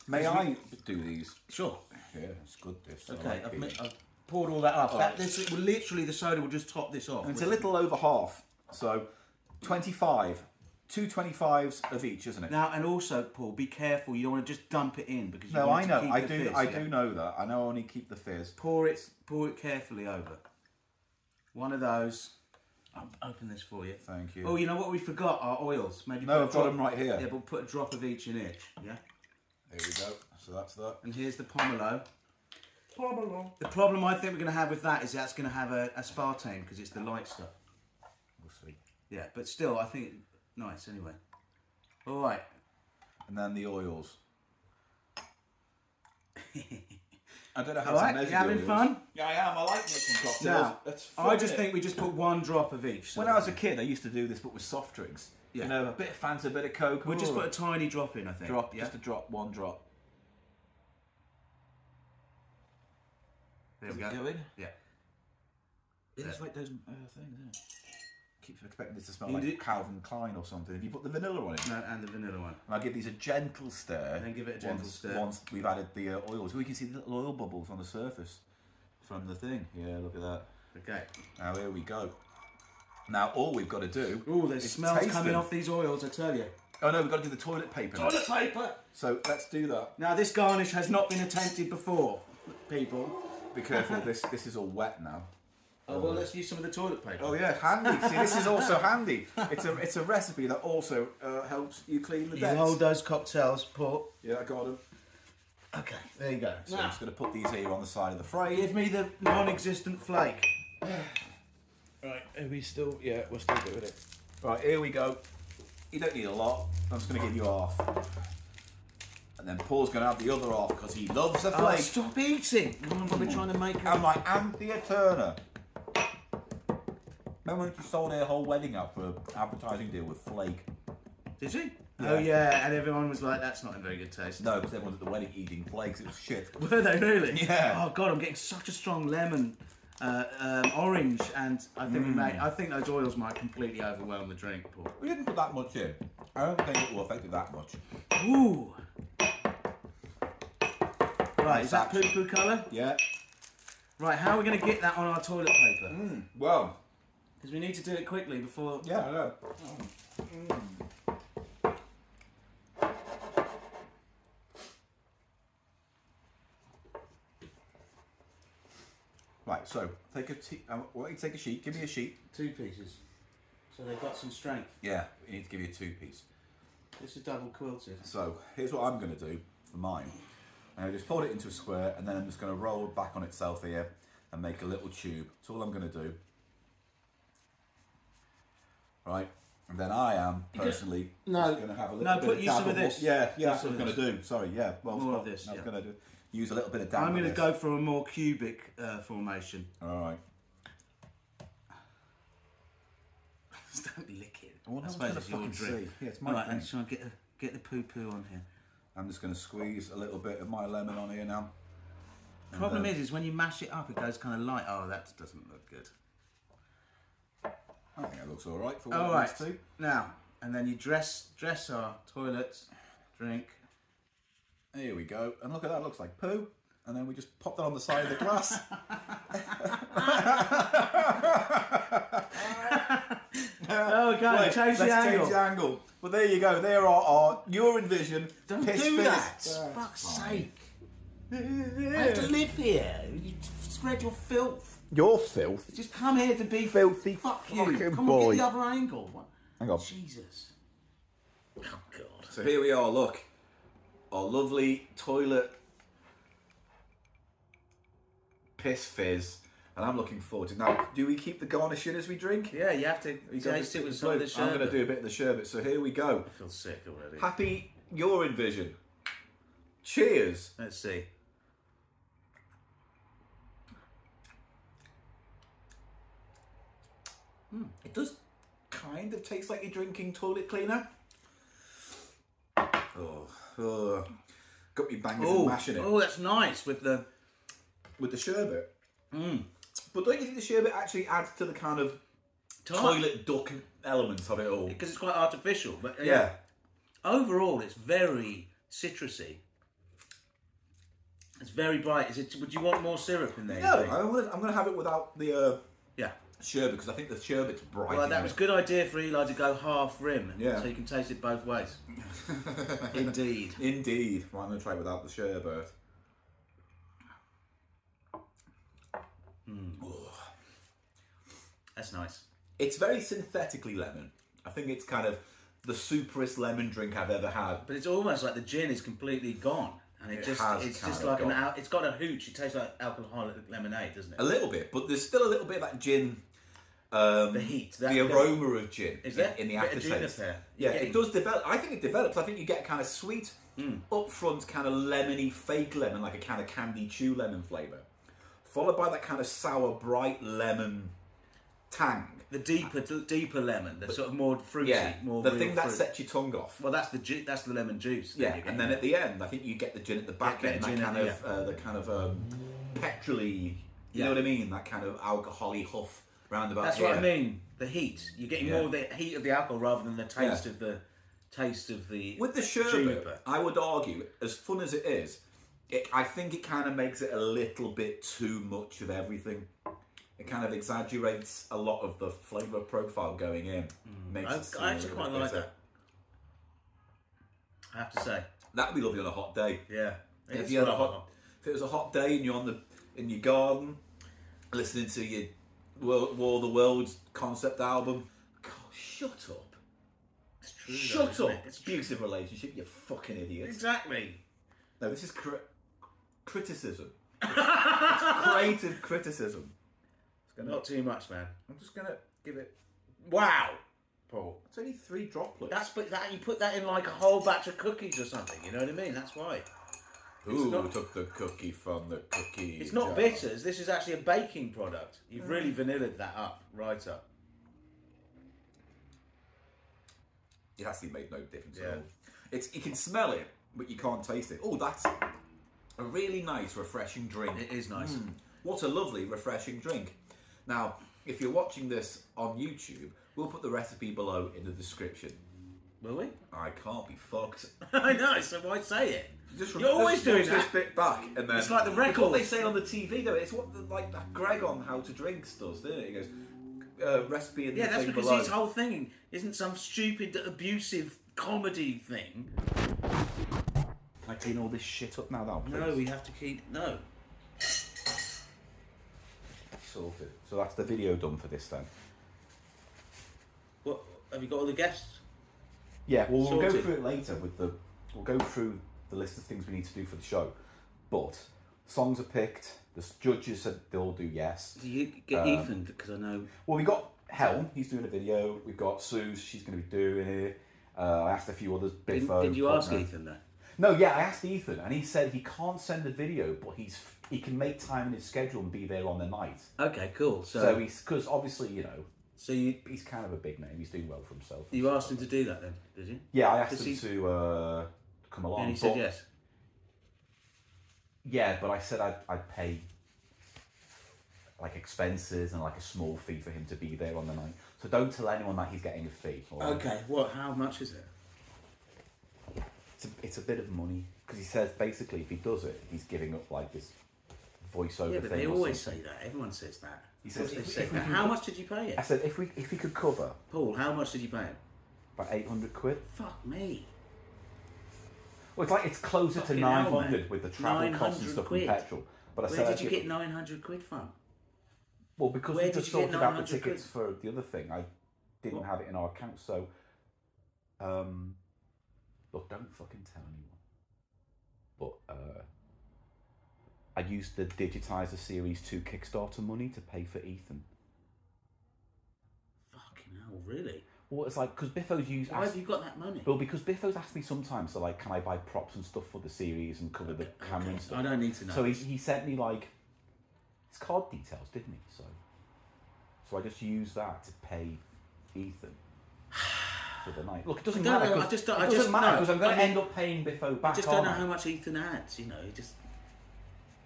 May Because I we- do these? Sure. Yeah, it's good. This. I Okay, like I've, these. mi- I've poured all that up. All that, right. this will literally the soda will just top this off. And it's a little over half. So 25. Two 25s of each, isn't it? Now and also, Paul, be careful. You don't want to just dump it in because you no, I want know. To keep I the do. fizz, I yeah. do know that. I know. I only keep the fizz. Pour it. Pour it carefully over. One of those. I'll open this for you. Thank you. Oh, you know what we forgot? Our oils. Maybe No, put a I've got drop- 'em right here. Yeah, but put a drop of each in each. Yeah. There we go. So that's that. And here's the pomelo. The problem I think we're going to have with that is that's going to have a aspartame because it's the light stuff. We'll see. Yeah, but still, I think nice anyway. All right. And then the oils. (laughs) I don't know how All right, to measure you having the oils. fun? Yeah, I am. I like mixing cocktails. Now, That's I fun, just innit? think we just put one drop of each. When I was a kid, I used to do this, but with soft drinks. Yeah. You know, a bit of Fanta, a bit of Coke. We'll just oh, put a tiny drop in, I think. drop, yeah? just a drop, one drop. There Does we it go. go in? Yeah. It's Yeah. like those uh, things. Yeah. Keep expecting this to smell You like do- Calvin Klein or something. If you put the vanilla on it, No, and the vanilla one. and I give these a gentle stir. And then give it a gentle once, stir. Once we've added the uh, oils, we can see the little oil bubbles on the surface from the thing. Yeah, look at that. Okay. Now here we go. Now all we've got to do. Oh, there's is smells taste coming them. off these oils, I tell you. Oh no, we've got to do the toilet paper. now. Toilet paper! So let's do that. Now, this garnish has not been attempted before, people. Be careful. this this is all wet now. Oh, well, let's use some of the toilet paper. Oh yeah, handy. See, this is also handy. It's a it's a recipe that also uh, helps you clean the You beds. hold those cocktails, Paul. Yeah, I got them. Okay, there you go. So I'm just going to put these here on the side of the fry. Give me the non-existent (sighs) flake. Right, are we still? Yeah, we're still doing it. Right, here we go. You don't need a lot. I'm just going to give you half. And then Paul's going to have the other half because he loves the Oh, flake. stop eating! We're trying to make I'm like Anthea Turner. Remember when she sold her whole wedding out for an advertising deal with Flake? Did she? Oh yeah, and everyone was like, "That's not in very good taste." No, because everyone's at the wedding eating flakes. It was shit. (laughs) Were they really? Yeah. Oh god, I'm getting such a strong lemon, uh, um, orange, and I think we Mm. may, I think those oils might completely overwhelm the drink. Paul. We didn't put that much in. I don't think it will affect it that much. Ooh. Right, Nice is that poo action. poo colour? Yeah. Right, how are we going to get that on our toilet paper? Mm. Well. Because we need to do it quickly before. Yeah, I know. Right, so take a t- um, why don't you take a sheet? Give me a sheet. Two pieces. So they've got some strength. Yeah, we need to give you a two piece. This is double quilted. So here's what I'm going to do for mine. And I just fold it into a square, and then I'm just going to roll back on itself here and make a little tube. That's all I'm going to do. Right, and then I am You gonna- personally No. just going to have a little No, bit put of you dab some of wa- this. Yeah, You yeah, that's some what I'm of going to do. Sorry, yeah, well, More of I- this, I was yeah. going to use a little bit of dab. I'm going to go for a more cubic uh, formation. All right. Just don't lick it. I Well, no one's suppose gonna it's your fucking drink. see. Yeah, it's my All right, drink. then, shall I get the, get the poo poo on here? I'm just going to squeeze a little bit of my lemon on here now. And uh, Problem then- is, is when you mash it up, it goes kind of light. Oh, that doesn't look good. I think that looks all right for what All it right, needs to. now and then you dress dress our toilet drink. Here we go. And look at that, looks like poo. and then we just pop that on the side of the glass. (laughs) (laughs) Oh, God, Right, change the let's angle. Change the angle. Well, there you go. There are our Eurovision Don't piss do finish- that. Fuck's sake. I have to live here. You spread your filth. Your filth. Just come here to be filthy. Fuck you. fucking come on, boy. get the other angle. What? Hang on. Jesus. So here we are. Look, our lovely toilet piss fizz, and I'm looking forward to. it. Now, do we keep the garnish in as we drink? Yeah, you have to. taste it with some of the I'm going to sherbet. do a bit of the sherbet. So here we go. I feel sick already. Happy your envision. Cheers. Let's see. Hmm, It does kind of taste like you're drinking toilet cleaner. Oh, oh. got me bangers Oh, and mashing it. oh, that's nice with the Hmm. with the sherbet. But don't you think the sherbet actually adds to the kind of toilet duck element of it all? Because it's quite artificial. But uh, Yeah. Overall, it's very citrusy. It's very bright. Is it? Would you want more syrup in there? you No, think? I'm gonna, I'm gonna have it without the uh, yeah sherbet because I think the sherbet's bright. Well, in that it. was a good idea for Eli to go half rim, Yeah. so you can taste it both (laughs) ways. Indeed. Indeed. Right, I'm gonna try it without the sherbet. Hmm. That's nice. It's very synthetically lemon. I think it's kind of the superest lemon drink I've ever had. But it's almost like the gin is completely gone, and it, It just has it's kind just of like an gone. al- it's got a hooch. It tastes like alcoholic lemonade, doesn't it? A little bit, but there's still a little bit of that gin. Um, the heat, the that- aroma of gin, Is in- there? in, the Bit of aftertaste? juniper. Yeah, Yeah. it does develop. I think it develops. I think you get kind of sweet, Hmm. upfront, kind of lemony, fake lemon, like a kind of candy chew lemon flavour, followed by that kind of sour, bright lemon tang. The deeper deeper lemon, the sort of more fruity, Yeah, more the real thing that fruit. sets your tongue off. Well, that's the ju- that's the lemon juice. that Yeah, you're and getting. then at the end, I think you get the gin at the back Yeah, end, gin that at kind the- of yeah. uh, the kind of um, petroly. You Yeah. know what I mean? That kind of alcoholy huff roundabout. That's what I here. mean. The heat. You're getting Yeah. more of the heat of the alcohol rather than the taste Yeah. of the taste of the With the sherbet, juniper. I would argue, as fun as it is, it, I think it kind of makes it a little bit too much of everything. It kind of exaggerates a lot of the flavour profile going in. Mm. Makes I- it seem I a actually little quite bit like bitter. that. I have to say. That'd be lovely on a hot day. Yeah. It If is you had a quite hot, if it was a hot day and you're on the in your garden, listening to your World War of the Worlds concept album. God, shut up. It's true. Shut though, isn't up. It's abusive relationship. You fucking idiot. Exactly. No, this is cri- (laughs) criticism. it's creative criticism. It's gonna- Not too much, man. (laughs) I'm just gonna give it. Wow, Paul. It's only three droplets. That's but that you put that in like a whole batch of cookies or something. You know what I mean? That's why. Who not- took the cookie from the cookie? It's not jar? bitters. This is actually a baking product. You've Mm. really vanillaed that up, right up. (laughs) It actually made no difference Yeah. at all. It's you can smell it, but you can't taste it. Oh, that's a really nice, refreshing drink. It is nice. What a lovely, refreshing drink. Now, if you're watching this on YouTube, we'll put the recipe below in the description. Will we? I can't be fucked. (laughs) I know. So why say it? Just You're always just doing watch this that. bit back, and then It's like the It's what they records. say on the TV though. It's what the, like that Greg on How to Drinks does, doesn't it? He goes uh, recipe in Yeah, the that's thing because below. his whole thing isn't some stupid abusive comedy thing. I clean all this shit up now, though. No, we have to keep no. Sorted. So that's the video done for this then. What have you got all the guests? Yeah, well, we'll go Sorted. through it later with the. We'll go through the list of things we need to do for the show, but songs are picked. The s- judges said they all do yes. Do you get Um, Ethan? Because I know. Well, we got Helm. He's doing a video. We've got Suze. She's going to be doing it. Uh, I asked a few others. Did, Biffo, did you Faulkner. ask Ethan though? No, yeah, I asked Ethan, and he said he can't send the video, but he's he can make time in his schedule and be there on the night. Okay, cool. So, So he's because obviously you know. So you, he's kind of a big name. He's doing well for himself. you asked him to do that then, did you? Yeah, I asked Does him he- to uh, come along. And he said but- yes. Yeah, but I said I'd, I'd pay like expenses and like a small fee for him to be there on the night. So don't tell anyone that he's getting a fee. all right? Okay. What? How much is it? It's a, it's a bit of money because he says basically if he does it, he's giving up like this voiceover yeah, thing. but they or always something. say that. Everyone says that. He says, Of course if- they say if we that. can- How much did you pay it? I said if we if he could cover Paul, how much did you pay him? about eight hundred quid. Fuck me. Well, it's like it's closer to Fucking hell, nine hundred mate. with the travel costs and 900 stuff quid. and petrol. But I Where said did I'd you give- get 900 quid from? Well, because Where we did just you get sorted out the 900 tickets for the other thing, I didn't have it in our account. So, um, look, don't fucking tell anyone. But uh, I used the Digitizer Series Two Kickstarter money to pay for Ethan. Fucking hell, really? Well, it's like because Biffos used. Why have you got that money? Well, because Biffos asked me sometimes, so like, can I buy props and stuff for the series and cover the camera and stuff? I don't need to know So he, this. he sent me like his card details, didn't he? So, so I just used that to pay Ethan (sighs) for the night. Look, it doesn't I don't matter. know, 'cause- I just don't, it I doesn't just matter know. because I'm going I to end up paying Biffo back. I just don't know aren't I? how much Ethan adds, you know. he Just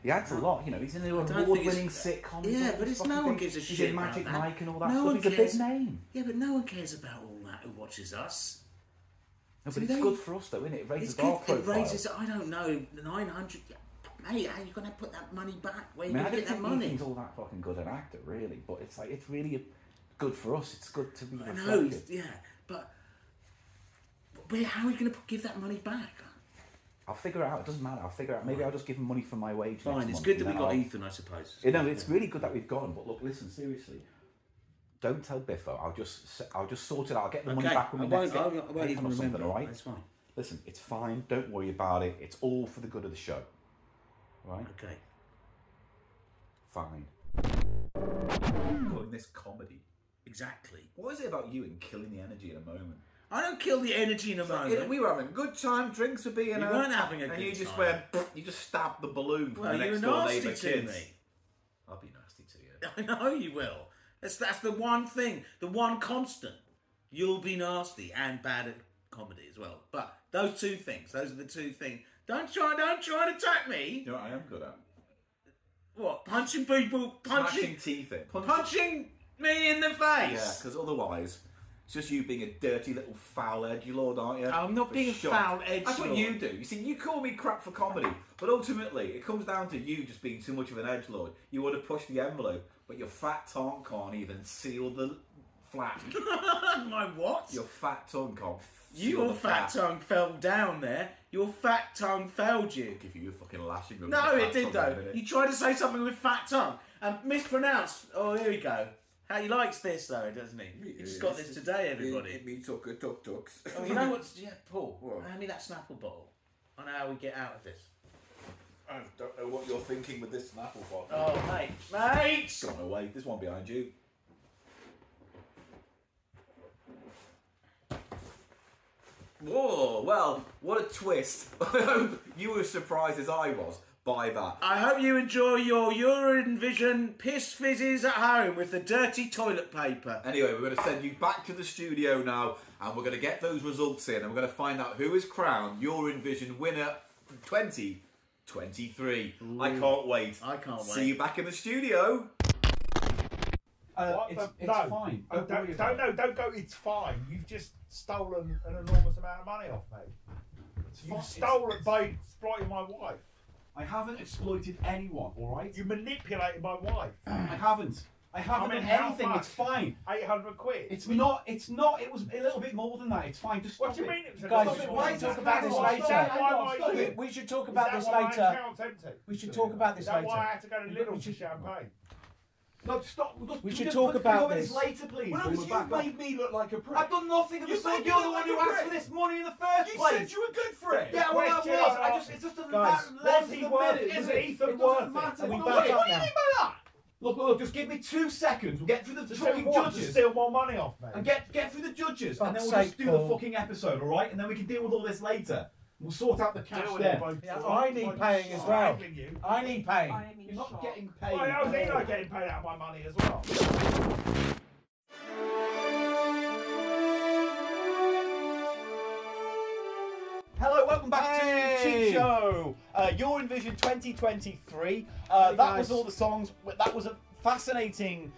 He adds a lot, you know. He's in an I don't think award-winning it's- sitcom. he's Yeah, in but it's fucking no one thing. gives a He's shit. in Magic about that. Mike and all that No stuff. one he's cares. a big name. Yeah, but no one cares about all that who watches us. No, So but it's they- good for us, though, isn't it? It raises It's good. our It profile. raises. I don't know. Nine hundred. Mate, how are you going to put that money back? Where I you mean, I going to get that don't think money? Ethan's all that fucking good an actor, really. But it's like it's really good for us. It's good to be. I know. reflected. Yeah, but but where? How are you going to give that money back? I'll figure it out. It doesn't matter. I'll figure it out. Maybe I'll just give him money for my wage. Fine, next it's month good that and we then got I'll- Ethan, I suppose. You know, it's really good that we've gone. But look, listen, seriously, don't tell Biffo. I'll just, s- I'll just sort it out. I'll get the money Okay, back when I we won't- next get I won't- I won't Patreon even or something. remember. All right, That's fine. Listen, it's fine. Don't worry about it. It's all for the good of the show. Right? Okay. Fine. Calling this comedy. Exactly. What is it about you and killing the energy in a moment? I don't kill the energy in a moment. We were having a good time. Drinks were being. We had, weren't having a and good you just time. went. (sniffs) "Pfft," You just stabbed the balloon from Well, the you next were door nasty neighbour to kids. me. I'll be nasty to you. (laughs) I know you will. That's that's the one thing, the one constant. You'll be nasty and bad at comedy as well. But those two things, those are the two things. Don't try, don't try and attack me. You know what I am good at? What punching people, punching, Smashing teeth in. punching me in the face. Yeah, because otherwise, it's just you being a dirty little foul edge lord, aren't you? I'm not For being a sure. foul-edgelord. That's what you do. You see, you call me crap for comedy, but ultimately, it comes down to you just being too much of an edge lord. You want to push the envelope, but your fat tongue can't even seal the flap. (laughs) (laughs) My what? Your fat tongue can't. seal Your the fat flap. tongue fell down there. Your fat tongue failed you. Give you a fucking lashing. with my No, fat it did tongue in a though. minute. You tried to say something with fat tongue and mispronounced. Oh, here we go. How he likes this though, doesn't he? He just got this today, everybody. It means tucker tuck tucks. Oh, (laughs) you know what's yeah, Paul? Hand me that Snapple bottle. I know how we get out of this. I don't know what you're thinking with this Snapple bottle. Oh, mate, mate! It's gone away. There's one behind you. Whoa, well, what a twist. (laughs) I hope you were as surprised as I was by that. I hope you enjoy your urine vision piss fizzes at home with the dirty toilet paper. Anyway, we're going to send you back to the studio now and we're going to get those results in and we're going to find out who is crowned your Envision winner for 2023. I can't wait. I can't See you back in the studio. Uh, What it's the- it's no. fine. Oh, worry don't, about don't, it. no, don't go. It's fine. You've just stolen an enormous amount of money off me. fine. You've stolen it by exploiting my wife. I haven't exploited anyone, all right? You manipulated my wife. I haven't. I haven't I mean, done how anything. much? It's fine. 800 quid. It's not. It's not. It was a little bit more than that. It's fine. Just stop What do you mean it it was a guys? little bit more Why than talk that? about this Why- later? why- Hang why on, are stop you- it. We should talk Is about that this why my later. account's empty? We should talk about Is this that later. why I had to go to Lidl for champagne? Look, stop. Look, We you should just talk put about comments this. later, please. Well, when because we're you back made on. me look like a prick. I've done nothing of the You sort. made You're me the look one who like a asked for prick. this money in the first You place. said you were good for it. Yeah, well, I was. Question I I just. It just doesn't Guys, matter. Less was than he a worth minute, it? is Is it? Ethan it worth doesn't it? matter. Are we No, back what do up you now? mean by that? Look, look, just give me two seconds. We'll get through the To fucking steal what? To judges. steal more money off me? And get get through the judges, and then Fuck's we'll just sake, do Paul. the fucking episode, all right? And then we can deal with all this later. We'll sort out the cash Deal with it, there. boy. Yeah, I need paying as well. Strangling you. I need paying. You're not getting paid. Why how's he not getting paid out of my money as well? Hello, welcome back to the Cheap Hey! Show. Uh, Your Envision 2023. Uh, Hey, that guys. was all the songs. That was a fascinating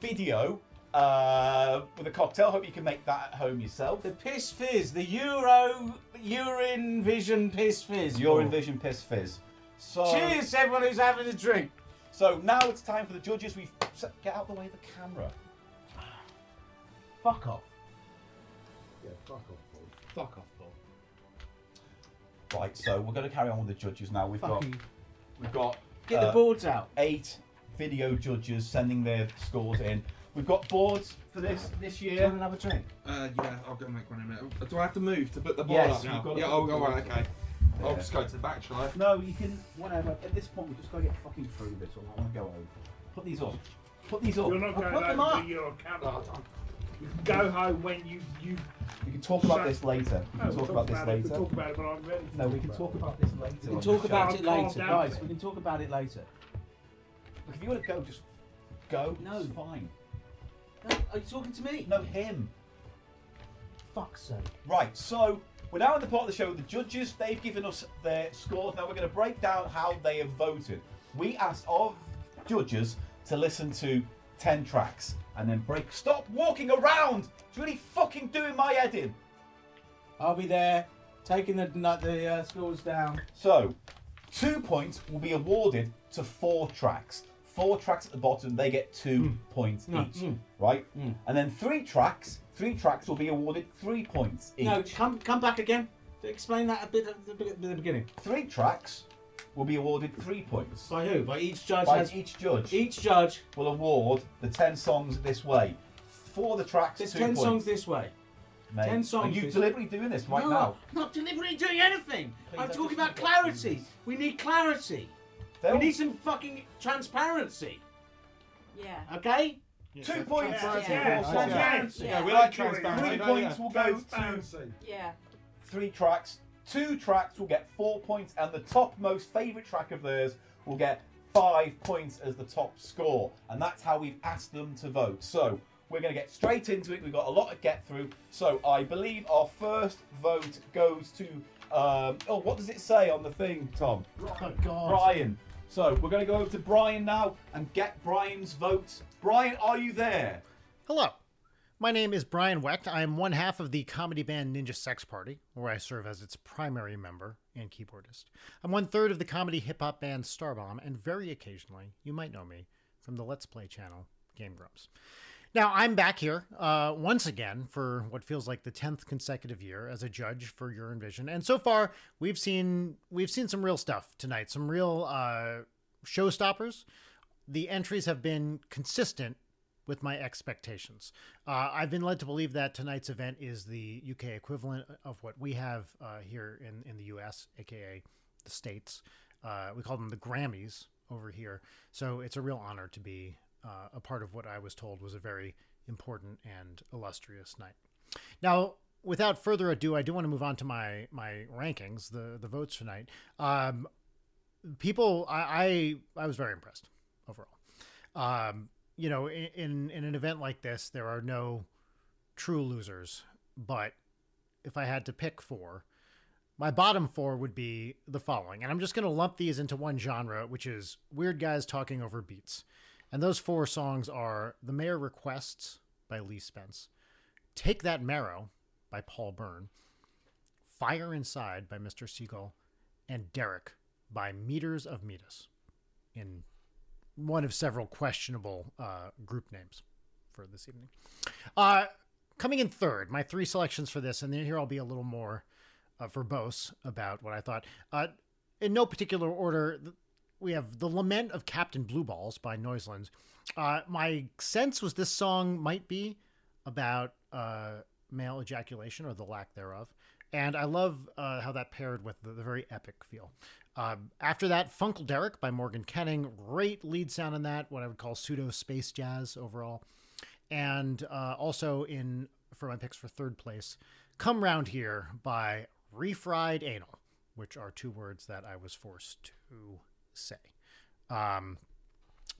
video uh, with a cocktail. Hope you can make that at home yourself. The piss fizz, the Euro urine vision piss fizz. Your envision piss fizz. So Cheers, everyone who's having a drink. So now it's time for the judges. We've set, get out of the way of the camera. Fuck off. Yeah, fuck off, Paul. Fuck off, Paul. Right, so we're going to carry on with the judges now. We've Fucking- got, we've got uh, Get the boards out. Eight video judges sending their scores in. We've got boards for this this year. another drink? Uh, yeah, I'll go make one in a minute. Do I have to move to put the ball Yes, up you've now? got to yeah, put I'll the go ball on, up. okay. I'll Yeah. Oh, just go to the back, shall I? No, you can whatever. At this point, we've just got to get fucking through this, or I want to go home. Put these up. Put these up. You're not Oh, going put home them up. to your camera. You can go home when you you. We can talk about this later. We No, can talk about this it, later. uh, Oh, We'll talk about it when I'm ready. to No, we can about talk it. about this later. We can on talk the show. about it Calm later, down, guys. mate. We can talk about it later. Look, if you want to go, just go. No, it's fine. Are you talking to me? No, him. Fuck's sake. Right, so we're now in the part of the show. with The judges, they've given us their scores. Now we're going to break down how they have voted. We asked our judges to listen to 10 tracks and then break. Stop walking around! It's really fucking doing my head in. I'll be there, taking the like, the uh, scores down. So, two points will be awarded to four tracks. Four tracks at the bottom, they get two points Mm. each, Mm. right? And then three tracks, three tracks will be awarded three points each. No, come come back again. Explain that a bit at the, be- at the beginning. Three tracks will be awarded three points. By who? By each judge. By has- each judge. Each judge will award the ten songs this way. For the tracks, There's two ten points. songs this way. Mate, 10 songs Are you this- deliberately doing this right no, now? I'm not deliberately doing anything. I'm I talking just about clarity. We need clarity. Phil? We need some fucking transparency. Yeah. Okay. Two points. Transparency. Yeah, Four yeah, points. yeah. Yeah, we like transparency, Three don't we? points. We'll go to- Transparency. Yeah. Three tracks. Two tracks will get four points, and the top most favourite track of theirs will get five points as the top score. And that's how we've asked them to vote. So we're going to get straight into it. We've got a lot to get through. So I believe our first vote goes to. Um, oh, what does it say on the thing, Tom? Oh God. Brian. So we're going to go over to Brian now and get Brian's vote. Brian, are you there? Hello. My name is Brian Wecht. I am one half of the comedy band Ninja Sex Party, where I serve as its primary member and keyboardist. I'm one third of the comedy hip hop band Starbomb, and very occasionally, you might know me from the Let's Play channel, Game Grumps. Now, I'm back here uh, once again for what feels like the 10th consecutive year as a judge for Your Envision. And so far, we've seen we've seen some real stuff tonight, some real uh, showstoppers. The entries have been consistent with my expectations. Uh, I've been led to believe that tonight's event is the UK equivalent of what we have uh, here in, in the US, aka the States. Uh, we call them the Grammys over here. So it's a real honor to be uh, a part of what I was told was a very important and illustrious night. Now, without further ado, I do want to move on to my my rankings, the the votes tonight. Um, people, I, I I was very impressed overall. Um, you know, in, in in an event like this, there are no true losers, but if I had to pick four, my bottom four would be the following, and I'm just going to lump these into one genre, which is weird guys talking over beats. And those four songs are "The Mayor Requests" by Lee Spence, "Take That Marrow" by Paul Byrne, "Fire Inside" by Mr. Siegel, and "Derek" by Meters of Metis, in one of several questionable uh, group names for this evening. Uh, coming in third, my three selections for this, and then here I'll be a little more uh, verbose about what I thought. Uh, in no particular order, th- we have The Lament of Captain Blue Balls by Noiselands. Uh, my sense was this song might be about uh, male ejaculation or the lack thereof. And I love uh, how that paired with the, the very epic feel. Um, after that, Funkle Derek by Morgan Kenning. Great lead sound in that, what I would call pseudo space jazz overall. And uh, also in for my picks for third place, Come Round Here by Refried Anal, which are two words that I was forced to say. Um,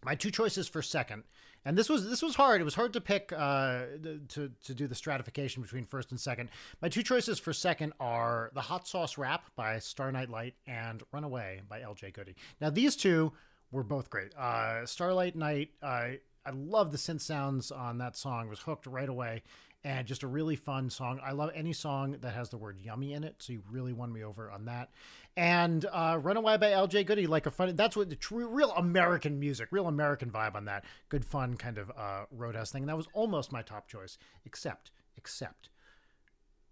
my two choices for second and this was this was hard it was hard to pick uh th- to to do the stratification between first and second my two choices for second are the hot sauce rap by star Night light and runaway by lj goody now these two were both great uh starlight night uh, I love the synth sounds on that song. Was hooked right away, and just a really fun song. I love any song that has the word "yummy" in it. So you really won me over on that. And uh, "Runaway" by L.J. Goody, like a fun. That's what the true, real American music, real American vibe on that. Good fun kind of uh, roadhouse thing. And that was almost my top choice, except except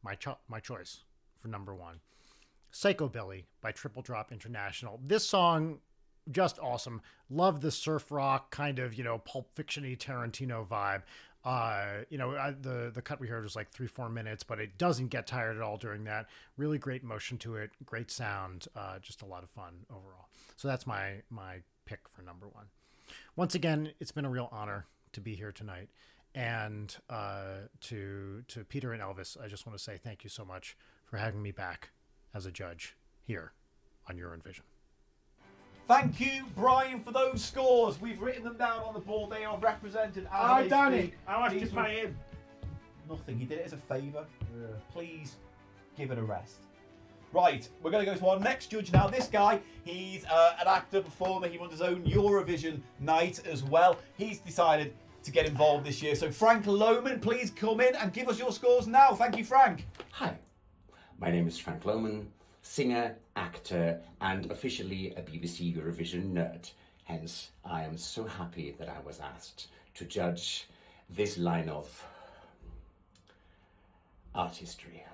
my cho- my choice for number one. Psychobilly by Triple Drop International. This song, just awesome. Love the surf rock kind of, you know, Pulp Fiction-y Tarantino vibe. Uh, you know, I, the the cut we heard was like three four minutes, but it doesn't get tired at all during that. Really great motion to it, great sound, uh, just a lot of fun overall. So that's my my pick for number one. Once again, it's been a real honor to be here tonight, and uh, to to Peter and Elvis. I just want to say thank you so much for having me back as a judge here on Your Vision. Thank you, Brian, for those scores. We've written them down on the board. They are represented. As I they done speak. it. How much did These you pay him? Nothing. He did it as a favour. Please give it a rest. Right, we're going to go to our next judge now. This guy, he's uh, an actor, performer. He runs his own Eurovision night as well. He's decided to get involved this year. So, Frank Lohman, please come in and give us your scores now. Thank you, Frank. Hi. My name is Frank Lohman, singer, actor, and officially a BBC Eurovision nerd. Hence, I am so happy that I was asked to judge this line of artistry.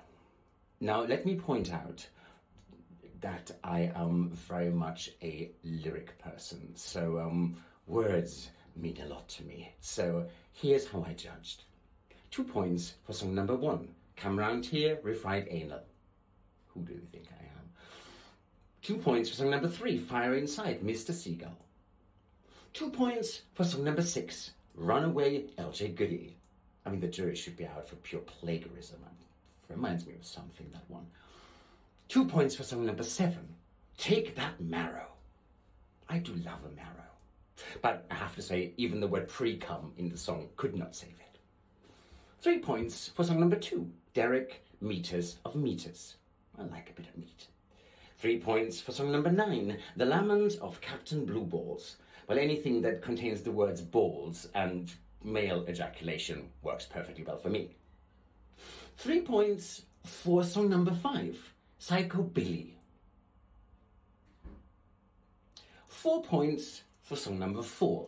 Now, let me point out that I am very much a lyric person, so um, words mean a lot to me. So here's how I judged two points for song number one. Come round here, refried anal. Who do you think I am? Two points for song number three, Fire Inside, Mr. Seagull. Two points for song number six, Runaway LJ Goody. I mean, the jury should be out for pure plagiarism. It reminds me of something, that one. Two points for song number seven, Take That Marrow. I do love a marrow. But I have to say, even the word pre cum in the song could not save it. Three points for song number two, Derek Meters of Meters. I like a bit of meat. Three points for song number nine, The Laments of Captain Blue Balls. Well, anything that contains the words balls and male ejaculation works perfectly well for me. Three points for song number five, Psycho Billy. Four points for song number four,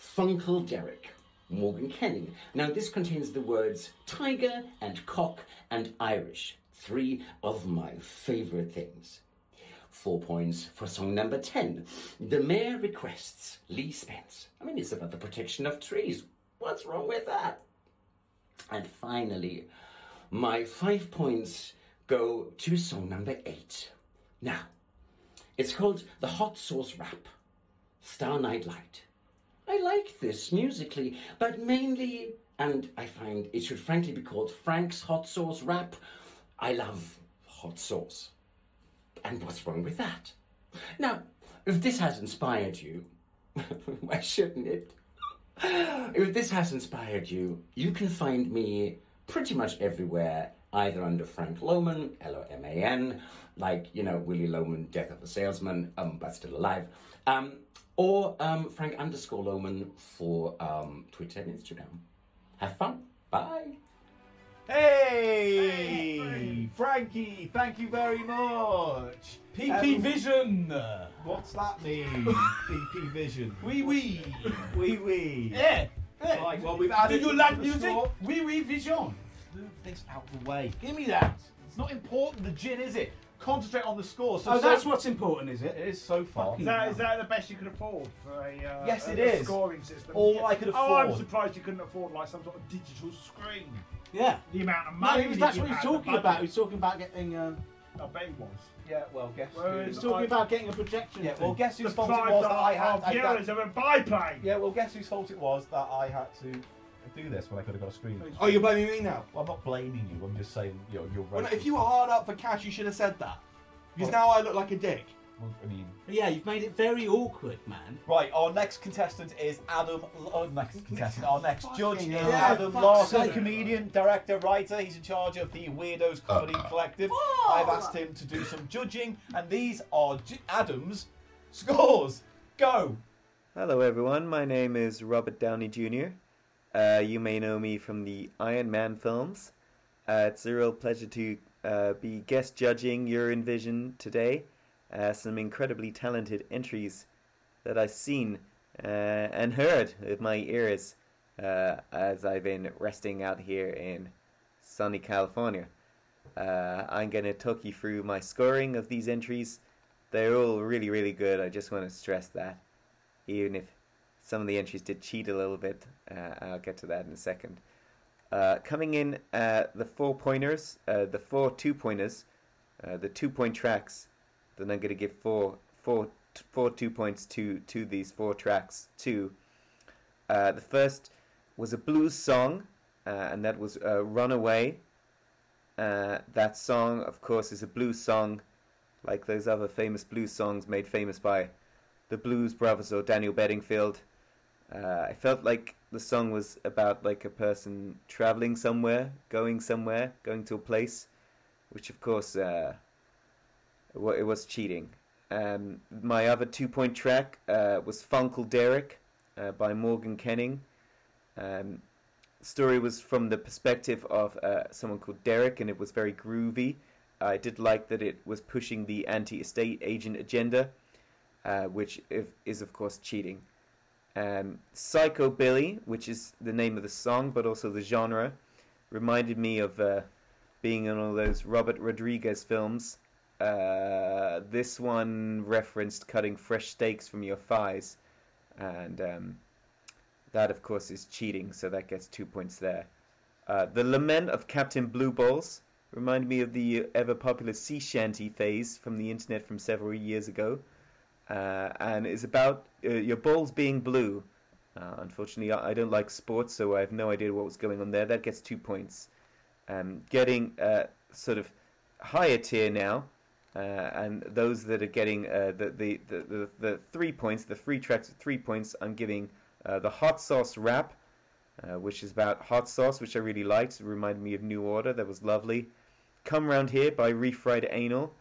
Funkle Derek, Morgan Kenning. Now, this contains the words tiger and cock and Irish, three of my favorite things. Four points for song number 10, The Mayor Requests Lee Spence. I mean, it's about the protection of trees. What's wrong with that? And finally, my five points go to song number eight. Now, it's called The Hot Sauce Rap, Star Night Light. I like this musically, but mainly, and I find it should frankly be called Frank's Hot Sauce Rap. I love hot sauce. And what's wrong with that? Now, if this has inspired you, (laughs) why shouldn't it? If this has inspired you, you can find me pretty much everywhere, either under Frank Lohman, L O M A N, like, you know, Willie Lohman, Death of a Salesman, um, but still alive, um, or um, Frank underscore Lohman for um, Twitter and Instagram. Have fun. Bye. Hey, Frankie, thank you very much. PP Vision. What's that (laughs) mean? PP Vision. Wee wee. Wee wee. Yeah, yeah. Right, well, we've added. Do you it like to the music? score. Wee wee vision. Move this out the way. Give me that. It's not important, the gin, is it? Concentrate on the score. So oh, so- that's what's important, is it? It is so far. Is that, is that the best you could afford for a, uh, Yes, a, it a is. scoring system? All I could Oh, I'm afford. surprised you couldn't afford like some sort of digital screen. Yeah. The amount of No, money. he was- that that's you what he was had, the talking about. He budget. was talking about getting. Um, I bet he was. Yeah, well, guess he was talking about getting a projection. Yeah, thing. well, guess whose fault it five was that dollar I had. half euros of a biplane. Yeah, well, guess whose fault it was that I had to do this when I could have got a screen. Oh, you're blaming me now? Well, I'm not blaming you. I'm just saying, you know, you're Well, right. no, if you were hard up for cash, you should have said that. Because now I look like a dick. Well, I mean, Yeah, you've made it very awkward, man. Right, our next contestant is Adam. (laughs) Our next contestant, our next judge is Fucking hell. Adam Yeah, Larson, fuck's sake. comedian, director, writer. He's in charge of the Weirdos Comedy Collective. I've asked him to do some judging, and these are J- Adam's scores. Go. Hello, everyone. My name is Robert Downey Jr. Uh, you may know me from the Iron Man films. Uh, it's a real pleasure to uh, be guest judging Eurovision today. Uh, some incredibly talented entries that I've seen uh, and heard with my ears uh, as I've been resting out here in sunny California. Uh, I'm going to talk you through my scoring of these entries. They're all really, really good. I just want to stress that even if some of the entries did cheat a little bit. Uh, I'll get to that in a second. Uh, coming in, uh, the four pointers, uh, the four two pointers, uh, the two point tracks. Then I'm going to give four, four, t- four two points to to these four tracks too. Uh, the first was a blues song, uh, and that was uh, "Runaway." Uh, that song, of course, is a blues song, like those other famous blues songs made famous by the Blues Brothers or Daniel Bedingfield. Uh, I felt like the song was about like a person traveling somewhere, going somewhere, going to a place, which of course uh, wa- it was cheating. Um, my other two-point track uh, was Funkle Derek uh, by Morgan Kenning. Um, story was from the perspective of uh, someone called Derek, and it was very groovy. I did like that it was pushing the anti-estate agent agenda uh, which if, is of course cheating. Um, Psycho Billy, which is the name of the song but also the genre, reminded me of uh, being in all those Robert Rodriguez films. Uh, this one referenced cutting fresh steaks from your thighs, and um, that of course is cheating, so that gets two points there. Uh, the Lament of Captain Blue Balls reminded me of the ever popular sea shanty phase from the internet from several years ago uh, and it's about uh, your balls being blue. Uh, unfortunately, I, I don't like sports, so I have no idea what was going on there. That gets two points. Um, getting uh, sort of higher tier now, uh, and those that are getting uh, the, the, the, the, the three points, the three tracks with three points, I'm giving uh, the Hot Sauce Rap, uh, which is about hot sauce, which I really liked. It reminded me of New Order, that was lovely. Come Round Here by Refried Anal.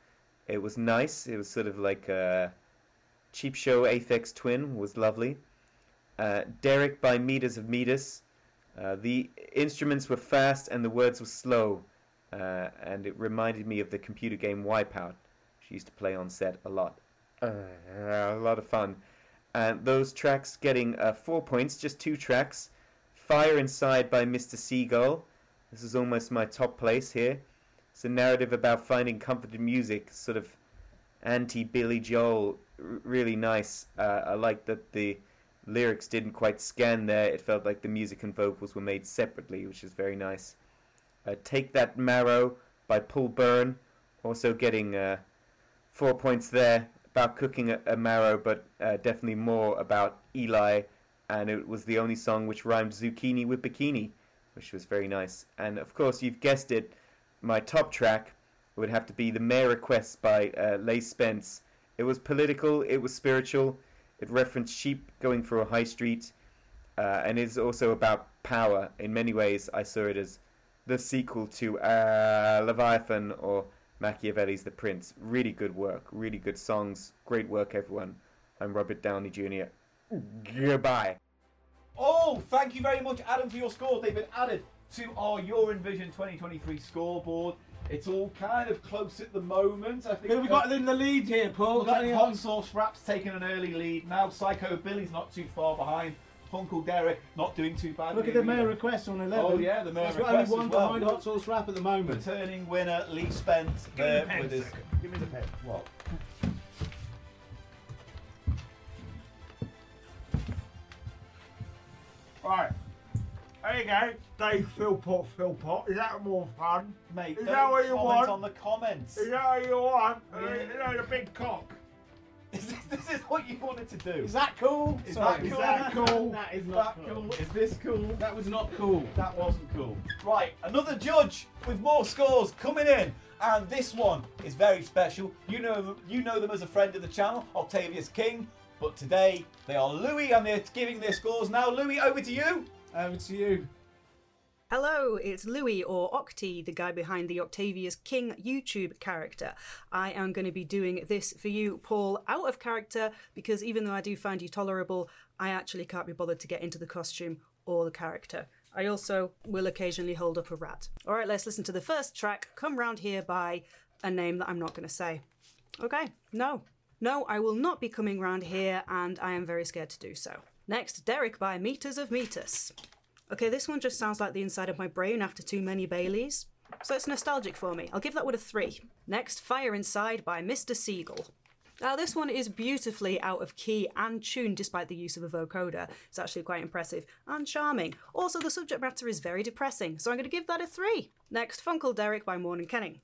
It was nice. It was sort of like. Uh, Cheap Show Aphex Twin was lovely. Uh, Derek by Meters of Meters. Uh, the instruments were fast and the words were slow, uh, and it reminded me of the computer game Wipeout. She used to play on set a lot. Uh, a lot of fun. And those tracks getting uh, four points, just two tracks. Fire Inside by Mr. Seagull. This is almost my top place here. It's a narrative about finding comfort in music, sort of anti Billy Joel, r- really nice. Uh, I like that the lyrics didn't quite scan there. It felt like the music and vocals were made separately, which is very nice. Uh, Take That Marrow by Paul Byrne, also getting uh, four points there about cooking a, a marrow, but uh, definitely more about Eli. And it was the only song which rhymed zucchini with bikini, which was very nice. And of course, you've guessed it, my top track would have to be the Mayor Request by uh, Leigh Spence. It was political, it was spiritual, it referenced sheep going through a high street, uh, and is also about power. In many ways, I saw it as the sequel to uh, Leviathan or Machiavelli's The Prince. Really good work, really good songs. Great work, everyone. I'm Robert Downey Jr. Goodbye. Oh, thank you very much, Adam, for your scores. They've been added to our Eurovision 2023 scoreboard. It's all kind of close at the moment. I think uh, Who we got in the lead here, Paul? We've got Carry Hot on. Sauce Wrap's taking an early lead now. Psycho Billy's not too far behind. Funkle Derek not doing too badly. Look at the mayor either. request on 11. Oh yeah, the mayor That's got request only one as well. behind Hot Sauce Rap at the moment. Returning winner Lee Spence there pen with a his. Give me the pen. What? Right. There you go. Dave Philpott Philpott. Is that more fun? Mate, Is don't that what you comment want? on the comments. Is that what you want? Yeah. Is that a big cock? (laughs) this is what you wanted to do. Is that cool? Is Sorry. that cool? Is that cool? That is not cool. Is this cool? That was not cool. That wasn't cool. Right, another judge with more scores coming in, and this one is very special. You know, you know them as a friend of the channel, Octavius King. But today they are Louis, and they're giving their scores now. Louis, over to you. Over to you. Hello, it's Louis or Octi, the guy behind the Octavius King YouTube character. I am going to be doing this for you, Paul, out of character, because even though I do find you tolerable, I actually can't be bothered to get into the costume or the character. I also will occasionally hold up a rat. All right, let's listen to the first track, Come Round Here by a name that I'm not going to say. Okay, no. No, I will not be coming round here, and I am very scared to do so. Next, Derek by Meters of Meters. Okay, this one just sounds like the inside of my brain after too many Baileys. So it's nostalgic for me. I'll give that one a three. Next, Fire Inside by Mr. Siegel. Now, this one is beautifully out of key and tuned despite the use of a vocoder. It's actually quite impressive and charming. Also, the subject matter is very depressing, so I'm going to give that a three. Next, Funkle Derek by Morn and Kenning.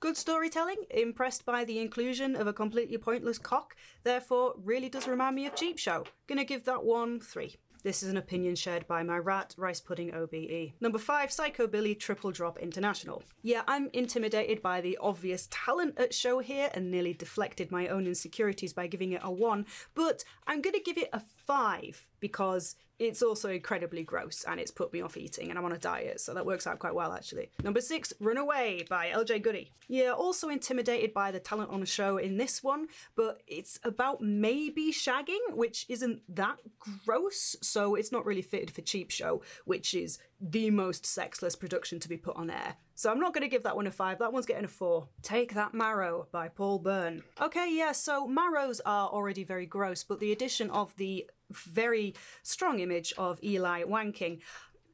Good storytelling, impressed by the inclusion of a completely pointless cock, therefore, really does remind me of Cheap Show. Gonna give that one three. This is an opinion shared by my rat, Rice Pudding OBE. Number five, Psychobilly Triple Drop International. Yeah, I'm intimidated by the obvious talent at show here and nearly deflected my own insecurities by giving it a one, but I'm gonna give it a five because it's also incredibly gross and it's put me off eating and I'm on a diet, so that works out quite well actually. Number six, Runaway by LJ Goody. Yeah, also intimidated by the talent on the show in this one, but it's about maybe shagging, which isn't that gross, so it's not really fitted for Cheap Show, which is the most sexless production to be put on air. So I'm not going to give that one a five. That one's getting a four. Take That Marrow by Paul Byrne. Okay, yeah, so marrows are already very gross, but the addition of the very strong image of Eli wanking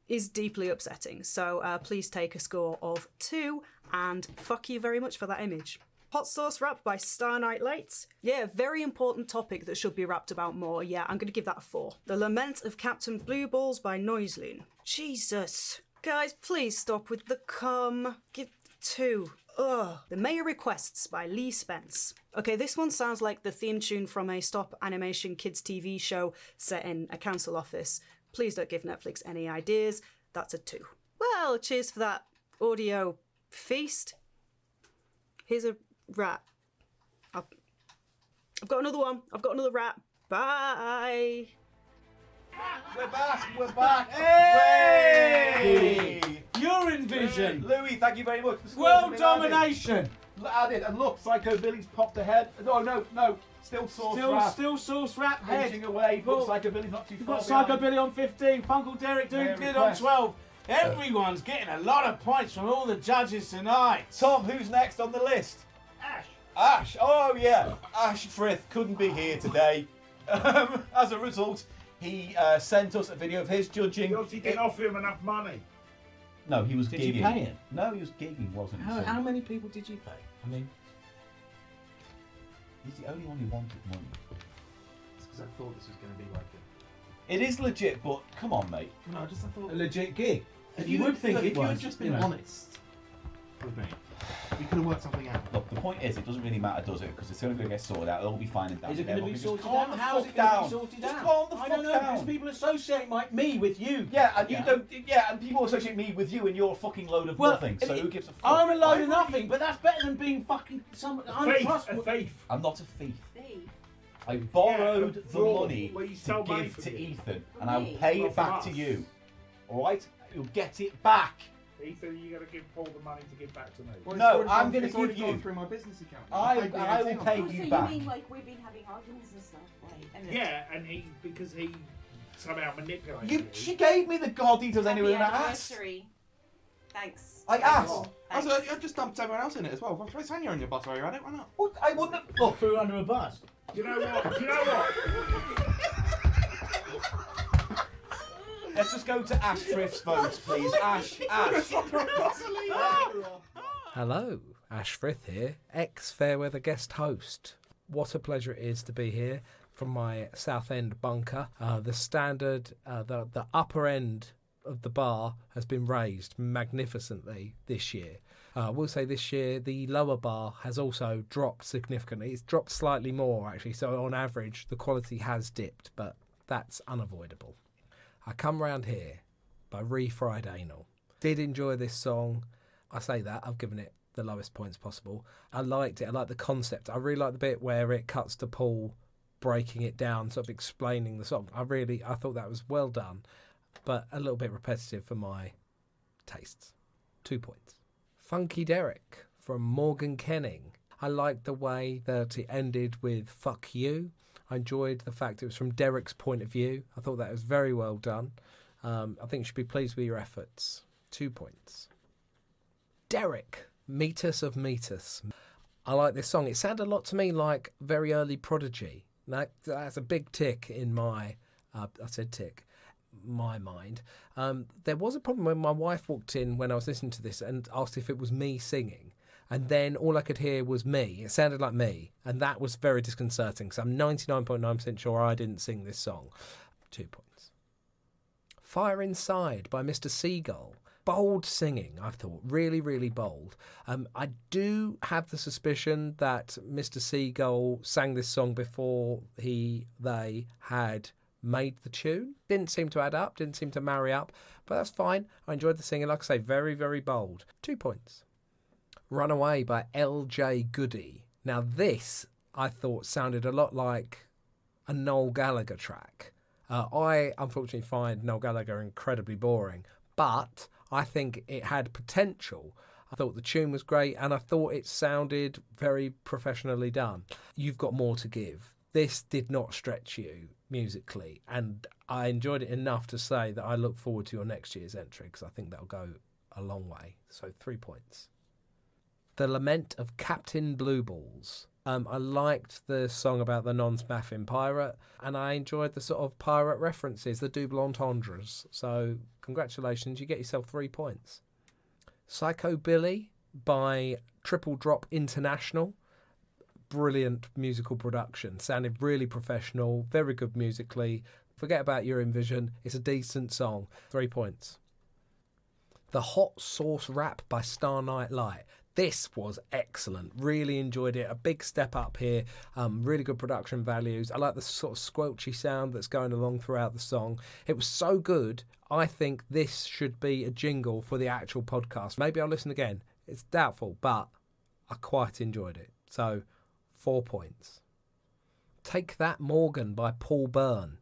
is deeply upsetting. So uh, please take a score of two and fuck you very much for that image. Hot Sauce Wrap by Star Night Lights. Yeah, very important topic that should be rapped about more. Yeah, I'm going to give that a four. The Lament of Captain Blue Balls by Noiseloon. Jesus. Guys, please stop with the cum. Give two. Ugh. The Mayor Requests by Lee Spence. Okay, this one sounds like the theme tune from a stop animation kids TV show set in a council office. Please don't give Netflix any ideas. That's a two. Well, Oh, cheers for that audio feast. Here's a rat. I've I've got another one. I've got another rat. Bye. We're back. We're back. Hey! You're in vision. Louis, thank you very much. World domination. Added. added and look, Psycho Billy's popped ahead. No, no, no. Still sauce Still- wrap. still sauce wrap head. Inching away, but Well, Psycho Billy's not too You've far. got behind. Psycho Billy on 15, Funkle Derek doing Mayor good request. on 12. Everyone's getting a lot of points from all the judges tonight. Tom, who's next on the list? Ash, oh yeah, Ash Frith couldn't be here today. (laughs) Um, as a result, he uh, sent us a video of his judging. He obviously didn't offer him enough money. No, he was Did gigging. you pay him? No, he was gigging, wasn't he? How, So how many people did you pay? I mean, he's the only one who wanted money. because I thought this was going to be like it. It is legit, but come on, mate. No, I just I thought A legit gig. If You would think look, it if you had was, just you been know. honest with me, we could have worked something out. Look, the point is, it doesn't really matter, does it? Because it's only going to get sorted out. It'll be fine and dandy. Is it going to Everyone be can just sorted calm out? the How is fuck it going to down. be sorted Just out? calm the I fuck don't know down. because people associate my, me with you. Yeah, and Yeah. you don't. Yeah, and people associate me with you, and you're a fucking load of nothing. So it- who gives a fuck? I'm a load of nothing, but that's better than being fucking some. I'm thief, trustworthy. I'm not a thief. Thief. I borrowed the fraud, money where you to stole money give from to me. Ethan, From and I me. will pay Well, it from back to us. you. All right, you'll get it back. Ethan, you gotta give Paul the money to give back to me. Well, No, it's already I'm gone- gonna going it's to already give you- gone through my business account. I- I I will pay Oh, so you you back. mean like we've been having arguments and stuff? Like, and then- Yeah, and he because he somehow manipulated You, she gave me the god details Happy anyway when I asked. anniversary. Thanks. I asked. Thanks. Also, I've just dumped everyone else in it as well. Throw Tanya on your bus while you're at it. Why not? What? I wouldn't have. Look, threw under a bus. Do you know what? Do you know what? Let's just go to Ash Frith's votes, (laughs) please. Ash, Ash. Ah! Ah. Hello, Ash Frith here, ex Fairweather guest host. What a pleasure it is to be here from my South End bunker. Uh, the standard, uh, the, the upper end of the bar has been raised magnificently this year. Uh, I will say this year the lower bar has also dropped significantly. It's dropped slightly more actually, so on average the quality has dipped, but that's unavoidable. I Come Round Here by Refried Anal. Did enjoy this song. I say that, I've given it the lowest points possible. I liked it. I liked the concept. I really liked the bit where it cuts to Paul breaking it down, sort of explaining the song. I really, I thought that was well done, but a little bit repetitive for my tastes. Two points. Funky Derek from Morgan Kenning. I liked the way that it ended with fuck you. I enjoyed the fact it was from Derek's point of view. I thought that was very well done. Um, I think you should be pleased with your efforts. Two points. Derek, Metus of Metus. I like this song. It sounded a lot to me like very early Prodigy. That, that's a big tick in my, uh, I said tick, my mind. Um, there was a problem when my wife walked in when I was listening to this and asked if it was me singing. And then all I could hear was me. It sounded like me. And that was very disconcerting because I'm 99.9% sure I didn't sing this song. Two points. Fire Inside by Mr. Seagull. Bold singing, I've thought. Really, really bold. Um, I do have the suspicion that Mr. Seagull sang this song before he, they had made the tune. Didn't seem to add up, didn't seem to marry up, but that's fine. I enjoyed the singing. Like I say, very, very bold. Two points. Runaway by L.J. Goody. Now, this I thought sounded a lot like a Noel Gallagher track. Uh, I unfortunately find Noel Gallagher incredibly boring, but I think it had potential. I thought the tune was great and I thought it sounded very professionally done. You've got more to give. This did not stretch you musically, and I enjoyed it enough to say that I look forward to your next year's entry because I think that'll go a long way. So, three points. The Lament of Captain Blueballs. Um, I liked the song about the non-spaffing pirate, and I enjoyed the sort of pirate references, the double entendres. So, congratulations, you get yourself three points. Psycho Billy by Triple Drop International. Brilliant musical production. Sounded really professional, very good musically. Forget about your envision. It's a decent song. Three points. The Hot Sauce Rap by Star Night Light this was excellent. Really enjoyed it. A big step up here. Um, really good production values. I like the sort of squelchy sound that's going along throughout the song. It was so good. I think this should be a jingle for the actual podcast. Maybe I'll listen again. It's doubtful, but I quite enjoyed it. So, four points. Take That Morgan by Paul Byrne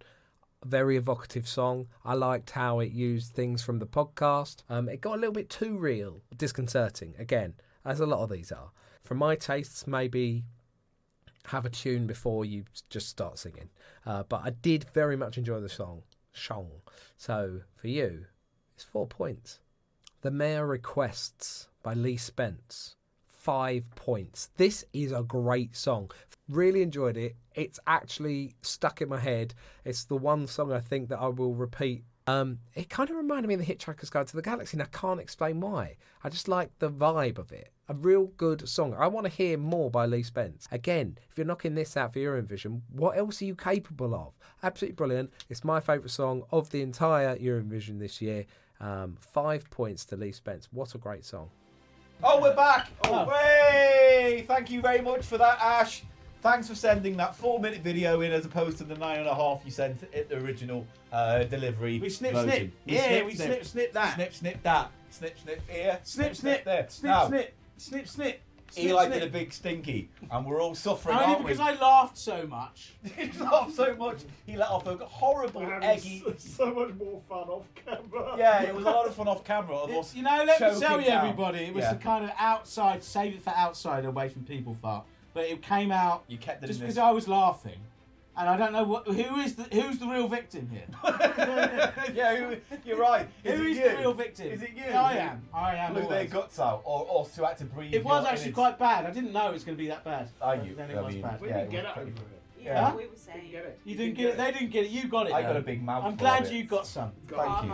very evocative song. I liked how it used things from the podcast. Um, it got a little bit too real, disconcerting, again, as a lot of these are. For my tastes, maybe have a tune before you s- just start singing. Uh, but I did very much enjoy the song, Song. So for you, it's four points. The Mayor Requests by Lee Spence. Five points. This is a great song. Really enjoyed it. It's actually stuck in my head. It's the one song I think that I will repeat. Um, it kind of reminded me of The Hitchhiker's Guide to the Galaxy, and I can't explain why. I just like the vibe of it. A real good song. I want to hear more by Lee Spence. Again, if you're knocking this out for your Eurovision, what else are you capable of? Absolutely brilliant. It's my favourite song of the entire Eurovision this year. Um, five points to Lee Spence. What a great song. Oh, we're back! Oh, hey! Thank you very much for that, Ash. Thanks for sending that four-minute video in, as opposed to the nine and a half you sent at the original uh, delivery. We snip, version. snip. Yeah, we snip, snip that. Snip, snip that. Snip, snip here. Snip, snip there. Snip, Now, snip, snip, snip. snip Eli snip. did a big stinky, and we're all suffering, Only aren't because we? I laughed so much. (laughs) he laughed so much. He let off a horrible eggy. So much more fun off camera. Yeah, it was a lot (laughs) of fun off camera. Of us It's- you know, let me choking tell you, down. everybody, it was Yeah. the kind of outside, save it for outside, away from people fart. But it came out. You kept it in just this. because I was laughing, and I don't know what who is the who's the real victim here. (laughs) (laughs) yeah, who, you're right. Is who it is you? the real victim? Is it you? I am. I am. Blew their always. guts out, or or who had to breathe. It was your actually innards. quite bad. I didn't know it was going to be that bad. Are But you? Then it I was mean, bad. We yeah, didn't it get was it pretty over Yeah, Huh? we were saying. You didn't get it. They didn't get it. You got it. I got though. a big mouthful I'm glad of it. you got some. Thank you.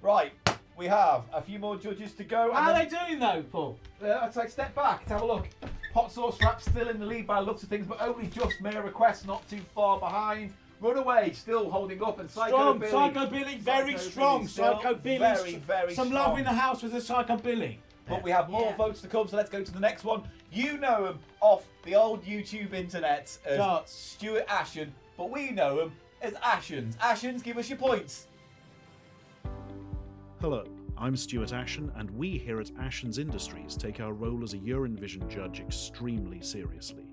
Right, we have a few more judges to go. How and are they doing though, Paul? Uh, I'd say step back. Let's have a look. Hot sauce wrap still in the lead by the looks of things, but only just mere request, not too far behind. Runaway still holding up, and Psycho strong, Billy. Psycho Billy, very Psycho strong. Billy still Psycho Billy, very, very some strong. love in the house with the Psycho Billy. But we have more votes to come, so let's go to the next one. You know him off the old YouTube internet as Darts. Stuart Ashen, but we know him as Ashens. Ashens, give us your points. Hello, I'm Stuart Ashen, and we here at Ashen's Industries take our role as a Eurovision judge extremely seriously.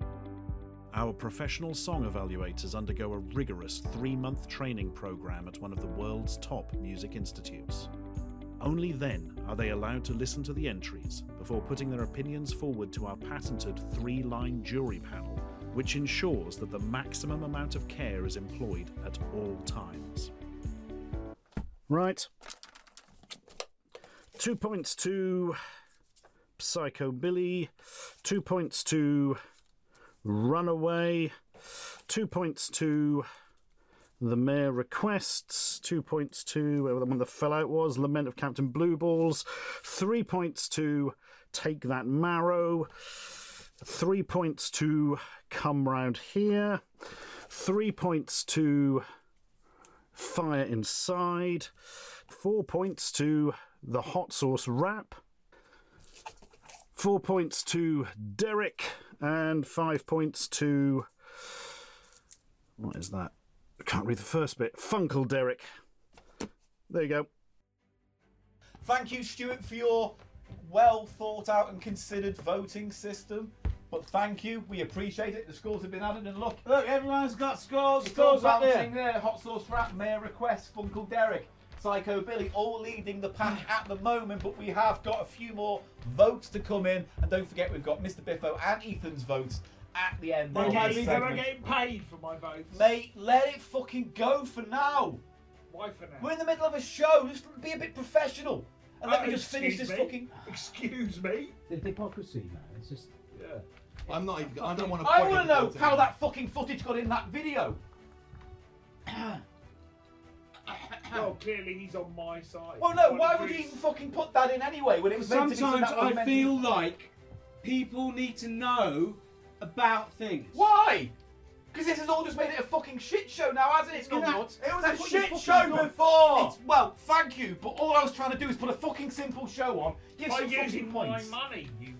Our professional song evaluators undergo a rigorous three month training program at one of the world's top music institutes. Only then are they allowed to listen to the entries before putting their opinions forward to our patented three line jury panel, which ensures that the maximum amount of care is employed at all times. Right. Two points to Psycho Billy. Two points to Runaway. Two points to the Mayor Requests. Two points to where the one that fell out was Lament of Captain Blue Balls. Three points to Take That Marrow. Three points to Come Round Here. Three points to Fire Inside. Four points to the Hot Sauce Wrap. Four points to Derek. And five points to. What is that? I can't read the first bit. Funkle Derek. There you go. Thank you, Stuart, for your well thought out and considered voting system. But thank you, we appreciate it. The scores have been added, and look, Look, everyone's got scores. it's all Scores up there. bouncing there. Hot sauce wrap, Mayor request, Funkle Derek, Psycho Billy, all leading the pack at the moment. But we have got a few more votes to come in, and don't forget we've got Mr. Biffo and Ethan's votes at the end. They of might this be- they were segment. getting paid for my votes. Mate, let it fucking go for now. Why for now? We're in the middle of a show. Just be a bit professional. And let Oh, me just finish excuse this me. fucking. (laughs) Excuse me. The hypocrisy, man. It's just. Yeah. I'm not even. I don't want to. I want to know how that fucking footage got in that video. Well, clearly he's on my side. Well, no, why would you even fucking put that in anyway when it was meant to be something Sometimes that was I meant feel to... like people need to know about things. Why? Because this has all just made it a fucking shit show now, hasn't it? It's You know, It was that's a what you shit fucking show got. before. well, thank you, but all I was trying to do is put a fucking simple show on. Give By some fucking using my points. money, you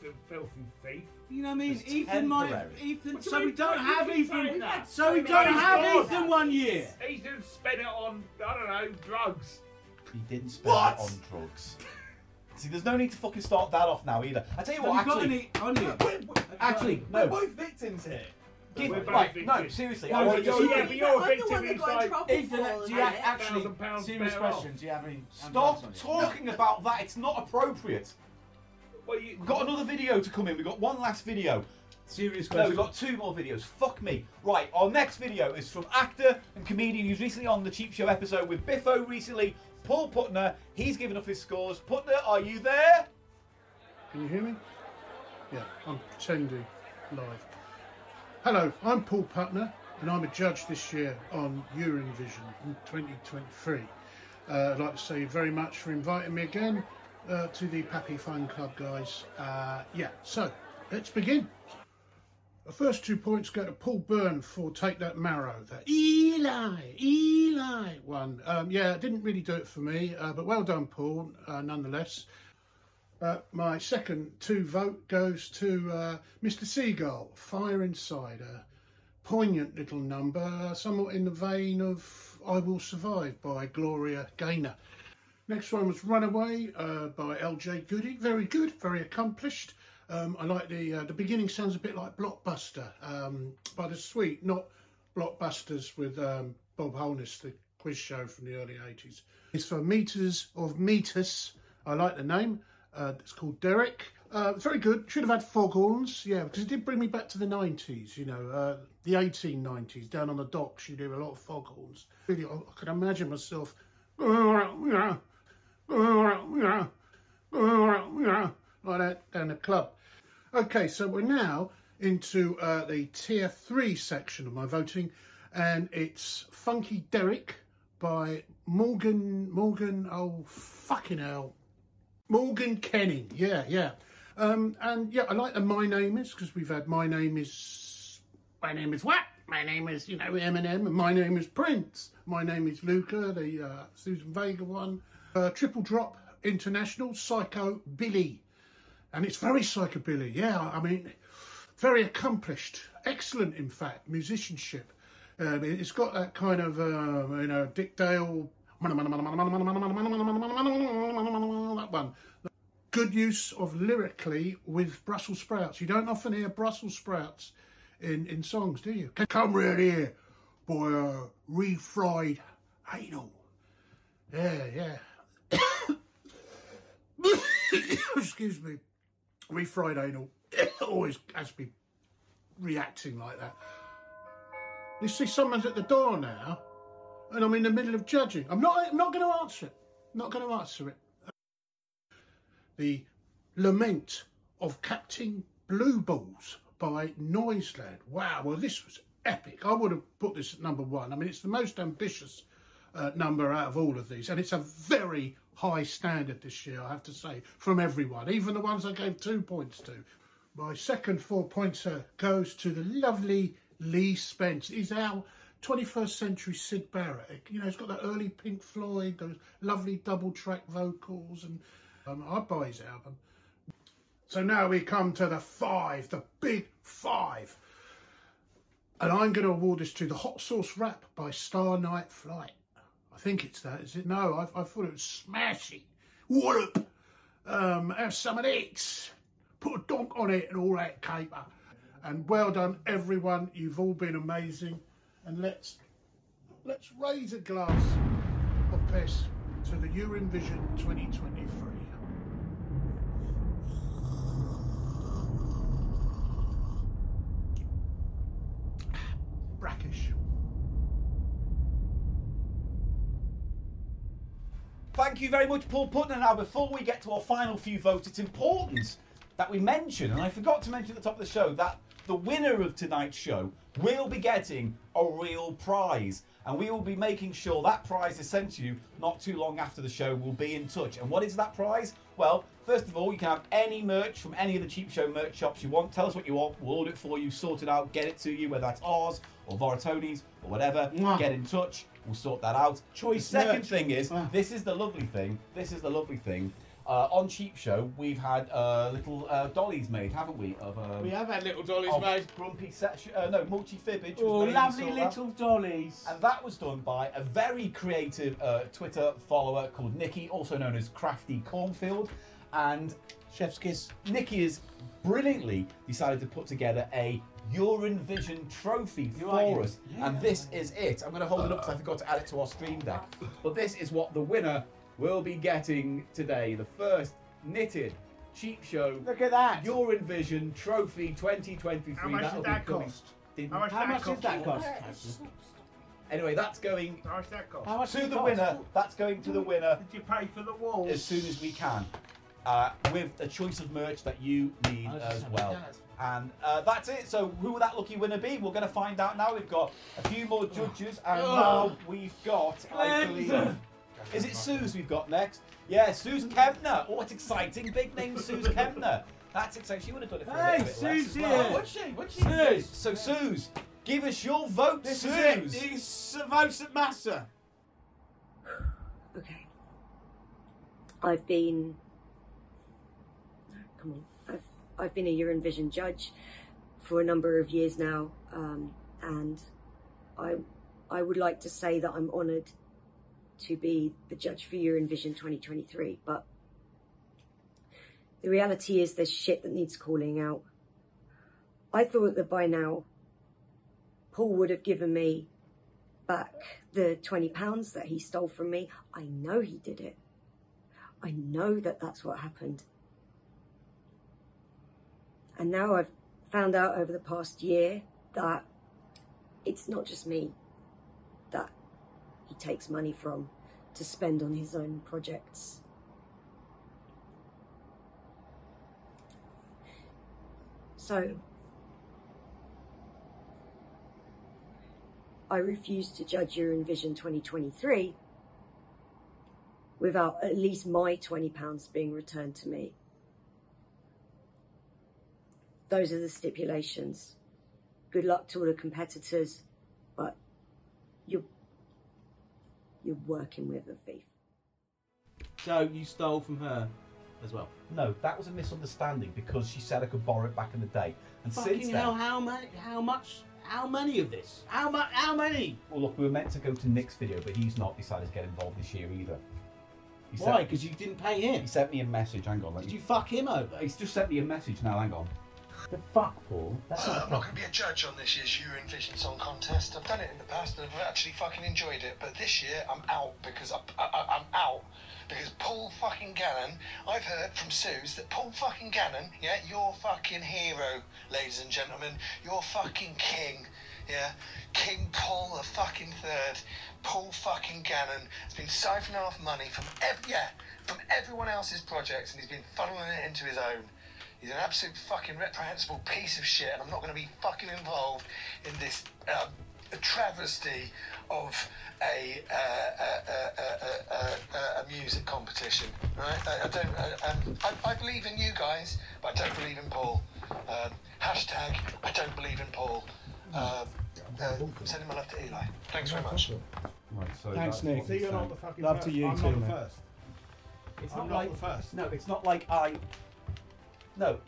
fil- filthy thief. You know what I mean? It's Ethan might. temporary. Ethan. What do So you we mean don't temporary? have We've Ethan. had that So we so don't many have times. Ethan one year. He's didn't spend it on, I don't know, drugs. He didn't spend What? it on drugs. (laughs) See, there's no need to fucking start that off now either. I tell you Have what, you got actually, any on you? actually, no. both victims here. Give, We're both right, no, victims. seriously. No, I want but to just, you're- yeah, but you're a I'm the victim one that got in trouble Ethan, for do you all of act- it. actually- serious question, do you have any- Stop any- talking about that. It's not appropriate. Well, you, We've got another video to come in. We've got one last video. Serious No, we've got two more videos. Fuck me. Right, our next video is from actor and comedian who's recently on the Cheap Show episode with Biffo recently, Paul Putner. He's given up his scores. Putner, are you there? Can you hear me? Yeah, I'm pretending live. Hello, I'm Paul Putner, and I'm a judge this year on Eurovision in 2023. Uh, I'd like to say very much for inviting me again uh, to the Pappy Fan Club, guys. Uh, yeah, so let's begin. The first two points go to Paul Byrne for Take That Marrow. The Eli, Eli one. Um, yeah, it didn't really do it for me, uh, but well done, Paul, uh, nonetheless. Uh, my second two vote goes to uh, Mr. Seagull, Fire Insider. Poignant little number, uh, somewhat in the vein of I Will Survive by Gloria Gaynor. Next one was Runaway uh, by LJ Goody. Very good, very accomplished. Um, I like the uh, the beginning sounds a bit like Blockbuster um, by the Sweet, not Blockbusters with um, Bob Holness, the quiz show from the early 80s. It's for Meters of Metus. I like the name. Uh, it's called Derek. Uh, it's very good. Should have had foghorns, yeah, because it did bring me back to the 90s, you know, uh, the 1890s. Down on the docks, you do a lot of foghorns. Really, I I can imagine myself. Like that down the club. Okay, so we're now into uh, the tier three section of my voting, and it's Funky Derek by Morgan. Morgan, oh fucking hell, Morgan Kenning. Yeah, yeah, um, and yeah, I like the My Name Is because we've had My Name Is, My Name Is What, My Name Is you know Eminem, and My Name Is Prince, My Name Is Luca, the uh, Susan Vega one, uh, Triple Drop International, Psycho Billy and it's very psychobilly. Yeah, I mean, very accomplished, excellent, in fact, musicianship. Um, it- it's got that kind of uh, you know Dick Dale that one. Good use of lyrically with Brussels sprouts. You don't often hear Brussels sprouts in, in songs, do you? Come right here, boy, uh, refried anal. Yeah, (coughs) yeah. excuse me, we fried anal (coughs) always has to be reacting like that. You see, someone's at the door now, and I'm in the middle of judging. I'm not. I'm not going to answer it. Not going to answer it. The lament of Captain Blue Balls by Noiseland. Wow. Well, this was epic. I would have put this at number one. I mean, it's the most ambitious uh, number out of all of these, and it's a very high standard this year, I have to say, from everyone, even the ones I gave two points to. My second four pointer goes to the lovely Lee Spence. He's our 21st century Sid Barrett. You know, he's got that early Pink Floyd, those lovely double track vocals, and um, I buy his album. So now we come to the five, the big five. And I'm going to award this to the Hot Sauce Rap by Star Night Flight. I think it's that, is it? No, I, I thought it was smashing. Wallop! Um, have some of this. Put a donk on it and all that caper. And well done, everyone. You've all been amazing. And let's let's raise a glass of piss to the Urine Vision 2023. Brackish. Thank you very much, Paul Putnam. Now, before we get to our final few votes, it's important that we mention, and I forgot to mention at the top of the show, that the winner of tonight's show will be getting a real prize. And we will be making sure that prize is sent to you not too long after the show. We'll be in touch. And what is that prize? Well, first of all, you can have any merch from any of the cheap show merch shops you want. Tell us what you want, we'll order it for you, sort it out, get it to you, whether that's ours or Voratoni's or whatever. Get in touch, we'll sort that out. Choice. The second merch. thing is, this is the lovely thing. This is the lovely thing. Uh, on cheap show, we've had uh, little uh, dollies made, haven't we? Of um, We have had little dollies of made. Grumpy section, uh, no, multi fibbage. Oh, lovely little dollies. And that was done by a very creative uh, Twitter follower called Nikki, also known as Crafty Cornfield. And Chef's Kiss. Nikki has brilliantly decided to put together a Urine Vision trophy for us. and this is it. I'm going to hold it up because I forgot to add it to our stream deck. But this is what the winner will be getting today the first knitted cheap show. Look at that. Urine Vision trophy 2023. How much That'll did that be coming- cost? Didn't- How much How that much did cost? that cost? Anyway, that's going How much that cost? to the winner. That's going to the winner Did you pay for the walls? as soon as we can, uh, with a choice of merch that you need as well. And uh, that's it. So who will that lucky winner be? We're going to find out now. We've got a few more judges, and Oh. Ugh. now we've got, I Cleanse. believe, is it Suze we've got next? Yeah, Suze Kempner. Oh, what exciting! Big name, Suze Kempner. That's exciting. She would have done it for Hey, a little bit less. Suze as well. here. Would she? Would she? Suze. So Suze, give us your vote, This is Suze. it. These are votes that (sighs) matter. Okay. I've been. Come on. I've, I've been a urine vision judge for a number of years now, um, and I, I would like to say that I'm honoured to be the judge for Urine Vision 2023, but the reality is there's shit that needs calling out. I thought that by now, Paul would have given me back the 20 pounds that he stole from me. I know he did it. I know that that's what happened. And now I've found out over the past year that it's not just me that he takes money from to spend on his own projects. So, I refuse to judge your Envision 2023 without at least my £20 being returned to me. Those are the stipulations. Good luck to all the competitors, but you're, you're working with a thief. So you stole from her as well. No, that was a misunderstanding because she said I could borrow it back in the day, and Fucking since then. hell, how many? How much? How many of this? How much? How many? Well, look, we were meant to go to Nick's video, but he's not decided to get involved this year either. Why? Because you didn't pay him. He sent me a message. Hang on. Did you fuck him over? He's just sent me a message now. Hang on. The fuck, Paul? That's Uh, not I'm not going to be a judge on this year's Eurovision Song Contest. I've done it in the past and I've actually fucking enjoyed it. But this year, I'm out because I, I, I'm out because Paul fucking Gannon. I've heard from Suze that Paul fucking Gannon, yeah, your fucking hero, ladies and gentlemen, your fucking king, yeah, King Paul the fucking third, Paul fucking Gannon has been siphoning off money from ev- yeah from everyone else's projects and he's been funneling it into his own. He's an absolute fucking reprehensible piece of shit, and I'm not going to be fucking involved in this uh, travesty of a, uh, uh, uh, uh, uh, uh, a music competition. Right? I, I don't. I, um, I, I believe in you guys, but I don't believe in Paul. Um, hashtag I don't believe in Paul. Uh, uh, sending my love to Eli. Thanks very much. Right, so Thanks, that's Nick. what See you I'm on saying. the fucking Love to first. you I'm too, not the mate. first. It's I'm not, not like the first. No, it's not like I. No,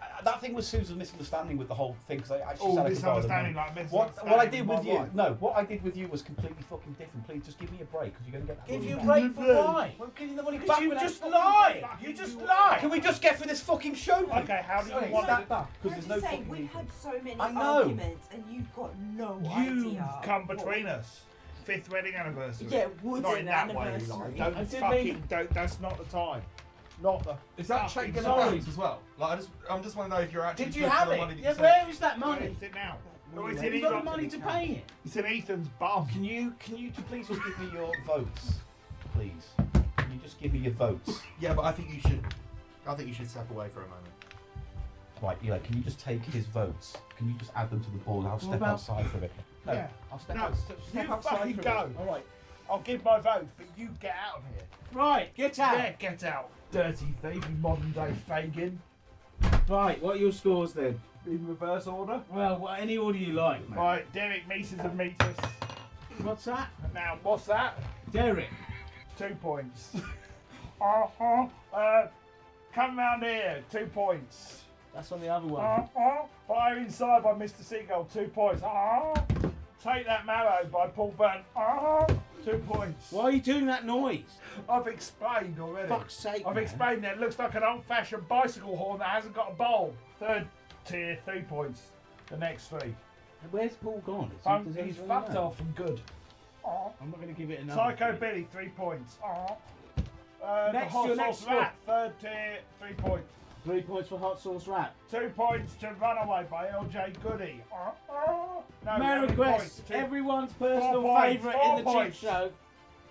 Uh, that thing was Susan's misunderstanding with the whole thing because I actually Oh, said I could borrow the misunderstanding, money. like What, what I did misunderstanding with with you, my wife. no, what I did with you was completely fucking different. Please just give me a break because you're going to get that Give money you a back. break for why? We're getting the money Because back you when I just fucking- lie. You just lie. Can we just get through this fucking show? Okay, how do you Sorry, want stand it? back? I'm Because there's no just saying, fucking we've had so many I know. arguments, and you've got no idea. You've come what- between us. Fifth wedding anniversary. Yeah, wooden Not in that way, anniversary. Eli. Don't I didn't fucking. mean- Don't, that's not the time. Not the. Is that check fucking going to time. balance as well? Like, I just, I'm just want to know if you're actually. Did you good for have the it? money that you Yeah, sent. where is that money? Where is it now? Or is is it it in Rob's account? it. It's in Ethan's bum. Can you can you please just give me your votes, please? Can you just give me your votes? Yeah, but I think you should. I think you should step away for a moment. Right, Eli, can you just take his votes? Can you just add them to the board? I'll What step about- outside for a bit. No, yeah. I'll step no, out. st- step you outside fucking for a go. minute. All right. I'll give my vote, but you get out of here. Right, get out. Yeah, get out. Dirty thief, you modern day Fagin. Right, what are your scores then? In reverse order. Well, what, any order you like, mate. Right, Derek Mises and Meters. What's that? Now, what's that? Derek. Two points. (laughs) uh-huh. Uh, come round here. Two points. That's on the other one. Uh-huh. Fire Inside by Mr. Seagull. Two points. Uh-huh. Take That Marrow by Paul Byrne. Uh-huh. Two points. Why are you doing that noise? I've explained already. Fuck's sake, I've man. explained that it looks like an old fashioned bicycle horn that hasn't got a bowl. Third tier, three points. The next three. Where's Paul gone? Is he- Um, does he's anyone fucked know? off and good. Uh-huh. I'm not going to give it another. Psycho three. Billy, three points. Uh-huh. Uh, Next, the your Hot next Sauce Rat, third tier, three points. Three points for Hot Sauce Rap. Two points to Runaway by LJ Goody. Ah! Uh-huh. No, Merry one Quest, point. Two- everyone's Four personal points, favourite in four the cheap points. show.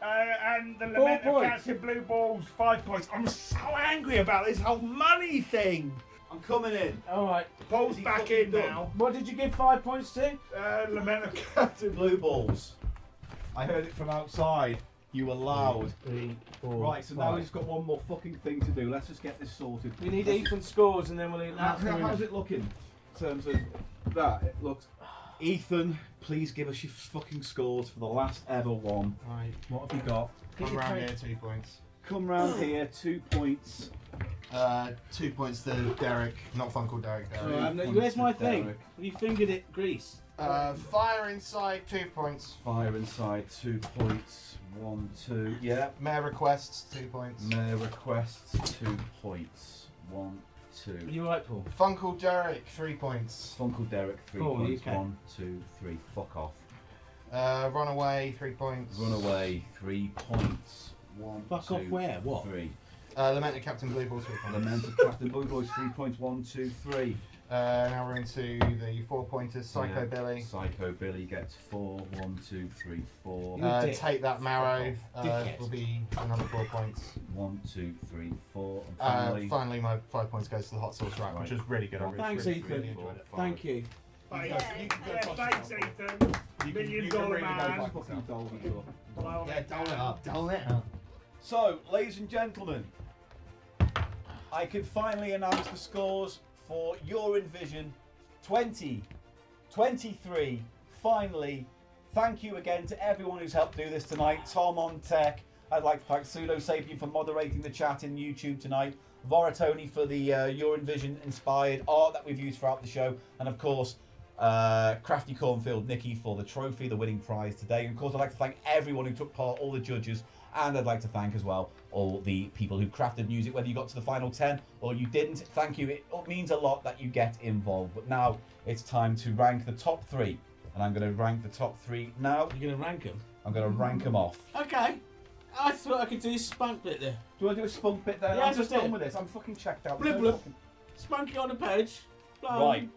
Uh, and the Four lament of points. Captain Blue Balls, five points. I'm so angry about this whole money thing. I'm coming in. All right. Paul's back in now. What did you give five points to? Uh, lament of Captain Blue Balls. I heard it from outside. You were loud. right, so now five. we've just got one more fucking thing to do. Let's just get this sorted. We need even scores and then we'll eat How, that. how- how's it looking in terms of that? It looks. Ethan, please give us your fucking scores for the last ever one. Right. What have we got? Come round here, two points. Come round here, two points. Uh, two points to Derek, not Funkle Derek. Derek. All right, no, where's my thing? Have you fingered it, Grease? Uh, fire inside, two points. Fire inside, two points. One, two. Yeah. Mayor requests, two points. Mayor requests, two points. One, two. You right, Paul? Funkle Derek, three points. Funkle Derek, three Paul, you points. can. One, two, three. Fuck off. Uh, Runaway, three points. Runaway, three points. One, Fuck two, off where? What? Three. Uh, Lament of Captain Blue Balls, three points. Lament of Captain Blue Balls, three points. One, two, three. Uh, now we're into the four pointers, Psycho Yeah, Billy. Psycho Billy gets four. One, two, three, four. Uh, take that marrow uh, Dickhead. will be another four points. One, two, three, four. And Uh, finally, finally, my five points goes to the hot sauce rack, which was really good. I really, Oh, Thanks, really, Ethan. really enjoyed it. Thank you. Thanks, Yeah, you can go thanks Ethan. Million you can dollar really go man. fuck yourself. Well, Yeah, dial it up. Dial it up. So, ladies and gentlemen, I can finally announce the scores for your Envision 20 23. Finally, thank you again to everyone who's helped do this tonight. Tom on tech. I'd like to thank Pseudo Sapien for moderating the chat in YouTube tonight. Voratoni for the uh, Your Envision inspired art that we've used throughout the show, and of course, uh, Crafty Cornfield Nikki for the trophy, the winning prize today. And of course, I'd like to thank everyone who took part, all the judges, and I'd like to thank as well all the people who crafted music, whether you got to the final 10 or you didn't. Thank you. It means a lot that you get involved. But now it's time to rank the top three. And I'm going to rank the top three now. You're going to rank them? I'm going to rank them off. Okay. I thought I could do this spunk bit there. Do I do a spunk bit there? Yeah, I'm I just did. done with this. I'm fucking checked out. Blip, No blip. fucking- Spunk it on the page. Blah. Right.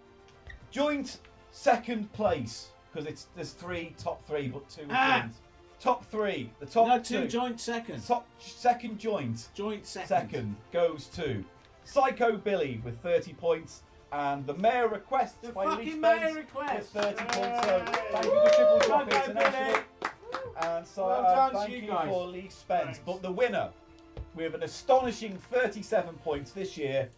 Joint second place because it's there's three top three, but two. Ah. joint. Top three. The top No, two. two joint second. Top second joint. Joint second. Second goes to Psycho Billy with 30 points, and the mayor requests The by Lee fucking Spence mayor request. with 30 points. So thank you for triple Woo! drop Psycho international. And so Well uh, done to thank you you, guys. for Lee Spence. But the winner with an astonishing 37 points this year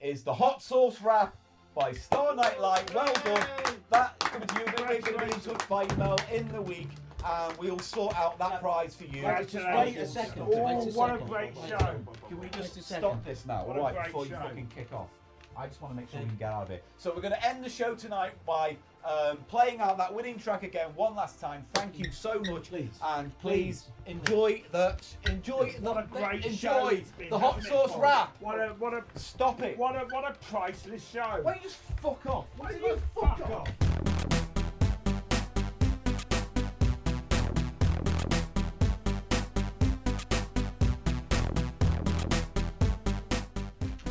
is the Hot Sauce Wrap by Star Night Light. Well done. That's coming to you. We're going to be in touch by email in the week and we'll sort out that prize for you. Just wait a second. Oh, Wait a what a second. great Wait a show. second. Can we just Wait a second. stop this now, What a all right, great before you show. fucking kick off? I just want to make sure we can get out of it. So we're going to end the show tonight by um, playing out that winning track again one last time. Thank you so much, and please, enjoy the enjoy the What a great show enjoy it's been, the hot hasn't it, sauce Paul? wrap. What a what a stop it. What a what a priceless show. Why don't you just fuck off? Why don't you fuck off?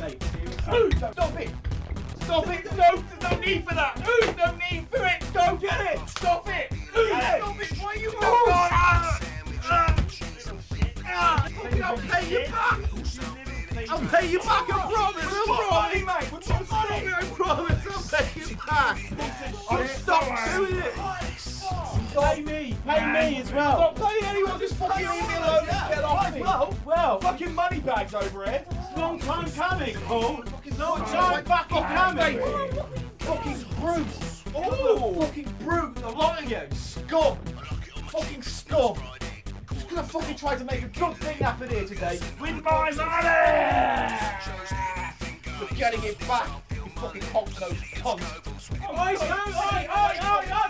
Mate, seriously. Stop it! Stop it! No, no need for that! Ooh, no need for it! Go get it! Stop it! Ooh, Stop it! Why are you I'll pay you back. I'll pay you back. I promise. I promise. I promise. I'll pay you back. I'll stop doing it. Pay me! Pay me as well! Stop paying anyone! Just fucking leave me alone and get off me! Well, Oh, well! Fucking money bags over here! Long time coming, Paul! No time fucking coming. Fucking brutes! Oh, fucking brute! The lot of you! Scum! Fucking scum! Just gonna fucking try to make a good thing happen here today with my money! We're getting it back, you fucking hot-nosed cunt! Oi, oi, oi, oi, oi, oi,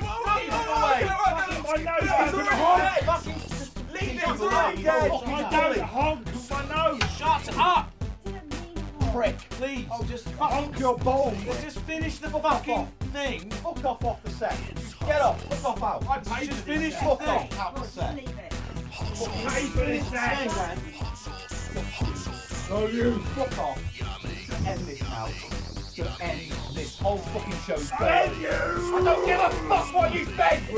Leave oi, him away! Leave him away! Fucking Leave him oi, oi, oi, oi, oi, oi, alone, alone! dead. I don't honk my nose! Shut up! Prick! Please! Oh, just honk your balls! Just finish the fucking thing! Fuck off off the set! Get off! Fuck off out! I paid Just finish the Fuck off out the set! Pay for this set! Oh, you! Fuck off! Just End this now. Just end this whole fucking show. I'll end you. I don't give a fuck what you think!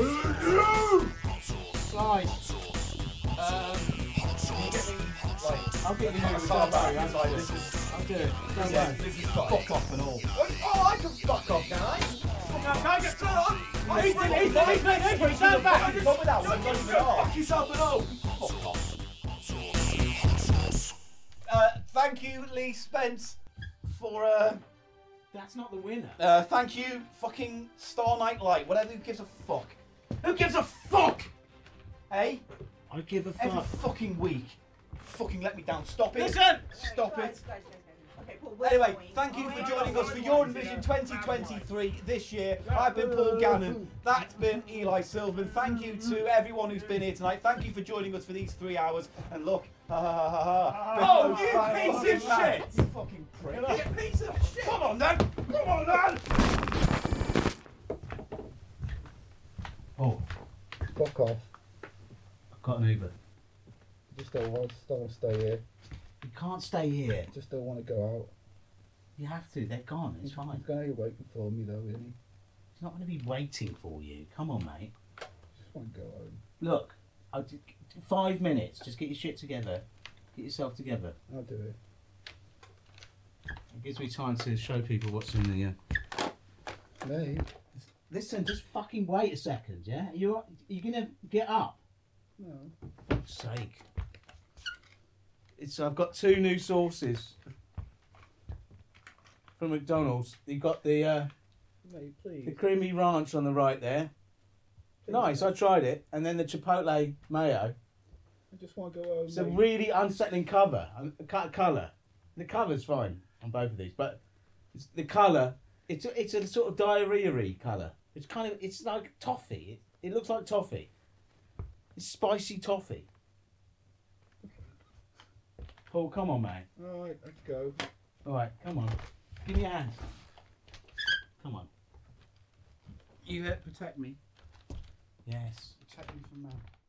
Right. Um, I'll get you I'll next start time back. back. This is, I'll do it. Don't yeah, worry. this is fuck off and all. Oh, I can fuck off, can I? Can I get Oh, turned on? Ethan, Ethan, Ethan, Ethan, stand back. Fuck yourself and all. Fuck off. Uh, thank you, Lee Spence, for uh, That's not the winner. uh, thank you, fucking Star Night Light, whatever. Who gives a fuck? Who gives a fuck? Hey. I give a Every fuck. fucking week. Fucking let me down. Stop it. Listen! Stop it. Anyway, thank you for joining us for your Envision 2023 this year. I've been Paul Gannon. That's been Eli Silverman. Thank you to everyone who's been here tonight. Thank you for joining us for these three hours. And look, (laughs) ha ha ha ha ha. Oh, you piece of shit! You fucking prick. You piece of shit! Come on then! Come on then! Oh, fuck off. I've got an Uber. Just don't want, just don't want to stay here. You can't stay here. Just don't want to go out. You have to. They're gone. It's fine. He's going to be waiting for me though, isn't he? It's not going to be waiting for you. Come on, mate. Just want to go home. Look, I did, five minutes. Just get your shit together. Get yourself together. I'll do it. It gives me time to show people what's in the. Uh... Mate. Listen, just fucking wait a second, yeah? You're you gonna get up? No. fuck's sake. It's I've got two new sauces from McDonald's. You've got the uh, Mate, the please. creamy ranch on the right there. Nice, I tried it, and then the chipotle mayo. I just want to go home. It's a mate. really unsettling cover. um, co- Colour. The cover's fine on both of these, but it's the colour. It's a, it's a sort of diarrhea colour. It's kind of it's like toffee. It, it looks like toffee. It's spicy toffee. Paul, come on, man. Alright, let's go. All right, come on. Give me a hand. Come on. You hit protect me. Yes. Protect me from that.